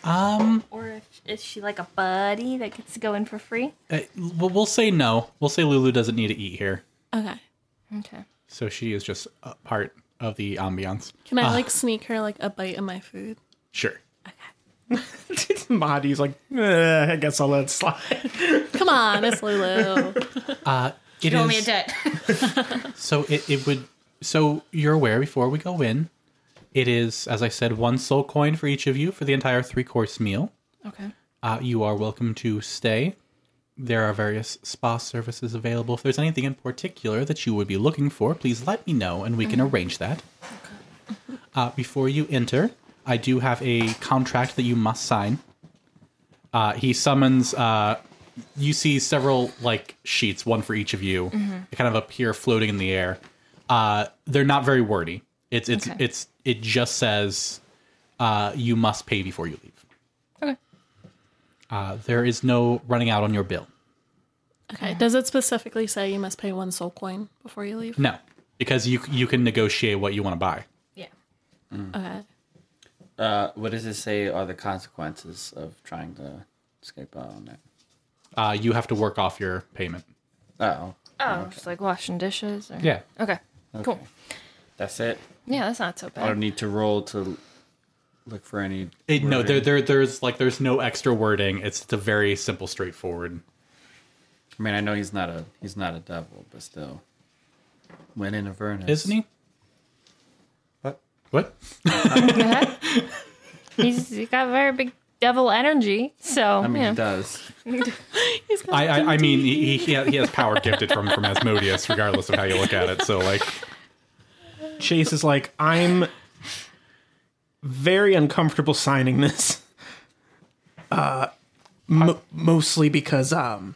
A: um
B: Or if, is she like a buddy that gets to go in for free?
A: uh, we'll we'll say no we'll say lulu doesn't need to eat here
D: Okay.
B: Okay.
A: so she is just a part of the ambiance
D: Can I
H: Ah.
A: Uh,
D: like sneak her like a bite of my food?
A: sure
L: Mahdi's like, eh, I guess I'll let it slide.
D: Come on, it's Lulu.
A: uh it
B: You owe me a
A: is-
B: debt.
A: So it, it would. So you're aware before we go in, it is as I said, one soul coin for each of you for the entire three course meal.
B: Okay.
A: Uh, you are welcome to stay. There are various spa services available. If there's anything in particular that you would be looking for, please let me know and we can arrange that. Uh, before you enter, I do have a contract that you must sign. Uh, he summons. Uh, you see several like sheets, one for each of you.
B: Mhm.
A: They kind of appear floating in the air. Uh, they're not very wordy. It's it's
B: Okay.
A: it's it just says uh, you must pay before you leave.
B: Okay.
A: Uh, there is no running out on your bill.
D: Okay. Does it specifically say you must pay one soul coin before you leave?
A: No, because you you can negotiate what you want to buy.
B: Yeah.
H: Hmm.
D: Okay.
F: Uh, what does it say are the consequences of trying to escape out on that?
A: Uh, you have to work off your payment.
F: Oh,
B: Oh, just like washing dishes. Or...
A: Yeah.
B: Okay. Cool.
F: that's it.
B: Yeah, that's not so
F: I don't
B: bad.
F: need to roll to look for any.
A: It, no,
F: wording.
A: there, there, there's like there's no extra wording. It's the very simple, straightforward.
F: I mean, I know he's not a he's not a devil, but still, when in Avernus,
A: Isn't he?
E: What?
A: What?
B: He's he got very big devil energy, so
F: I mean,
B: yeah.
F: he does.
A: I, I, I mean, he, he, he has power gifted from from Asmodeus, regardless of how you look at it. So like,
L: Chase is like, I'm very uncomfortable signing this. Uh, mo- mostly because um,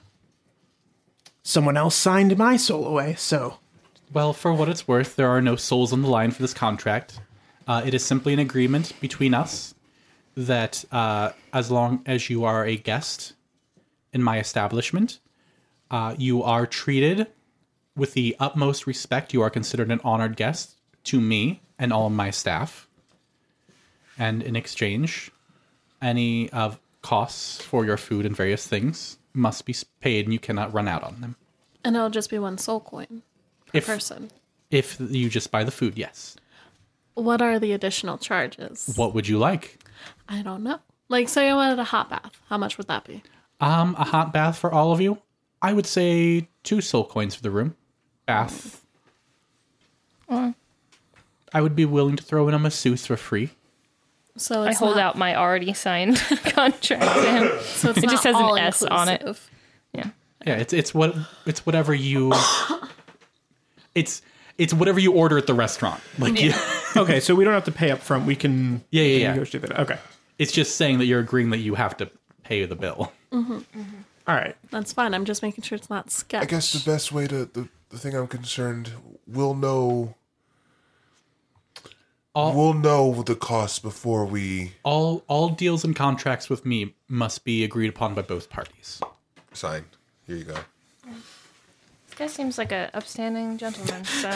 L: someone else signed my soul away. So
A: well, for what it's worth, there are no souls on the line for this contract. Uh, it is simply an agreement between us that uh, as long as you are a guest in my establishment, uh, you are treated with the utmost respect. You are considered an honored guest to me and all of my staff. And in exchange, any of costs for your food and various things must be paid, and you cannot run out on them.
D: And it'll just be one soul coin per
A: If-
D: person.
A: If you just buy the food, yes.
D: What are the additional charges?
A: What would you like?
D: I don't know. Like, say I wanted a hot bath. How much would that be?
A: Um, a hot bath for all of you. I would say two soul coins for the room. Bath. I would be willing to throw in a masseuse for free.
D: So
B: I
D: it's
B: hold
D: not,
B: out my already signed contract to him.
D: So it's
B: It just
D: not
B: has an
D: all
B: S on it.
D: inclusive.
B: Yeah.
A: Yeah, it's it's what it's whatever you it's it's whatever you order at the restaurant. Like you,
G: okay, so we don't have to pay up front. We can
A: Yeah, yeah,
G: we can
A: yeah.
G: negotiate that. Okay,
A: it's just saying that you're agreeing that you have to pay the bill.
G: all right.
D: That's fine. I'm just making sure it's not sketch.
H: I guess the best way to the, the thing I'm concerned we'll know
A: All-
H: we'll know the cost before we
A: All all deals and contracts with me must be agreed upon by both parties.
C: Sign. Here you go.
B: This guy seems like an upstanding gentleman. So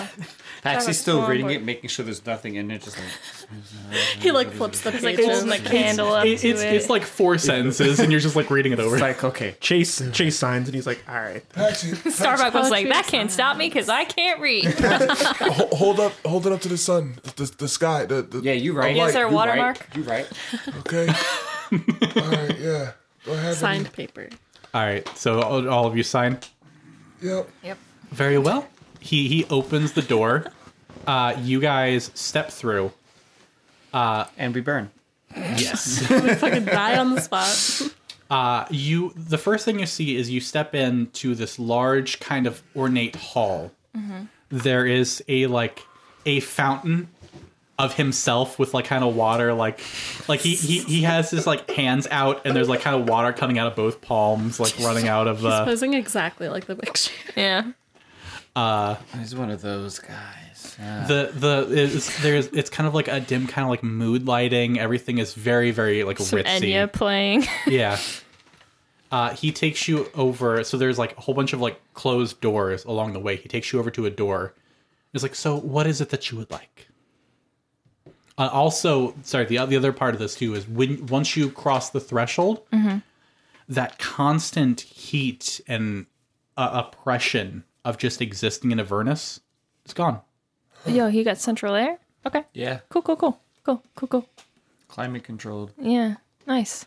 F: Paxy's still
B: Starbucks
F: reading
B: Starbucks.
F: it, making sure there's nothing in it. Just like
D: He like flips the
B: like
D: pages.
B: holding the candle up
A: It-
B: to
A: it's
B: it.
A: it's like four sentences, and you're just like reading it over.
E: It's like, okay,
G: Chase Chase signs and he's like, all right.
B: Starbucks was like, that can't stop me because I can't read. Is
H: Ho- hold up hold it up to the sun the, the, the sky the, the
F: yeah, you right.
B: Is there a
F: you
B: watermark?
F: Right, you right.
H: okay all right yeah go ahead
D: Signed paper.
A: All right, so all, all of you sign.
H: and- yep
A: Very well. He he opens the door. Uh, you guys step through.
F: And we burn.
A: Yes.
D: Fucking die on the spot.
A: you the first thing you see is you step into this large kind of ornate hall
B: Mm-hmm.
A: There is a like a fountain of himself with like kind of water like like he he, he has his like hands out and there's like kind of water coming out of both palms like running out of the
D: Posing exactly like the picture.
B: yeah.
F: He's one of those guys. Uh,
A: the the it's, there's it's kind of like a dim kind of like mood lighting everything is very very like
B: Some
A: ritzy
B: Enya playing.
A: yeah. Uh, he takes you over. So there's like a whole bunch of like closed doors along the way. He takes you over to a door. He's like, "So, what is it that you would like?" Uh, also, sorry, the the other part of this too is when once you cross the threshold, that constant heat and uh, oppression of just existing in Avernus is gone.
B: Yo, he got central air? Okay.
F: Yeah,
B: Cool, cool, cool. Cool, cool, cool.
F: climate controlled.
B: Yeah, nice.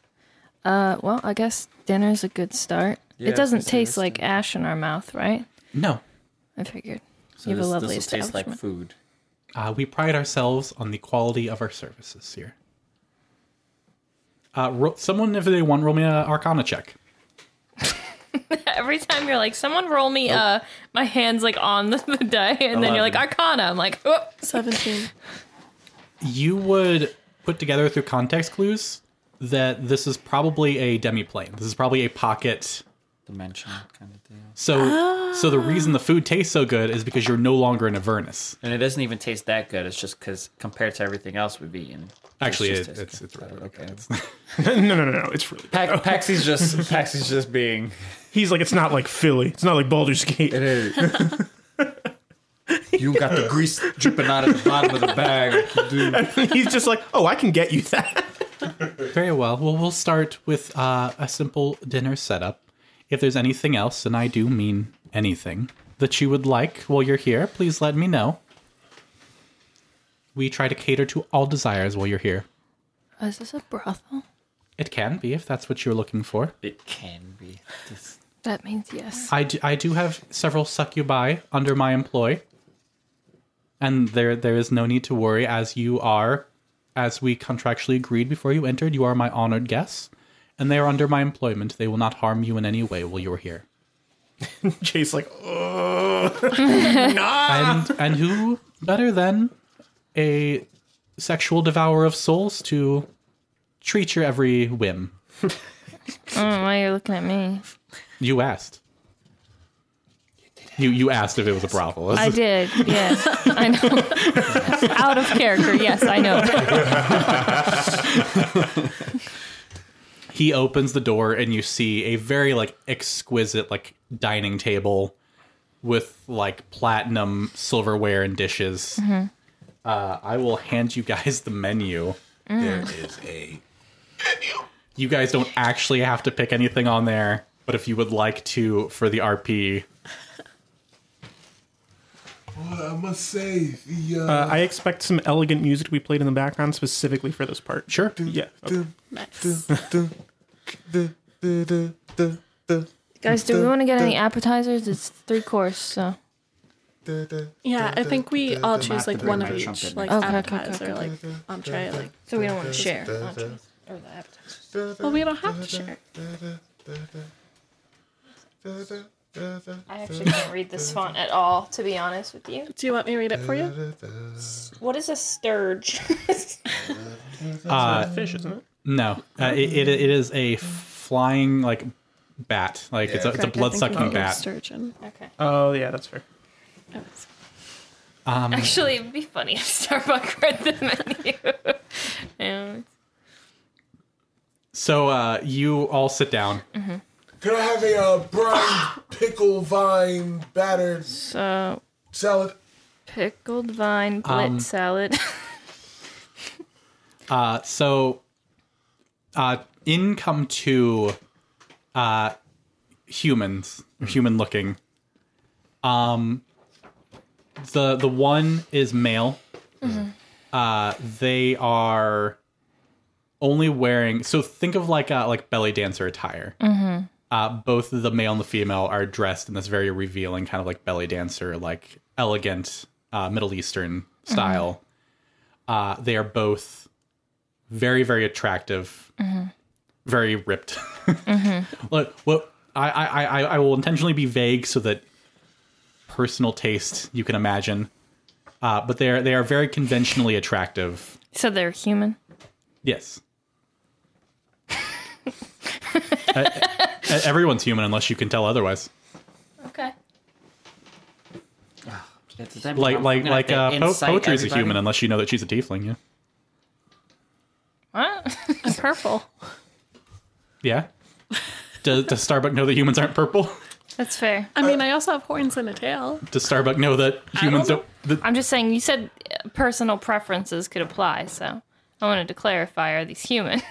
B: Uh, well, I guess dinner's a good start.
F: Yeah,
B: it doesn't
F: it's a
B: taste
F: nice
B: like ash in our mouth, right?
A: No,
B: I figured.
F: So
B: you have
F: this,
B: a
F: this
B: lovely
F: will taste like
B: establishment.
F: food.
A: Uh, we pride ourselves on the quality of our services here. Uh, ro- someone, if they want, roll me an Arcana check.
B: Every time you're like, someone roll me, uh, my hand's like on the, the die, and then you're like, Arcana. I'm like, oh,
D: Seventeen.
A: You would put together through context clues that this is probably a demiplane. This is probably a pocket.
F: Dimension kind of deal.
A: So, so the reason the food tastes so good is because you're no longer in Avernus.
F: And it doesn't even taste that good. It's just because compared to everything else we've eaten.
A: Actually,
F: just
A: it,
F: tastes
A: it's
F: good.
A: it's really
F: But,
A: really
F: okay.
A: good. It's-
G: no, no, no, no. It's really.
F: Pa- Paxy's just Paxy's just being.
G: He's like, it's not like Philly. It's not like Baldur's Gate.
F: You got the grease dripping out of the bottom of the bag, dude.
G: He's just like, oh, I can get you that.
A: Very well. Well, we'll start with uh, a simple dinner setup. If there's anything else, and I do mean anything, that you would like while you're here, please let me know. We try to cater to all desires while you're here.
B: is this a brothel?
A: It can be if that's what you're looking for.
F: It can be. This-
B: That means yes.
A: I do, I do have several succubi under my employ, and there there is no need to worry, as you are, as we contractually agreed before you entered, you are my honored guests, and they are under my employment. They will not harm you in any way while you are here.
G: Chase like, oh,
A: and and who better than a sexual devourer of souls to treat your every whim?
B: I don't know Oh, why you're looking at me.
A: You asked. You you asked if it was a brothel.
B: I did, yes. I know. Out of character, yes, I know.
A: he opens the door and you see a very like exquisite like dining table with like platinum silverware and dishes.
D: Mm-hmm.
A: Uh, I will hand you guys the menu.
K: There is a
A: You guys don't actually have to pick anything on there, but if you would like to for the RP,
H: Well, I must say the uh,
G: Uh, I expect some elegant music to be played in the background specifically for this part.
A: sure.
G: Yeah. okay.
H: dun,
D: Nice.
H: dun, dun, dun, dun, dun, dun, dun.
B: Guys, do we want to get any appetizers? It's three course, so.
D: Yeah, I think we all choose like one of
F: my
D: each,
F: trumpet.
D: like
B: Okay, okay,
D: appetizer,
B: okay,
D: like entree, like.
B: So we don't want to share. entrees Or the appetizers.
D: Well, we don't have to share.
B: I actually can't read this font at all, to be honest with you.
D: Do you want me to read it for you?
B: What is a sturge?
G: Fish, isn't it?
A: uh, No, uh, it, it it is a flying like bat. Like it's a it's a
D: Correct, I
A: blood
D: think we
A: sucking
D: gave
A: bat.
D: Sturgeon.
B: okay.
G: Oh yeah, that's fair.
B: Actually, it'd be funny if Starbucks read the menu. yeah.
A: So uh, you all sit down.
H: Can I have a uh, brine pickle vine battered
B: So
H: salad?
B: uh, pickled vine glit
A: Um,
B: salad.
A: Uh, so uh, in come two uh, humans, human looking. Um, the the one is male. Uh, they are only wearing. So think of like a, like belly dancer attire. Uh, both the male and the female are dressed in this very revealing kind of like belly dancer, like elegant uh, Middle Eastern style. Uh, they are both very very attractive very ripped look what I, I i i will intentionally be vague so that personal taste you can imagine uh but they're they are very conventionally attractive
B: so they're human.
A: yes Uh, e- everyone's human unless you can tell otherwise
B: Okay.
A: like like like uh po- poetry's
F: poetry's
A: a human unless you know that she's a tiefling yeah
B: What? I'm purple.
A: yeah does, does starbuck know that humans aren't purple
B: That's fair.
D: I mean, I also have horns and a tail.
A: does starbuck know that humans
B: know.
A: don't that
B: I'm just saying, you said uh, personal preferences could apply, so I wanted to clarify are these humans?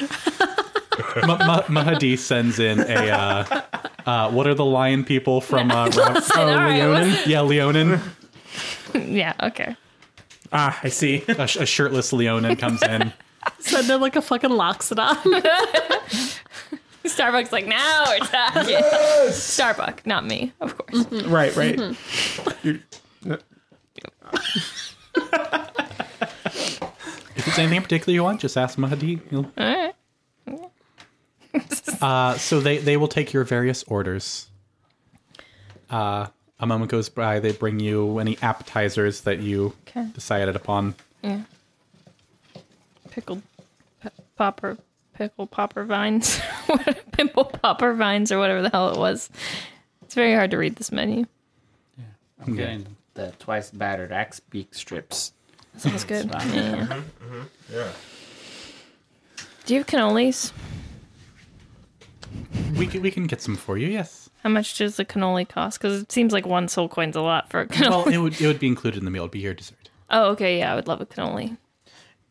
A: Ma- Ma- Mahadi sends in a uh, uh, what are the lion people from uh, Ra-
B: All right, what's-
A: yeah Leonin
B: yeah, okay.
G: Ah, I see.
A: a, sh- a shirtless Leonin comes in
D: So they're like a fucking loxodon.
B: Starbucks, like, now we're talking. Starbucks, not me, of course.
G: right, right.
A: if it's anything in particular you want just ask Mahadi He'll-
B: All right.
A: uh, so they they will take your various orders uh, a moment goes by they bring you any appetizers that you
B: Okay.
A: decided upon
B: Yeah. Pickled pe- popper, pickle popper vines, pimple popper vines, or whatever the hell it was. It's very hard to read this menu.
F: I'm getting the twice battered axe beak strips.
B: Sounds good.
F: fine.
B: Yeah.
K: Yeah.
B: Do you have cannolis?
A: we can, we can get some for you yes
B: How much does the cannoli cost? Because it seems like one soul coin's a lot for a cannoli.
A: well it would it would be included in the meal it'd be your dessert
B: Oh, okay. Yeah, I would love a cannoli.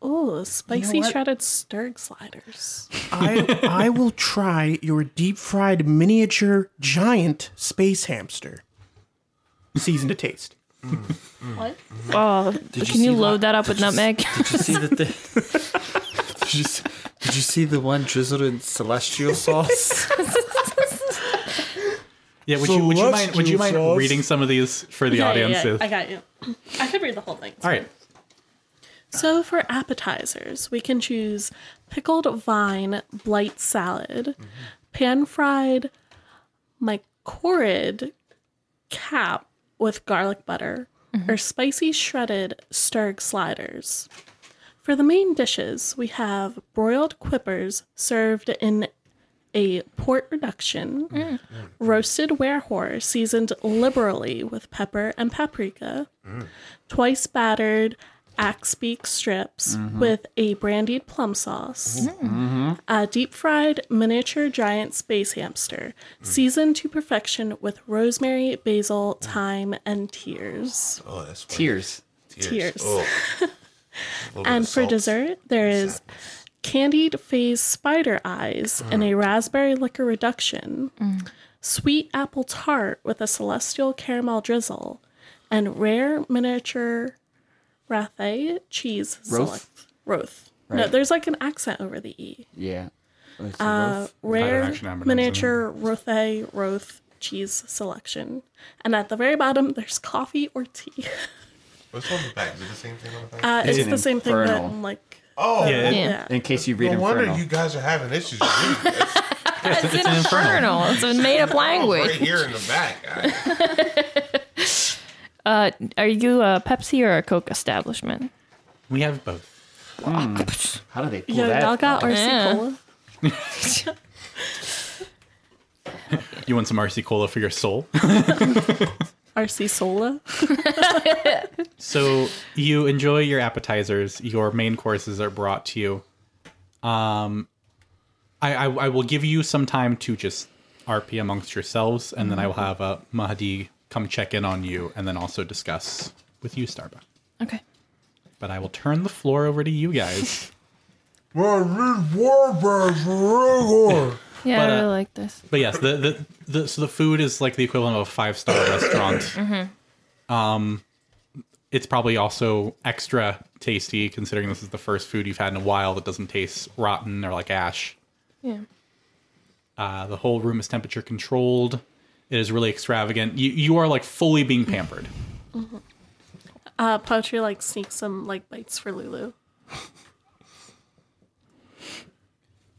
D: Ooh, spicy shredded sturg sliders.
L: I, I will try your deep fried miniature giant space hamster. Season to taste.
B: Oh, can you, load that up with nutmeg?
F: Did you see the thing? did, you, s- did you see the one drizzled in celestial sauce?
A: yeah would you would you mind would you mind
H: Celestial sauce.
A: reading some of these for the
D: Yeah, yeah, yeah,
A: audience
D: I got you. I could read the whole thing.
A: all right
D: So for appetizers, we can choose pickled vine blight salad,
A: Mm-hmm.
D: pan fried mycorrhid cap with garlic butter, or spicy shredded sturg sliders. For the main dishes, we have broiled quippers served in a port reduction, roasted werehorse seasoned liberally with pepper and paprika,
K: Mm.
D: twice battered axe beak strips
K: Mm-hmm.
D: with a brandied plum sauce, a deep fried miniature giant space hamster,
K: Mm.
D: seasoned to perfection with rosemary, basil, thyme, and tears.
K: Mm. Oh, that's funny.
F: Tears.
D: Tears.
K: Oh. A little bit
D: and
K: of
D: for
K: salt.
D: dessert, there is candied phase spider eyes in a raspberry liquor reduction, sweet apple tart with a celestial caramel drizzle, and rare miniature rathé cheese
F: Roth?
D: select. Roth. No,
F: Right.
D: there's like an accent over the E.
F: Yeah.
D: Uh,
A: I don't actually
D: rare
A: know how to pronounce
D: miniature rothe roth cheese selection. And at the very bottom, there's coffee or tea.
K: What's on the back? Is it the same thing on the back?
D: Uh,
F: It's
D: it's,
F: an
D: the same thing that
F: infernal.
D: I'm like.
K: oh,
A: Yeah, it-
B: Yeah.
F: In case you read
K: no wonder
F: Inferno.
K: you guys are having issues. with me. That's
A: Yes, it's, an inferno.
B: Infernal. It's a made up
K: right
B: language.
K: here in the back. I-
B: Uh, are you a Pepsi or a Coke establishment?
A: We have both.
F: How do they pull
D: Yo,
F: that?
D: y'all got RC
B: Yeah.
D: Cola?
A: You want some RC cola for your soul?
D: RC Sola?
A: So you enjoy your appetizers. Your main courses are brought to you. Um, I, I I will give you some time to just RP amongst yourselves, and then I will have uh, Mahdi come check in on you, and then also discuss with you, Starbuck.
B: Okay.
A: But I will turn the floor over to you guys.
H: Well, this Warbass Rigor.
B: Yeah,
A: But,
B: I
A: uh,
B: really like this.
A: but yes, the, the the so the food is like the equivalent of a five star restaurant. Um, it's probably also extra tasty considering this is the first food you've had in a while that doesn't taste rotten or like ash.
B: Yeah.
A: Uh, the whole room is temperature controlled. It is really extravagant. You you are like fully being pampered.
D: Uh, Poetry like sneaks some like bites for Lulu.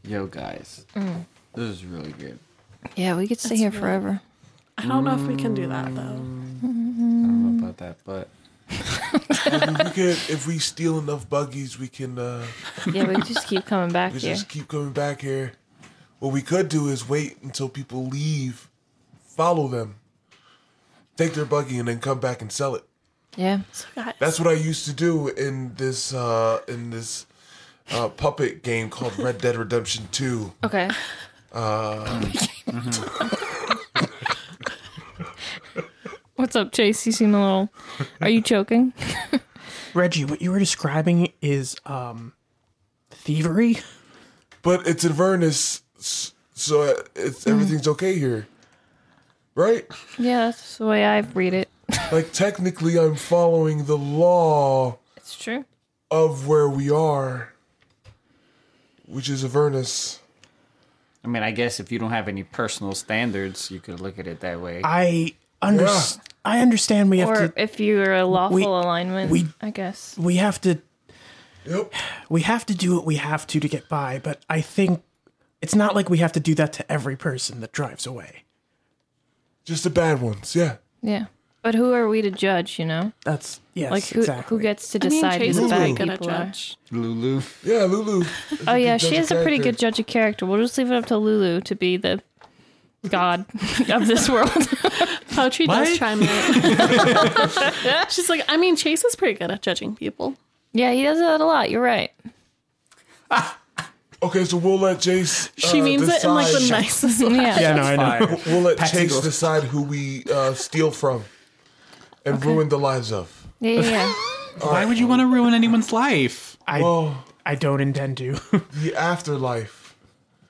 F: Yo, guys. This is really good.
B: Yeah, we could stay here forever.
D: I don't know if we can do that though.
B: Mm.
F: I don't know about that, but
H: we could, if we steal enough buggies, we can uh,
B: Yeah, we could just keep coming back
H: we
B: here.
H: just keep coming back here. What we could do is wait until people leave, follow them, take their buggy, and then come back and sell it.
B: Yeah.
D: Guys,
H: That's what I used to do in this uh, in this uh, puppet game called Red Dead Redemption Two.
B: Okay. What's up, Chase? You seem a little. Are you choking?
L: Reggie, what you were describing is um thievery.
H: But it's Inverness, s- so it's everything's okay here, right?
B: Yeah, that's the way I read it.
H: Like technically, I'm following the law
B: It's true.
H: of where we are, which is Avernus.
F: I mean, I guess if you don't have any personal standards, you could look at it that way.
L: I under- I understand we have
B: Or
L: to
B: if you're a lawful
L: We-
B: alignment,
L: we-
B: I guess.
L: we have to
H: Yep.
L: we have to do what we have to to get by, but I think it's not like we have to do that to every person that drives away.
H: Just the bad ones, yeah.
B: Yeah. But who are we to judge? You know,
L: That's yes,
B: like who
L: exactly.
B: who gets to
D: I mean,
B: decide
D: Chase
B: who the
D: is
B: bad
D: really good at
B: people are?
D: judge.
F: Lulu.
H: Yeah, Lulu.
B: Oh yeah,
H: judge
B: she
H: of
B: is a pretty
H: character.
B: good judge of character. We'll just leave it up to Lulu to be the god of this world.
D: Poetry
A: What?
D: does chime in. She's like, I mean, Chase is pretty good at judging people.
B: yeah, he does that a lot. You're right.
H: Okay, so we'll let Jace.
D: She
H: uh,
D: means it in like the
H: decide-
D: nicest way.
B: Yeah.
L: yeah, no, I know.
H: We'll let
L: Patty
H: Chase
L: goes-
H: decide who we uh, steal from and ruin the lives of.
B: Yeah, yeah, yeah.
A: Why would you want to ruin anyone's life?
L: I
H: Well,
L: I don't intend to.
H: the afterlife.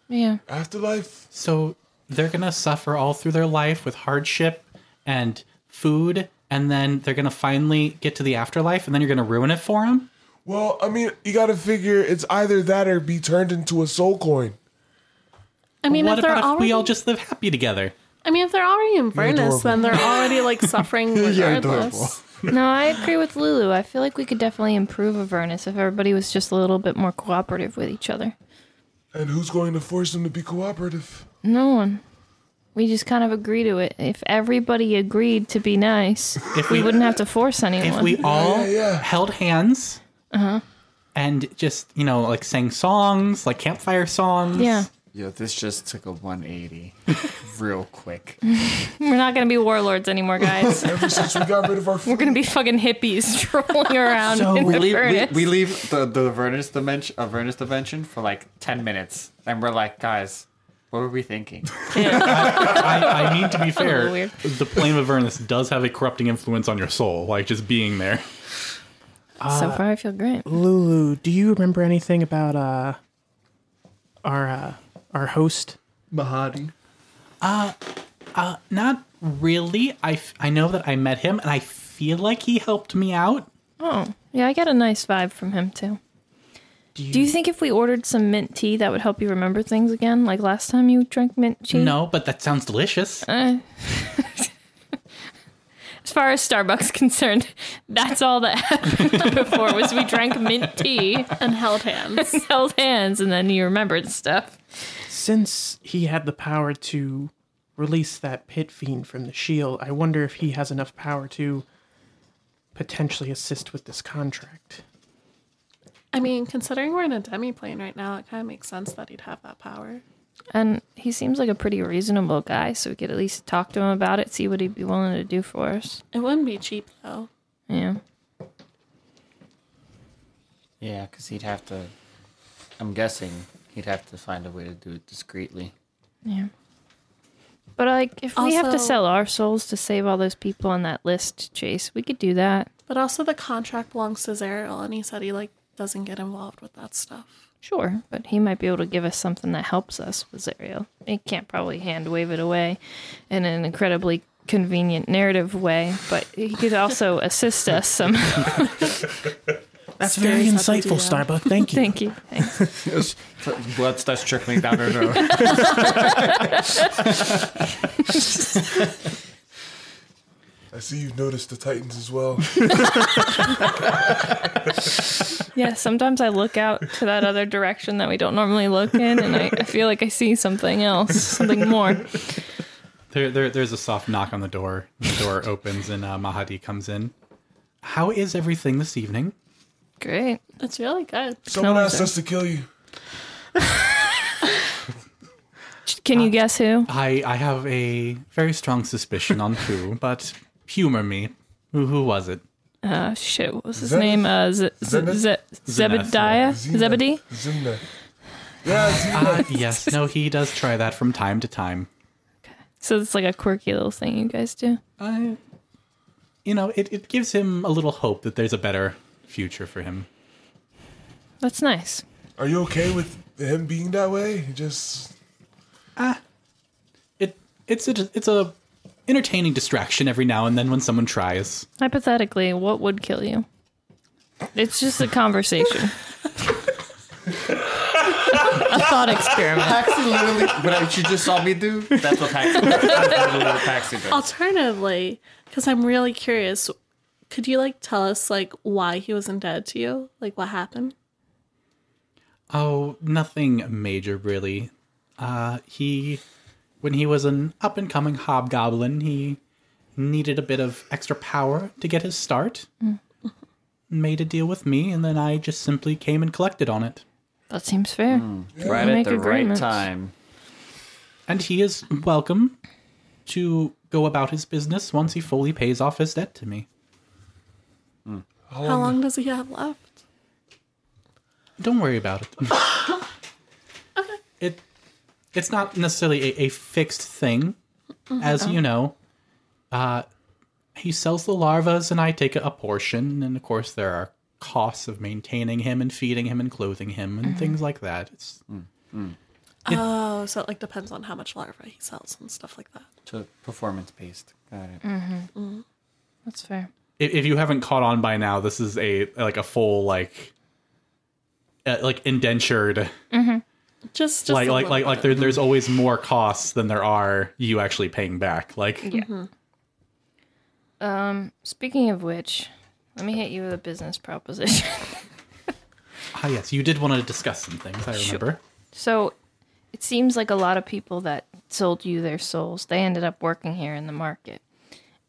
B: yeah.
H: Afterlife?
A: So they're gonna suffer all through their life with hardship and food, and then they're gonna finally get to the afterlife, and then you're gonna ruin it for them.
H: Well, I mean, you gotta figure it's either that or be turned into a soul coin.
D: I mean,
A: what
D: if they're
A: about if
D: already,
A: we all just live happy together?
D: I mean, if they're already in
H: adorable.
D: Vernus, then they're already like suffering
H: adorable.
D: regardless.
B: No, I agree with Lulu. I feel like we could definitely improve Avernus if everybody was just a little bit more cooperative with each other.
H: And who's going to force them to be cooperative?
B: No one. We just kind of agree to it. If everybody agreed to be nice,
A: If
B: we wouldn't have to force anyone.
A: if we all
H: yeah, yeah.
A: held hands, Uh-huh. and just you know, like sang songs, like campfire songs.
B: yeah.
F: Yo, this just took a 180 real quick.
B: We're not going to be warlords anymore, guys.
H: Ever since we got rid of our
B: We're going to be fucking hippies trolling around
L: So
B: in
L: we
B: the
F: leave, we,
B: furnace.
F: we leave the, the Avernus dimension, Avernus dimension for like 10 minutes. And we're like, guys, what were we thinking?
A: I, I mean to be fair,
B: little weird.
A: the flame of Vernus does have a corrupting influence on your soul, like just being there.
B: so far, I feel great.
L: Lulu, do you remember anything about uh our uh, our host?
G: Mahadi.
A: Not really. I f- I know that I met him, and I feel like he helped me out.
B: Oh, yeah, I get a nice vibe from him, too. Do you think if we ordered some mint tea, that would help you remember things again? Like last time you drank mint tea?
A: No, but that sounds delicious.
B: As far as Starbucks concerned, that's all that happened before was we drank mint tea,
D: and held hands.
B: held hands, and then you remembered stuff.
L: Since he had the power to release that pit fiend from the shield, I wonder if he has enough power to potentially assist with this contract.
D: I mean, considering we're in a demi plane right now, it kind of makes sense that he'd have that power.
B: And he seems like a pretty reasonable guy, so we could at least talk to him about it, see what he'd be willing to do for us.
D: It wouldn't be cheap though.
B: Yeah.
F: Yeah, because he'd have to. I'm guessing he'd have to find a way to do it discreetly.
B: But like if we have to
D: Also-
B: sell our souls to save all those people on that list, Chase, we could do that.
D: But also, the contract belongs to Zerial, and he said he like doesn't get involved with that stuff.
B: Sure, but he might be able to give us something that helps us with Zerial. He can't probably hand wave it away in an incredibly convenient narrative way, but he could also assist us some.
L: That's very
D: Scary stuff
L: insightful,
D: to do, yeah.
L: Starbuck. Thank you.
B: Thank you. Thanks.
F: Blood starts trickling down her throat.
H: I see you've noticed the Titans as well.
B: Yeah, sometimes I look out to that other direction that we don't normally look in, and I, I feel like I see something else, something more.
A: There, there, there's a soft knock on the door. The door opens and uh, Mahadi comes in. How is everything this evening?
B: Great.
D: It's really good.
H: Someone
B: Smells
H: asked
B: it.
H: us to kill you.
B: Can you guess who?
A: I, I have a very strong suspicion on who, but humor me. Who, who was it?
B: Uh, shit, what was his
H: Zenith?
B: name? Uh, Z- Z-
H: Zenith?
B: Z-
A: Zenith,
B: Zebediah? Zebedee?
H: Zimna. Yeah, Zimna.
A: Uh, yes, no, he does try that from time to time.
B: So it's like a quirky little thing you guys do.
A: I, you know, it, it gives him a little hope that there's a better future for him.
B: That's nice.
H: Are you okay with him being that way? He Just
A: It it's a, it's a entertaining distraction every now and then when someone tries.
B: Hypothetically, what would kill you? It's just a conversation. a thought experiment.
E: Paxi literally, what you just saw me do?
F: That's what Paxi does. That's literally what Paxi does.
D: Alternatively, because I'm really curious, could you like tell us like why he wasn't dead to you? Like what happened?
A: Oh, nothing major really. Uh, he when he was an up and coming hobgoblin, he needed a bit of extra power to get his start. Made a deal with me, and then I just simply came and collected on it.
B: That seems fair.
F: Right at
B: Make
F: the right
B: agreements.
F: time.
A: And he is welcome to go about his business once he fully pays off his debt to me.
D: How long does he have left?
A: Don't worry about it. It it's not necessarily a, a fixed thing, as
D: uh-uh.
A: you know. Uh, he sells the larvas, and I take a portion. And of course, there are costs of maintaining him and feeding him and clothing him
D: Mm-hmm.
A: and things like that. It's
D: Oh, so it like depends on how much larva he sells and stuff like that.
F: To performance based. Got it.
B: That's fair.
A: if, if you haven't caught on by now, this is a like a full like uh, like indentured
D: Just, just
A: like
D: a
A: like
D: little
A: like like
D: bit.
A: there, there's always more costs than there are you actually paying back. Like
B: Speaking of which, let me hit you with a business proposition.
A: ah yes, you did want to discuss some things. I remember.
B: So it seems like a lot of people that sold you their souls, they ended up working here in the market.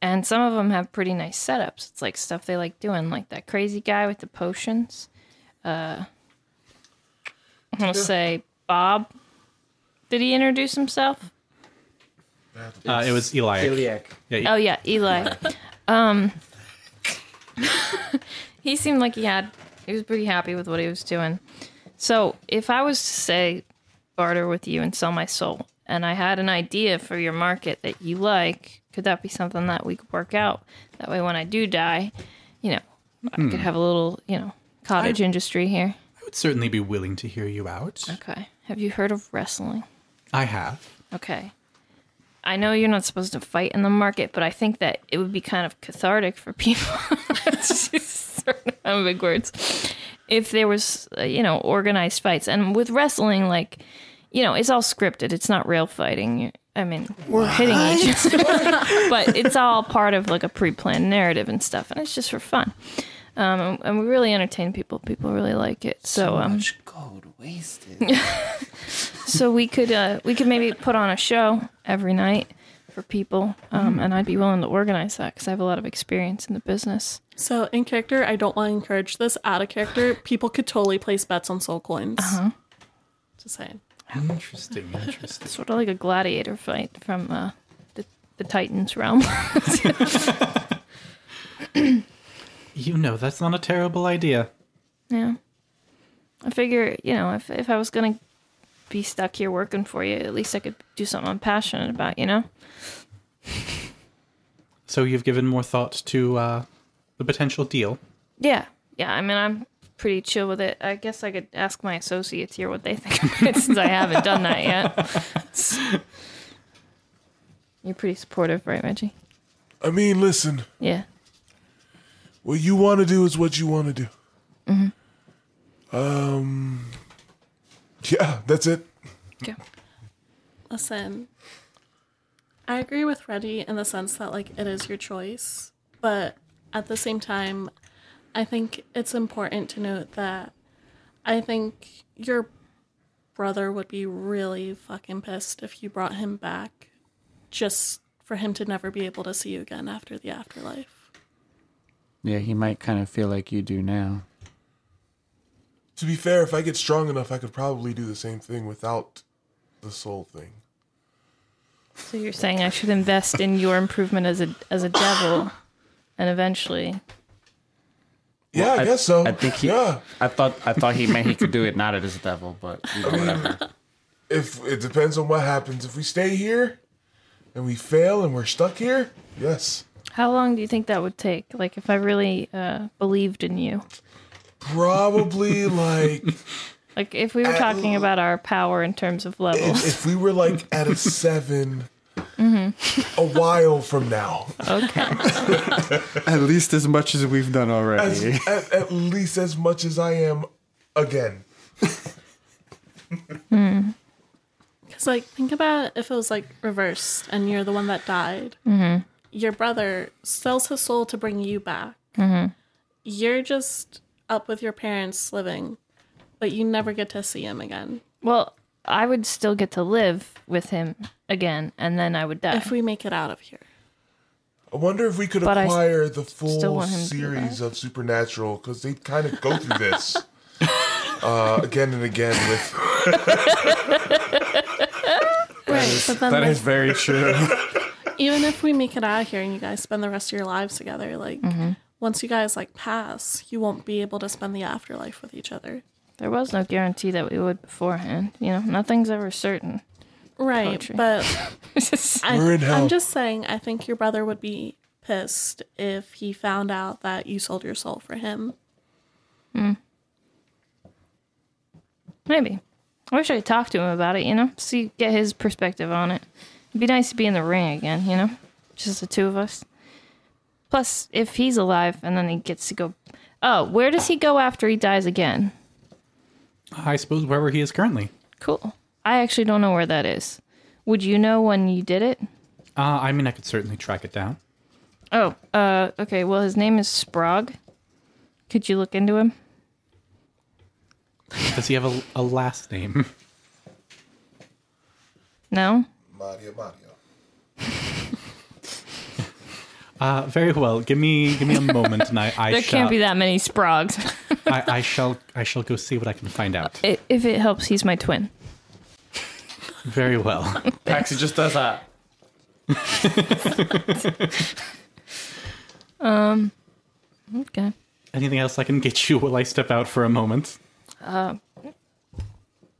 B: And some of them have pretty nice setups. It's like stuff they like doing, like that crazy guy with the potions. Uh, I'm going to say Bob. Did he introduce himself?
A: Uh, it was Eli.
E: Iliac.
B: Oh, yeah, Eli. um, he seemed like he had, he was pretty happy with what he was doing. So if I was to say barter with you and sell my soul, and I had an idea for your market that you like, could that be something that we could work out? That way, when I do die, you know, I could have a little, you know, cottage industry here.
A: I would certainly be willing to hear you out.
B: Okay. Have you heard of wrestling?
A: I have.
B: Okay. I know you're not supposed to fight in the market, but I think that it would be kind of cathartic for people. Just throwing around big words. if there was uh, you know organized fights and with wrestling like you know it's all scripted it's not real fighting i mean we're hitting each other but it's all part of like a pre-planned narrative and stuff and it's just for fun um, and- and we really entertain people people really like it so um,
F: Much gold wasted.
B: so we could uh, we could maybe put on a show every night for people um, and i'd be willing to organize that because i have a lot of experience in the business
D: So in character, I don't want to encourage this. Out of character, people could totally place bets on soul coins. Just saying.
A: Interesting, interesting.
B: sort of like a gladiator fight from uh, the, the titans realm
A: You know, that's not a terrible idea.
B: Yeah. I figure, you know, if if I was gonna be stuck here working for you, at least I could do something I'm passionate about, you know?
A: So you've given more thought to uh, the potential deal.
B: Yeah. Yeah, I mean I'm pretty chill with it. I guess I could ask my associates here what they think of it since I haven't done that yet. You're pretty supportive, right, Reggie?
H: I mean, listen,
B: Yeah.
H: what you want to do is what you want to do. Mm-hmm.
B: Mm-hmm.
H: Um, yeah, that's it.
B: Okay.
D: Listen, I agree with Reddy in the sense that like it is your choice, but at the same time, I think it's important to note that I think your brother would be really fucking pissed if you brought him back just for him to never be able to see you again after the afterlife.
F: yeah, he might kind of feel like you do now.
H: To be fair, if I get strong enough, I could probably do the same thing without the soul thing.
B: So you're saying I should invest in your improvement as a as a devil and eventually
H: Yeah, I, guess so.
F: I think he.
H: yeah.
F: I thought. I thought he meant he could do it not at his devil, but you know, whatever.
H: If it depends on what happens. If we stay here and we fail and we're stuck here, yes,
B: how long do you think that would take? Like if I really uh, believed in you?
H: probably like
B: Like if we were talking about our power in terms of level.
H: if, if we were like at a 7
F: Mm-hmm.
H: a while from now,
B: Okay.
E: At least as much as we've done
H: as,
E: already.
H: at, at least as much as I am again.
D: Because like think about if it was like reversed and you're the one that died. Your brother sells his soul to bring you back. Mm-hmm. You're just up with your parents living, but you never get to see him again.
B: Well, I would still get to live with him again and then I would die.
D: If we make it out of here,
H: I wonder if we could
B: But I s-
H: acquire the
B: still
H: full
B: want him to be
H: series of Supernatural because they kind of go through this uh, again and again with
D: right? But then
E: That
D: like,
E: is very true.
D: even if we make it out of here and you guys spend the rest of your lives together, like once you guys like pass, you won't be able to spend the afterlife with each other.
B: there was no guarantee that we would beforehand. You know, nothing's ever certain.
D: Right,
B: Poetry.
D: but I,
H: We're in hell.
D: I'm just saying. I think your brother would be pissed if he found out that you sold your soul for him.
B: Maybe. I wish I could talk to him about it, you know? See get his perspective on it. It'd be nice to be in the ring again, you know? Just the two of us. Plus, if he's alive and then he gets to go Oh, where does he go after he dies again?
A: I suppose wherever he is currently.
B: Cool. I actually don't know where that is. Would you know when you did it?
A: Uh, I mean, I could certainly track it down.
B: Oh, uh, okay. Well, his name is Sprague. Could you look into him?
A: Does he have a, a last name?
B: No?
C: Mario, Mario.
A: Uh, very well. Give me give me a moment, and I, I
B: There
A: shall
B: can't be that many Spragues.
A: I, I shall I shall go see what I can find out.
B: I- if it helps, he's my twin.
A: Very well.
F: Paxi just does that.
B: Okay.
A: Anything else I can get you while I step out for a moment?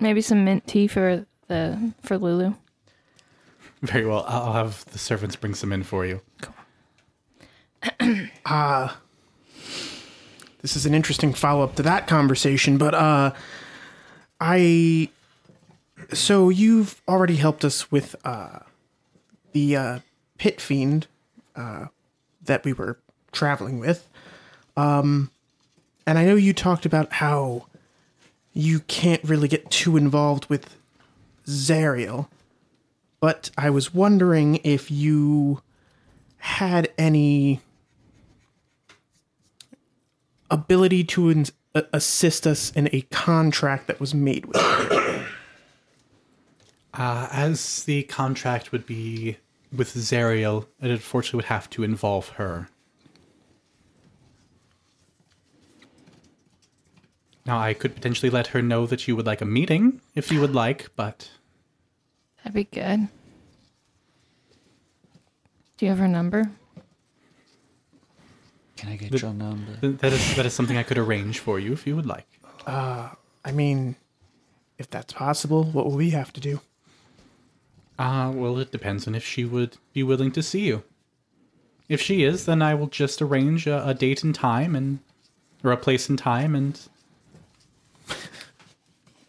B: Maybe some mint tea for the for Lulu.
A: Very well. I'll I'll have the servants bring some in for you.
G: this is an interesting follow up to that conversation, but uh I so you've already helped us with uh the uh pit fiend uh that we were traveling with. Um And I know you talked about how you can't really get too involved with Zariel, but I was wondering if you had any ability to in- a- assist us in a contract that was made with her.
A: Uh, as the contract would be with Zariel, it unfortunately would have to involve her. Now, I could potentially let her know that you would like a meeting if you would like, but
B: That'd be good. Do you have her number?
F: Can I get your number?
A: th- that is that is something I could arrange for you if you would like.
G: I mean, if that's possible, what will we have to do?
A: Uh, well, it depends on if she would be willing to see you. If she is, then I will just arrange a, a date and time and or a place and time and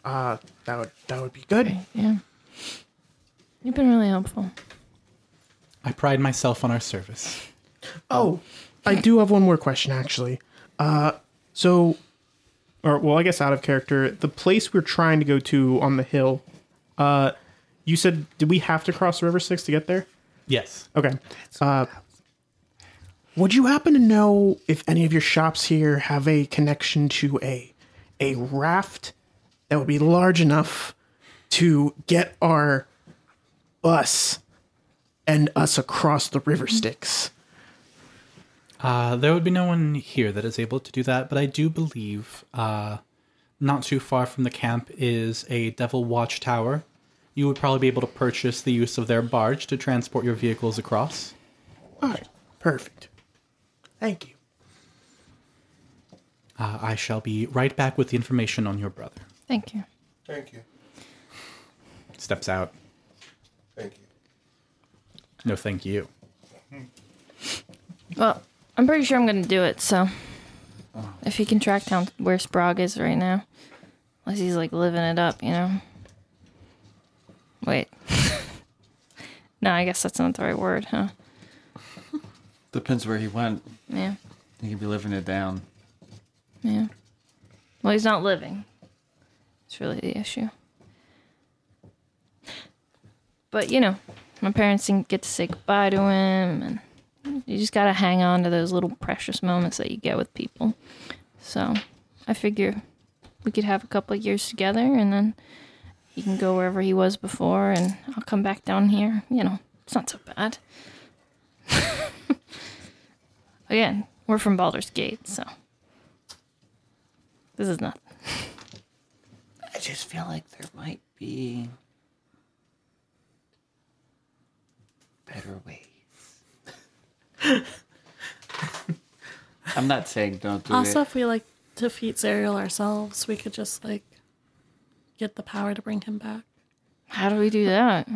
G: That would that would be good.
B: Yeah. You've been really helpful.
A: I pride myself on our service.
G: Oh, I do have one more question actually. Uh, so, or well, I guess out of character, the place we're trying to go to on the hill. Uh, you said did we have to cross the River Styx to get there?
A: Yes.
G: Okay. Uh, would you happen to know if any of your shops here have a connection to a a raft that would be large enough to get our bus and us across the river Styx?
A: Uh, there would be no one here that is able to do that, but I do believe uh, not too far from the camp is a Devil Watch Tower. You would probably be able to purchase the use of their barge to transport your vehicles across.
G: All right, perfect. Thank you.
A: Uh, I shall be right back with the information on your brother.
B: Thank you.
H: Thank you.
A: Steps out.
H: Thank you.
A: No, thank you.
B: Well, I'm pretty sure I'm going to do it, so. If he can track down where Sprague is right now. Unless he's, like, living it up, you know? Wait. no, I guess that's not the right word, huh?
F: Depends where he went.
B: Yeah.
F: He could be living it down.
B: Yeah. Well, he's not living. It's really the issue. But you know, my parents didn't get to say goodbye to him, and you just gotta hang on to those little precious moments that you get with people. So, I figure we could have a couple of years together, and then he can go wherever he was before, and I'll come back down here. You know, it's not so bad. Again, we're from Baldur's Gate, so. This is not.
F: I just feel like there might be better ways. I'm not saying don't do
D: Also,
F: it.
D: if we like defeat Zerial ourselves, we could just like get the power to bring him back.
B: How do we do that?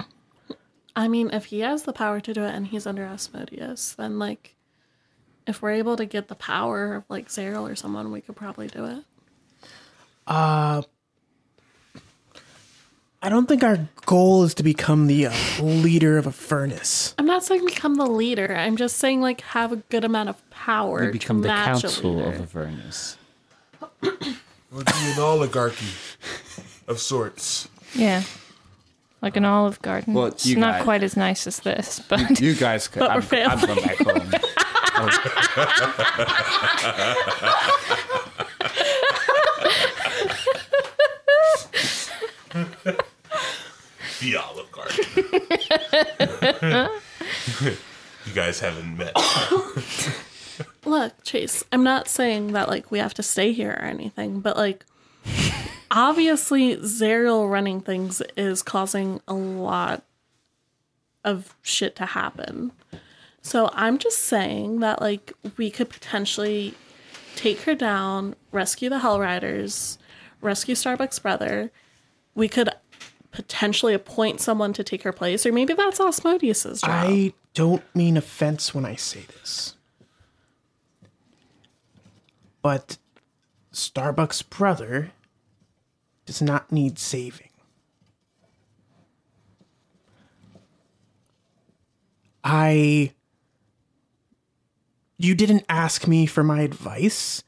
D: I mean, if he has the power to do it and he's under Asmodeus, then like if we're able to get the power of like Zerial or someone, we could probably do it.
G: I don't think our goal is to become the uh, leader of a furnace.
D: I'm not saying become the leader. I'm just saying like have a good amount of power.
F: We become
D: to
F: the
D: match a
F: council
D: leader.
F: of Avernus.
H: It would be an oligarchy of sorts.
B: Yeah. Like an olive garden.
F: Well,
B: it's
F: you
B: not
F: guys-
B: quite as nice as this, but
F: You guys could.
D: But
F: I'm,
D: we're
F: I'm going back home.
C: The Olive Garden. you guys haven't met.
D: Look, Chase, I'm not saying that like we have to stay here or anything, but like obviously Zerial running things is causing a lot of shit to happen. So I'm just saying that like we could potentially take her down, rescue the Hell Riders, rescue Starbuck's brother. We could potentially appoint someone to take her place, or maybe that's Osmodeus's job.
G: I don't mean offense when I say this. But Starbucks' brother does not need saving. I. You didn't ask me for my advice.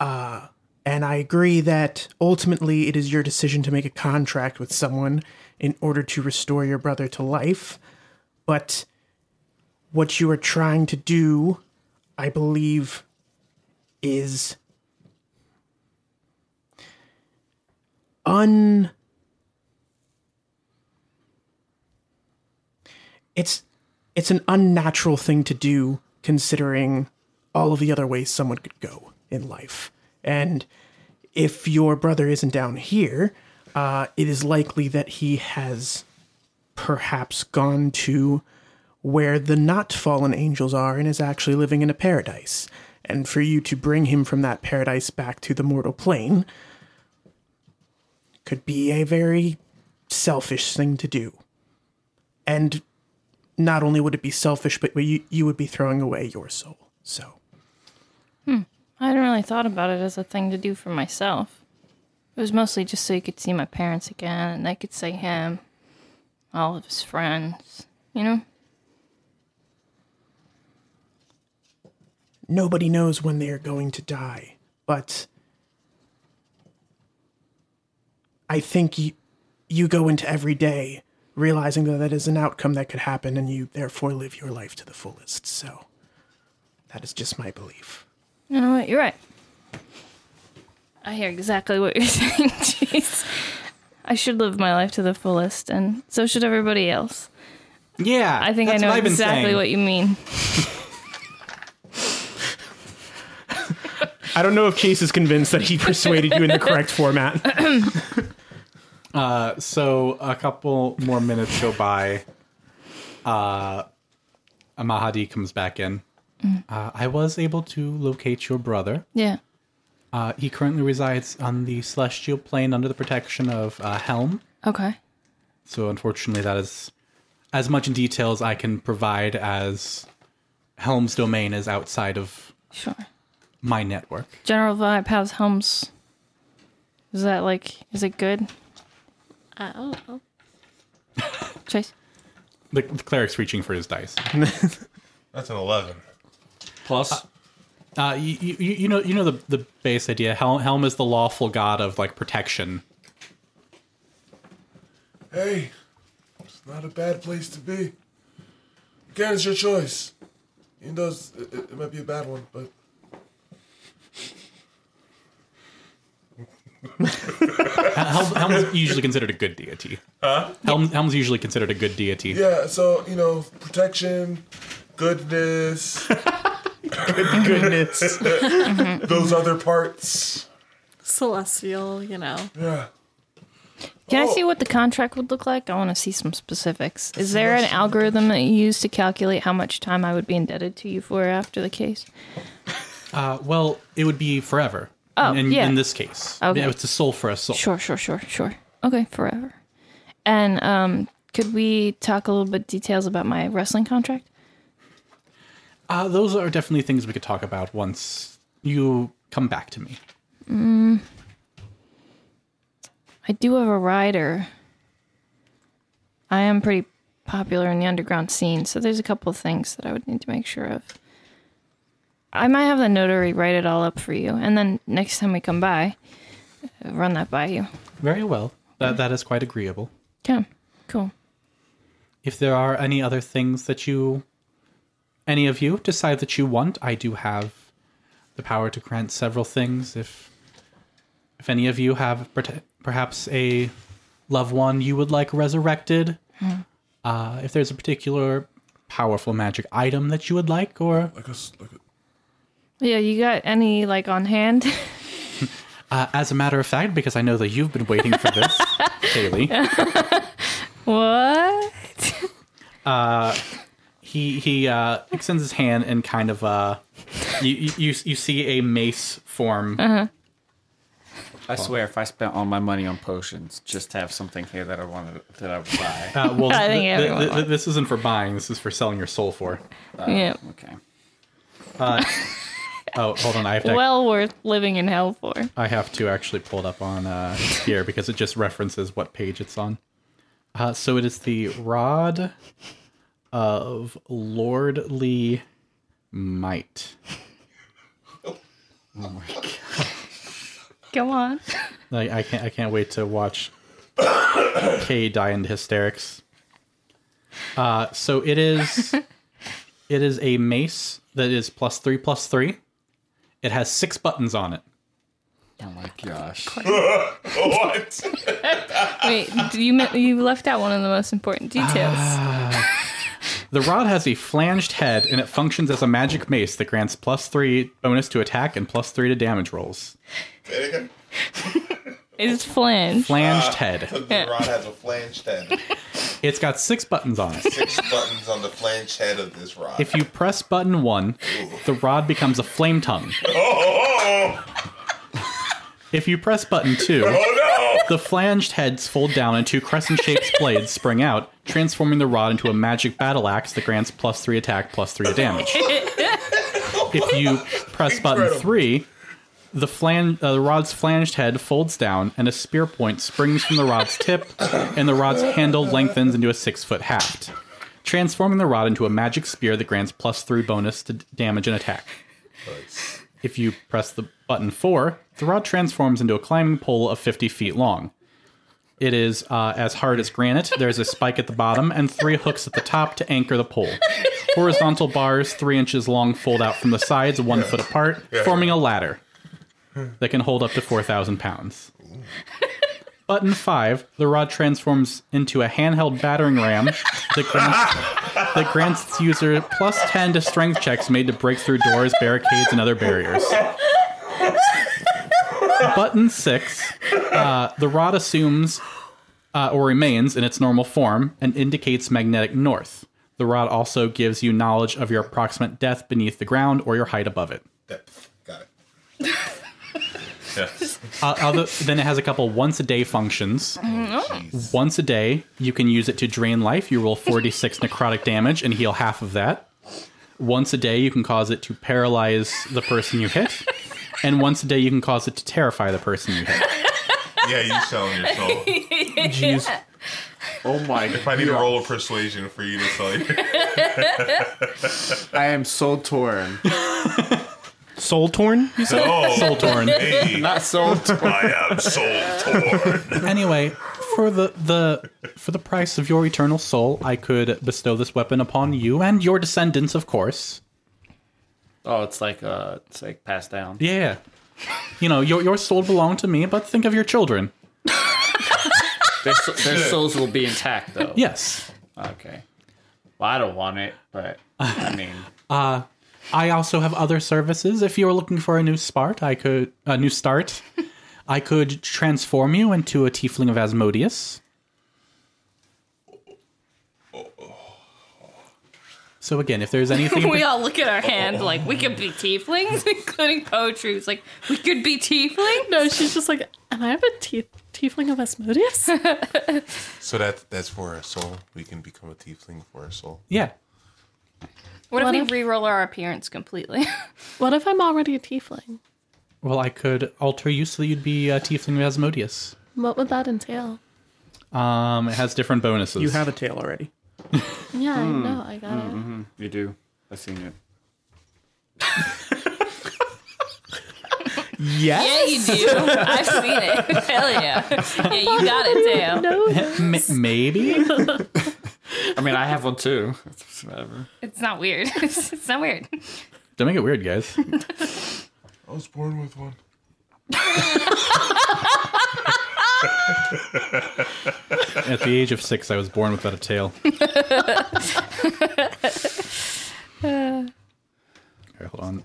G: uh, and I agree that ultimately it is your decision to make a contract with someone in order to restore your brother to life. But what you are trying to do, I believe, is un. It's it's an unnatural thing to do considering all of the other ways someone could go in life. And if your brother isn't down here, uh, it is likely that he has perhaps gone to where the not fallen angels are and is actually living in a paradise. And for you to bring him from that paradise back to the mortal plane could be a very selfish thing to do. And not only would it be selfish, but you, you would be throwing away your soul. So,
B: I hadn't really thought about it as a thing to do for myself. It was mostly just so you could see my parents again and they could see him, all of his friends, you know?
G: nobody knows when they are going to die, but I think you, you go into every day realizing that that is an outcome that could happen and you therefore live your life to the fullest. So, that is just my belief.
B: You know what? You're right. I hear exactly what you're saying. Jeez. I should live my life to the fullest, and so should everybody else.
A: Yeah,
B: I think
A: that's
B: I
A: what
B: know
A: I've been
B: exactly
A: saying.
B: what you mean.
M: I don't know if Chase is convinced that he persuaded you in the correct format.
A: So a couple more minutes go by. Uh, Mahadi comes back in. Uh, I was able to locate your brother.
B: Yeah.
A: Uh, he currently resides on the celestial plane under the protection of uh, Helm.
B: Okay.
A: So unfortunately, that is as much in detail as I can provide, as Helm's domain is outside of
B: Sure.
A: my network.
B: General vibe. How's Helms? Is that like? Is it good?
D: I don't know.
B: Chase.
A: The, the cleric's reaching for his dice.
C: That's an 11.
F: Plus,
A: Uh, you, you, you you know you know the, the base idea. Helm, Helm is the lawful god of like protection
H: Hey, it's not a bad place to be. Again, it's your choice. Even though it's, it, it might be a bad one, but
A: Helm, Helm's usually considered a good deity. Helm, Helm's usually considered a good deity.
H: yeah. So you know, protection, goodness,
M: Goodness.
H: those other parts.
D: Celestial, you know.
H: Yeah.
B: Can I
H: Oh.
B: see what the contract would look like? I want to see some specifics. Is there an algorithm that you use to calculate how much time I would be indebted to you for after the case?
A: Uh, well, it would be forever.
B: Oh,
A: in,
B: yeah.
A: in this case,
B: Okay.
A: Yeah, it's a soul for a soul.
B: Sure, sure, sure, sure. Okay, forever. And um, could we talk a little bit details about my wrestling contract?
A: Uh, those are definitely things we could talk about once you come back to me.
B: I do have a rider. I am pretty popular in the underground scene, so there's a couple of things that I would need to make sure of. I might have the notary write it all up for you, and then next time we come by, uh, run that by you.
A: Very well. That that is quite agreeable.
B: Yeah, cool.
A: If there are any other things that you, any of you decide that you want, I do have the power to grant several things. If if any of you have per- perhaps a loved one you would like resurrected, uh, if there's a particular powerful magic item that you would like, or
H: Like us. Like a,
B: Yeah, you got any like on hand?
A: uh, as a matter of fact, because I know that you've been waiting for this, Haley.
B: what?
A: he he uh, extends his hand and kind of uh, you, you you you see a mace form.
F: I swear, if I spent all my money on potions just to have something here that I wanted that I would buy.
A: Uh, well,
B: I think
A: th- th-
B: everyone
A: th-
B: wants-
A: this isn't for buying. This is for selling your soul for.
B: yeah,
F: okay.
A: Oh, hold on. I have to.
B: well worth living in hell for.
A: I have to actually pull it up on uh, here because it just references what page it's on. Uh, so it is the rod of lordly might.
B: Go on.
A: Like I can't I can't wait to watch Kay die into hysterics. Uh, so it is it is a mace that is plus three plus three. It has six buttons on it.
F: Oh my gosh.
K: What?
B: Wait, do you mi- you left out one of the most important details.
A: The rod has a flanged head and it functions as a magic mace that grants plus three bonus to attack and plus three to damage rolls.
B: it's flange.
A: Flanged head.
K: The rod has a flanged head.
A: It's got six buttons on it.
K: Six buttons on the flanged head of this rod.
A: If you press button one, the rod becomes a flame tongue.
K: oh,
A: If you press button two,
K: oh
A: the flanged heads fold down and two crescent shaped blades spring out, transforming the rod into a magic battle axe that grants plus three attack, plus three to damage. if you press button three, the, flan- uh, the rod's flanged head folds down and a spear point springs from the rod's tip, and the rod's handle lengthens into a six foot haft, transforming the rod into a magic spear that grants plus three bonus to d- damage and attack. If you press the button four, the rod transforms into a climbing pole of 50 feet long. It is uh, as hard as granite. There's a spike at the bottom and three hooks at the top to anchor the pole. Horizontal bars, three inches long, fold out from the sides, one foot apart, forming a ladder that can hold up to 4,000 pounds. Button five, the rod transforms into a handheld battering ram that grants, that grants its user plus 10 to strength checks made to break through doors, barricades, and other barriers. Button six, uh, the rod assumes uh, or remains in its normal form and indicates magnetic north. The rod also gives you knowledge of your approximate depth beneath the ground or your height above it.
K: no! Got it. yes.
A: Uh, other, then it has a couple once a day functions. Once a day, you can use it to drain life. You roll 46 necrotic damage and heal half of that. Once a day, you can cause it to paralyze the person you hit. And once a day, you can cause it to terrify the person you hit.
K: Yeah, you selling your soul.
G: Jeez.
E: Oh my
K: If I need to roll a persuasion for you to sell your
E: I am so torn.
G: Soul torn?
K: soul,
A: Soul torn.
K: hey,
E: Not so torn.
K: I am soul torn.
A: anyway, for the, the for the price of your eternal soul, I could bestow this weapon upon you and your descendants, of course.
F: Oh, it's like uh it's like passed down.
A: Yeah. You know, your your soul belonged to me, but think of your children.
F: Their, so- their souls will be intact though.
A: Yes.
F: Okay. Well, I don't want it, but I mean,
A: I also have other services. If you're looking for a new start, I could a new start. I could transform you into a tiefling of Asmodeus. So again, if there's anything
B: we all look at
F: Oh.
B: our hand like we could be tieflings, including poetry. It's like we could be tiefling.
D: No, she's just like, am I a tief- tiefling of Asmodeus?
C: So that's that's for our soul. We can become a tiefling for our soul.
A: yeah,
B: What if
D: What
B: we
D: if-
B: re-roll our appearance completely?
D: what if I'm already a tiefling?
A: well, I could alter you so you'd be a tiefling of Asmodeus.
D: What would that entail?
A: Um, it has different bonuses.
L: You have a tail already.
D: Yeah,
A: Hmm.
D: I know, I got
A: Mm-hmm.
D: it.
F: you do. I've seen it.
B: yeah, you do. I've seen it. Hell yeah. Yeah, you got it, Dale.
D: No,
A: M- maybe.
F: I mean, I have one too. It's Whatever.
B: It's not weird. It's not weird.
A: Don't make it weird, guys.
C: I was born with one.
A: At the age of six, I was born without a tail. Okay, hold on.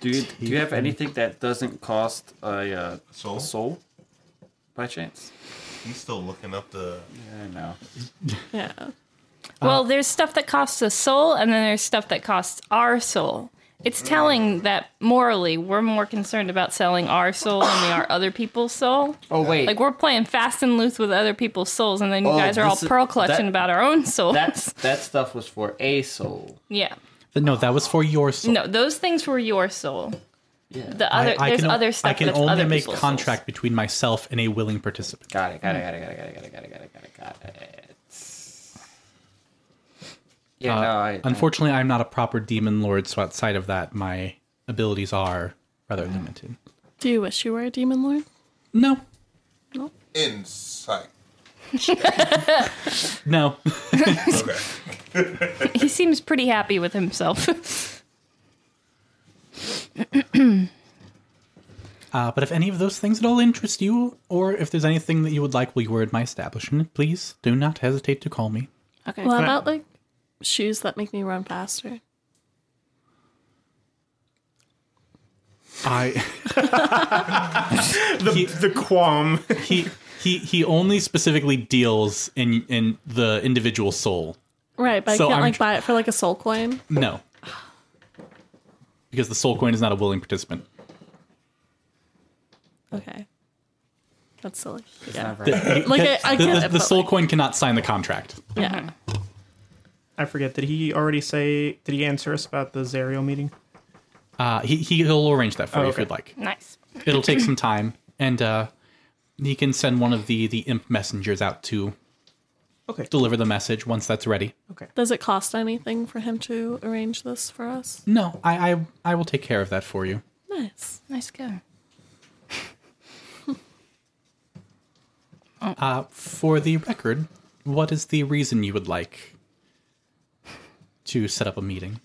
F: Do you do you have anything that doesn't cost a uh,
K: Soul?
F: soul by chance?
K: He's still looking up the.
F: I don't know.
D: yeah.
B: Well, there's stuff that costs a soul, and then there's stuff that costs our soul. It's telling that morally, we're more concerned about selling our soul than we are other people's soul.
F: Oh wait,
B: Like we're playing fast and loose with other people's souls, and then you
F: Oh,
B: guys are all
F: this is-
B: pearl clutching
F: that-
B: about our own souls.
F: that's that stuff was for a soul.
B: yeah.
A: No, that was for your soul.
B: No, those things were your soul.
F: Yeah.
B: The other, there's
A: o-
B: other stuff.
A: I can
B: that's
A: only
B: other
A: make
B: people's
A: contract between myself and a willing participant.
F: Got it. Got it. Got it. Got it. Got it. Got it. Got it. Got it. Got it. Got it. Yeah.
A: Uh,
F: no. I,
A: Unfortunately, I'm not a proper demon lord, so outside of that, my abilities are rather limited.
D: Do you wish you were a demon lord?
A: No,
K: Insight.
A: no.
K: Okay.
B: He seems pretty happy with himself.
A: Uh, but if any of those things at all interest you, or if there's anything that you would like while you were at my establishment, please do not hesitate to call me.
B: okay.
D: What about like shoes that make me run faster?
A: I
G: The, the qualm.
A: he he he only specifically deals in in the individual soul.
D: Right, but
A: So
D: I can't
A: I'm
D: like
A: tr-
D: buy it for like a soul coin.
A: No. Because the soul coin is not a willing participant.
D: Okay. That's silly. Yeah.
F: Never.
A: The,
D: Like, I- I
A: the,
D: get
A: the-
D: it,
A: the
D: but,
A: soul
D: like-
A: coin cannot sign the contract.
D: Yeah.
G: I forget. Did he already say? Did he answer us about the Zario meeting?
A: Uh, he he- he'll arrange that for you if
G: okay.
A: you'd like.
B: Nice.
A: It'll take some time, and uh, he can send one of the the imp messengers out to
G: Okay.
A: deliver the message once that's ready.
D: Does it cost anything for him to arrange this for us?
A: No, I I, I will take care of that for you.
D: Nice.
B: Nice guy.
A: Uh, for the record, what is the reason you would like to set up a meeting?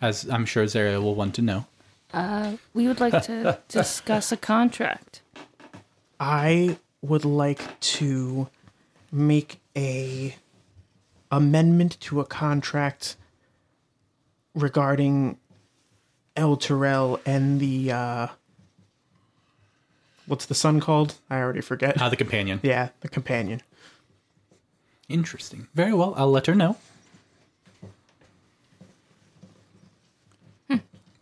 A: As I'm sure Zaria will want to know.
B: We would like to discuss a contract.
L: I would like to make a amendment to a contract regarding El Terrell and the uh what's the son called? I already forget.
A: Uh, the companion.
L: yeah, the companion.
A: Interesting. Very well. I'll let her know. Hmm.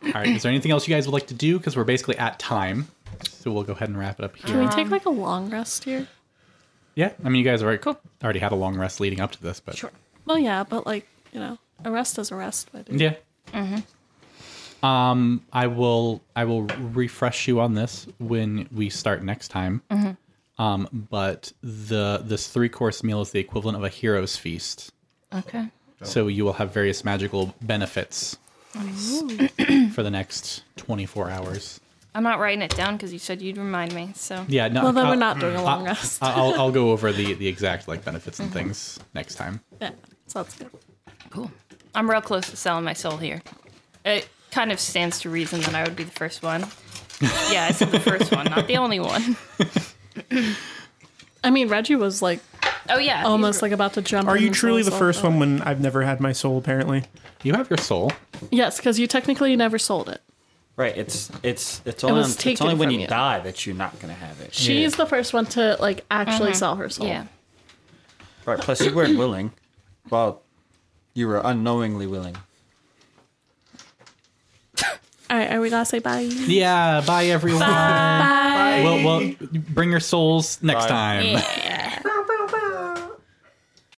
A: All right. Is there anything else you guys would like to do? Because we're basically at time, so we'll go ahead and wrap it up here.
D: Can we take like a long rest here?
A: Yeah. I mean, you guys already already had a long rest leading up to this, but sure.
D: Well, yeah, but like, you know, a rest is a rest, my dude.
A: Yeah. Um, I will I will refresh you on this when we start next time.
D: Mm-hmm.
A: Um, but the this three course meal is the equivalent of a hero's feast,
B: Okay.
A: so you will have various magical benefits for the next twenty four hours.
B: I'm not writing it down because you said you'd remind me. So
A: Yeah, no,
D: Well, then
A: I'll-
D: we're not doing a long rest.
A: I- I'll I'll go over the the exact like benefits
D: Mm-hmm.
A: and things next time.
D: Yeah, sounds good.
B: cool. I'm real close to selling my soul here. It kind of stands to reason that I would be the first one. yeah, I said the first one, not the only one.
D: I mean, Reggie was like
B: Oh yeah,
D: almost like about to jump.
G: Are
D: in
G: you
D: and
G: truly
D: sell
G: the first
D: something.
G: one when I've never had my soul? Apparently,
A: You have your soul.
D: Yes, because you technically never sold it.
F: Right. It's it's it's only
D: was
F: on- um, it's
D: taken
F: only when
D: from
F: you,
D: you.
F: die that you're not gonna have it.
D: She's the first one to like
F: Mm-hmm.
D: actually sell her soul.
B: yeah.
F: Right. Plus, you weren't willing. Well, you were unknowingly willing.
D: All right, are we gonna say bye?
A: Yeah. Bye everyone.
D: Bye.
A: Well, well, bring your souls next
F: Bye.
A: time.
B: Yeah.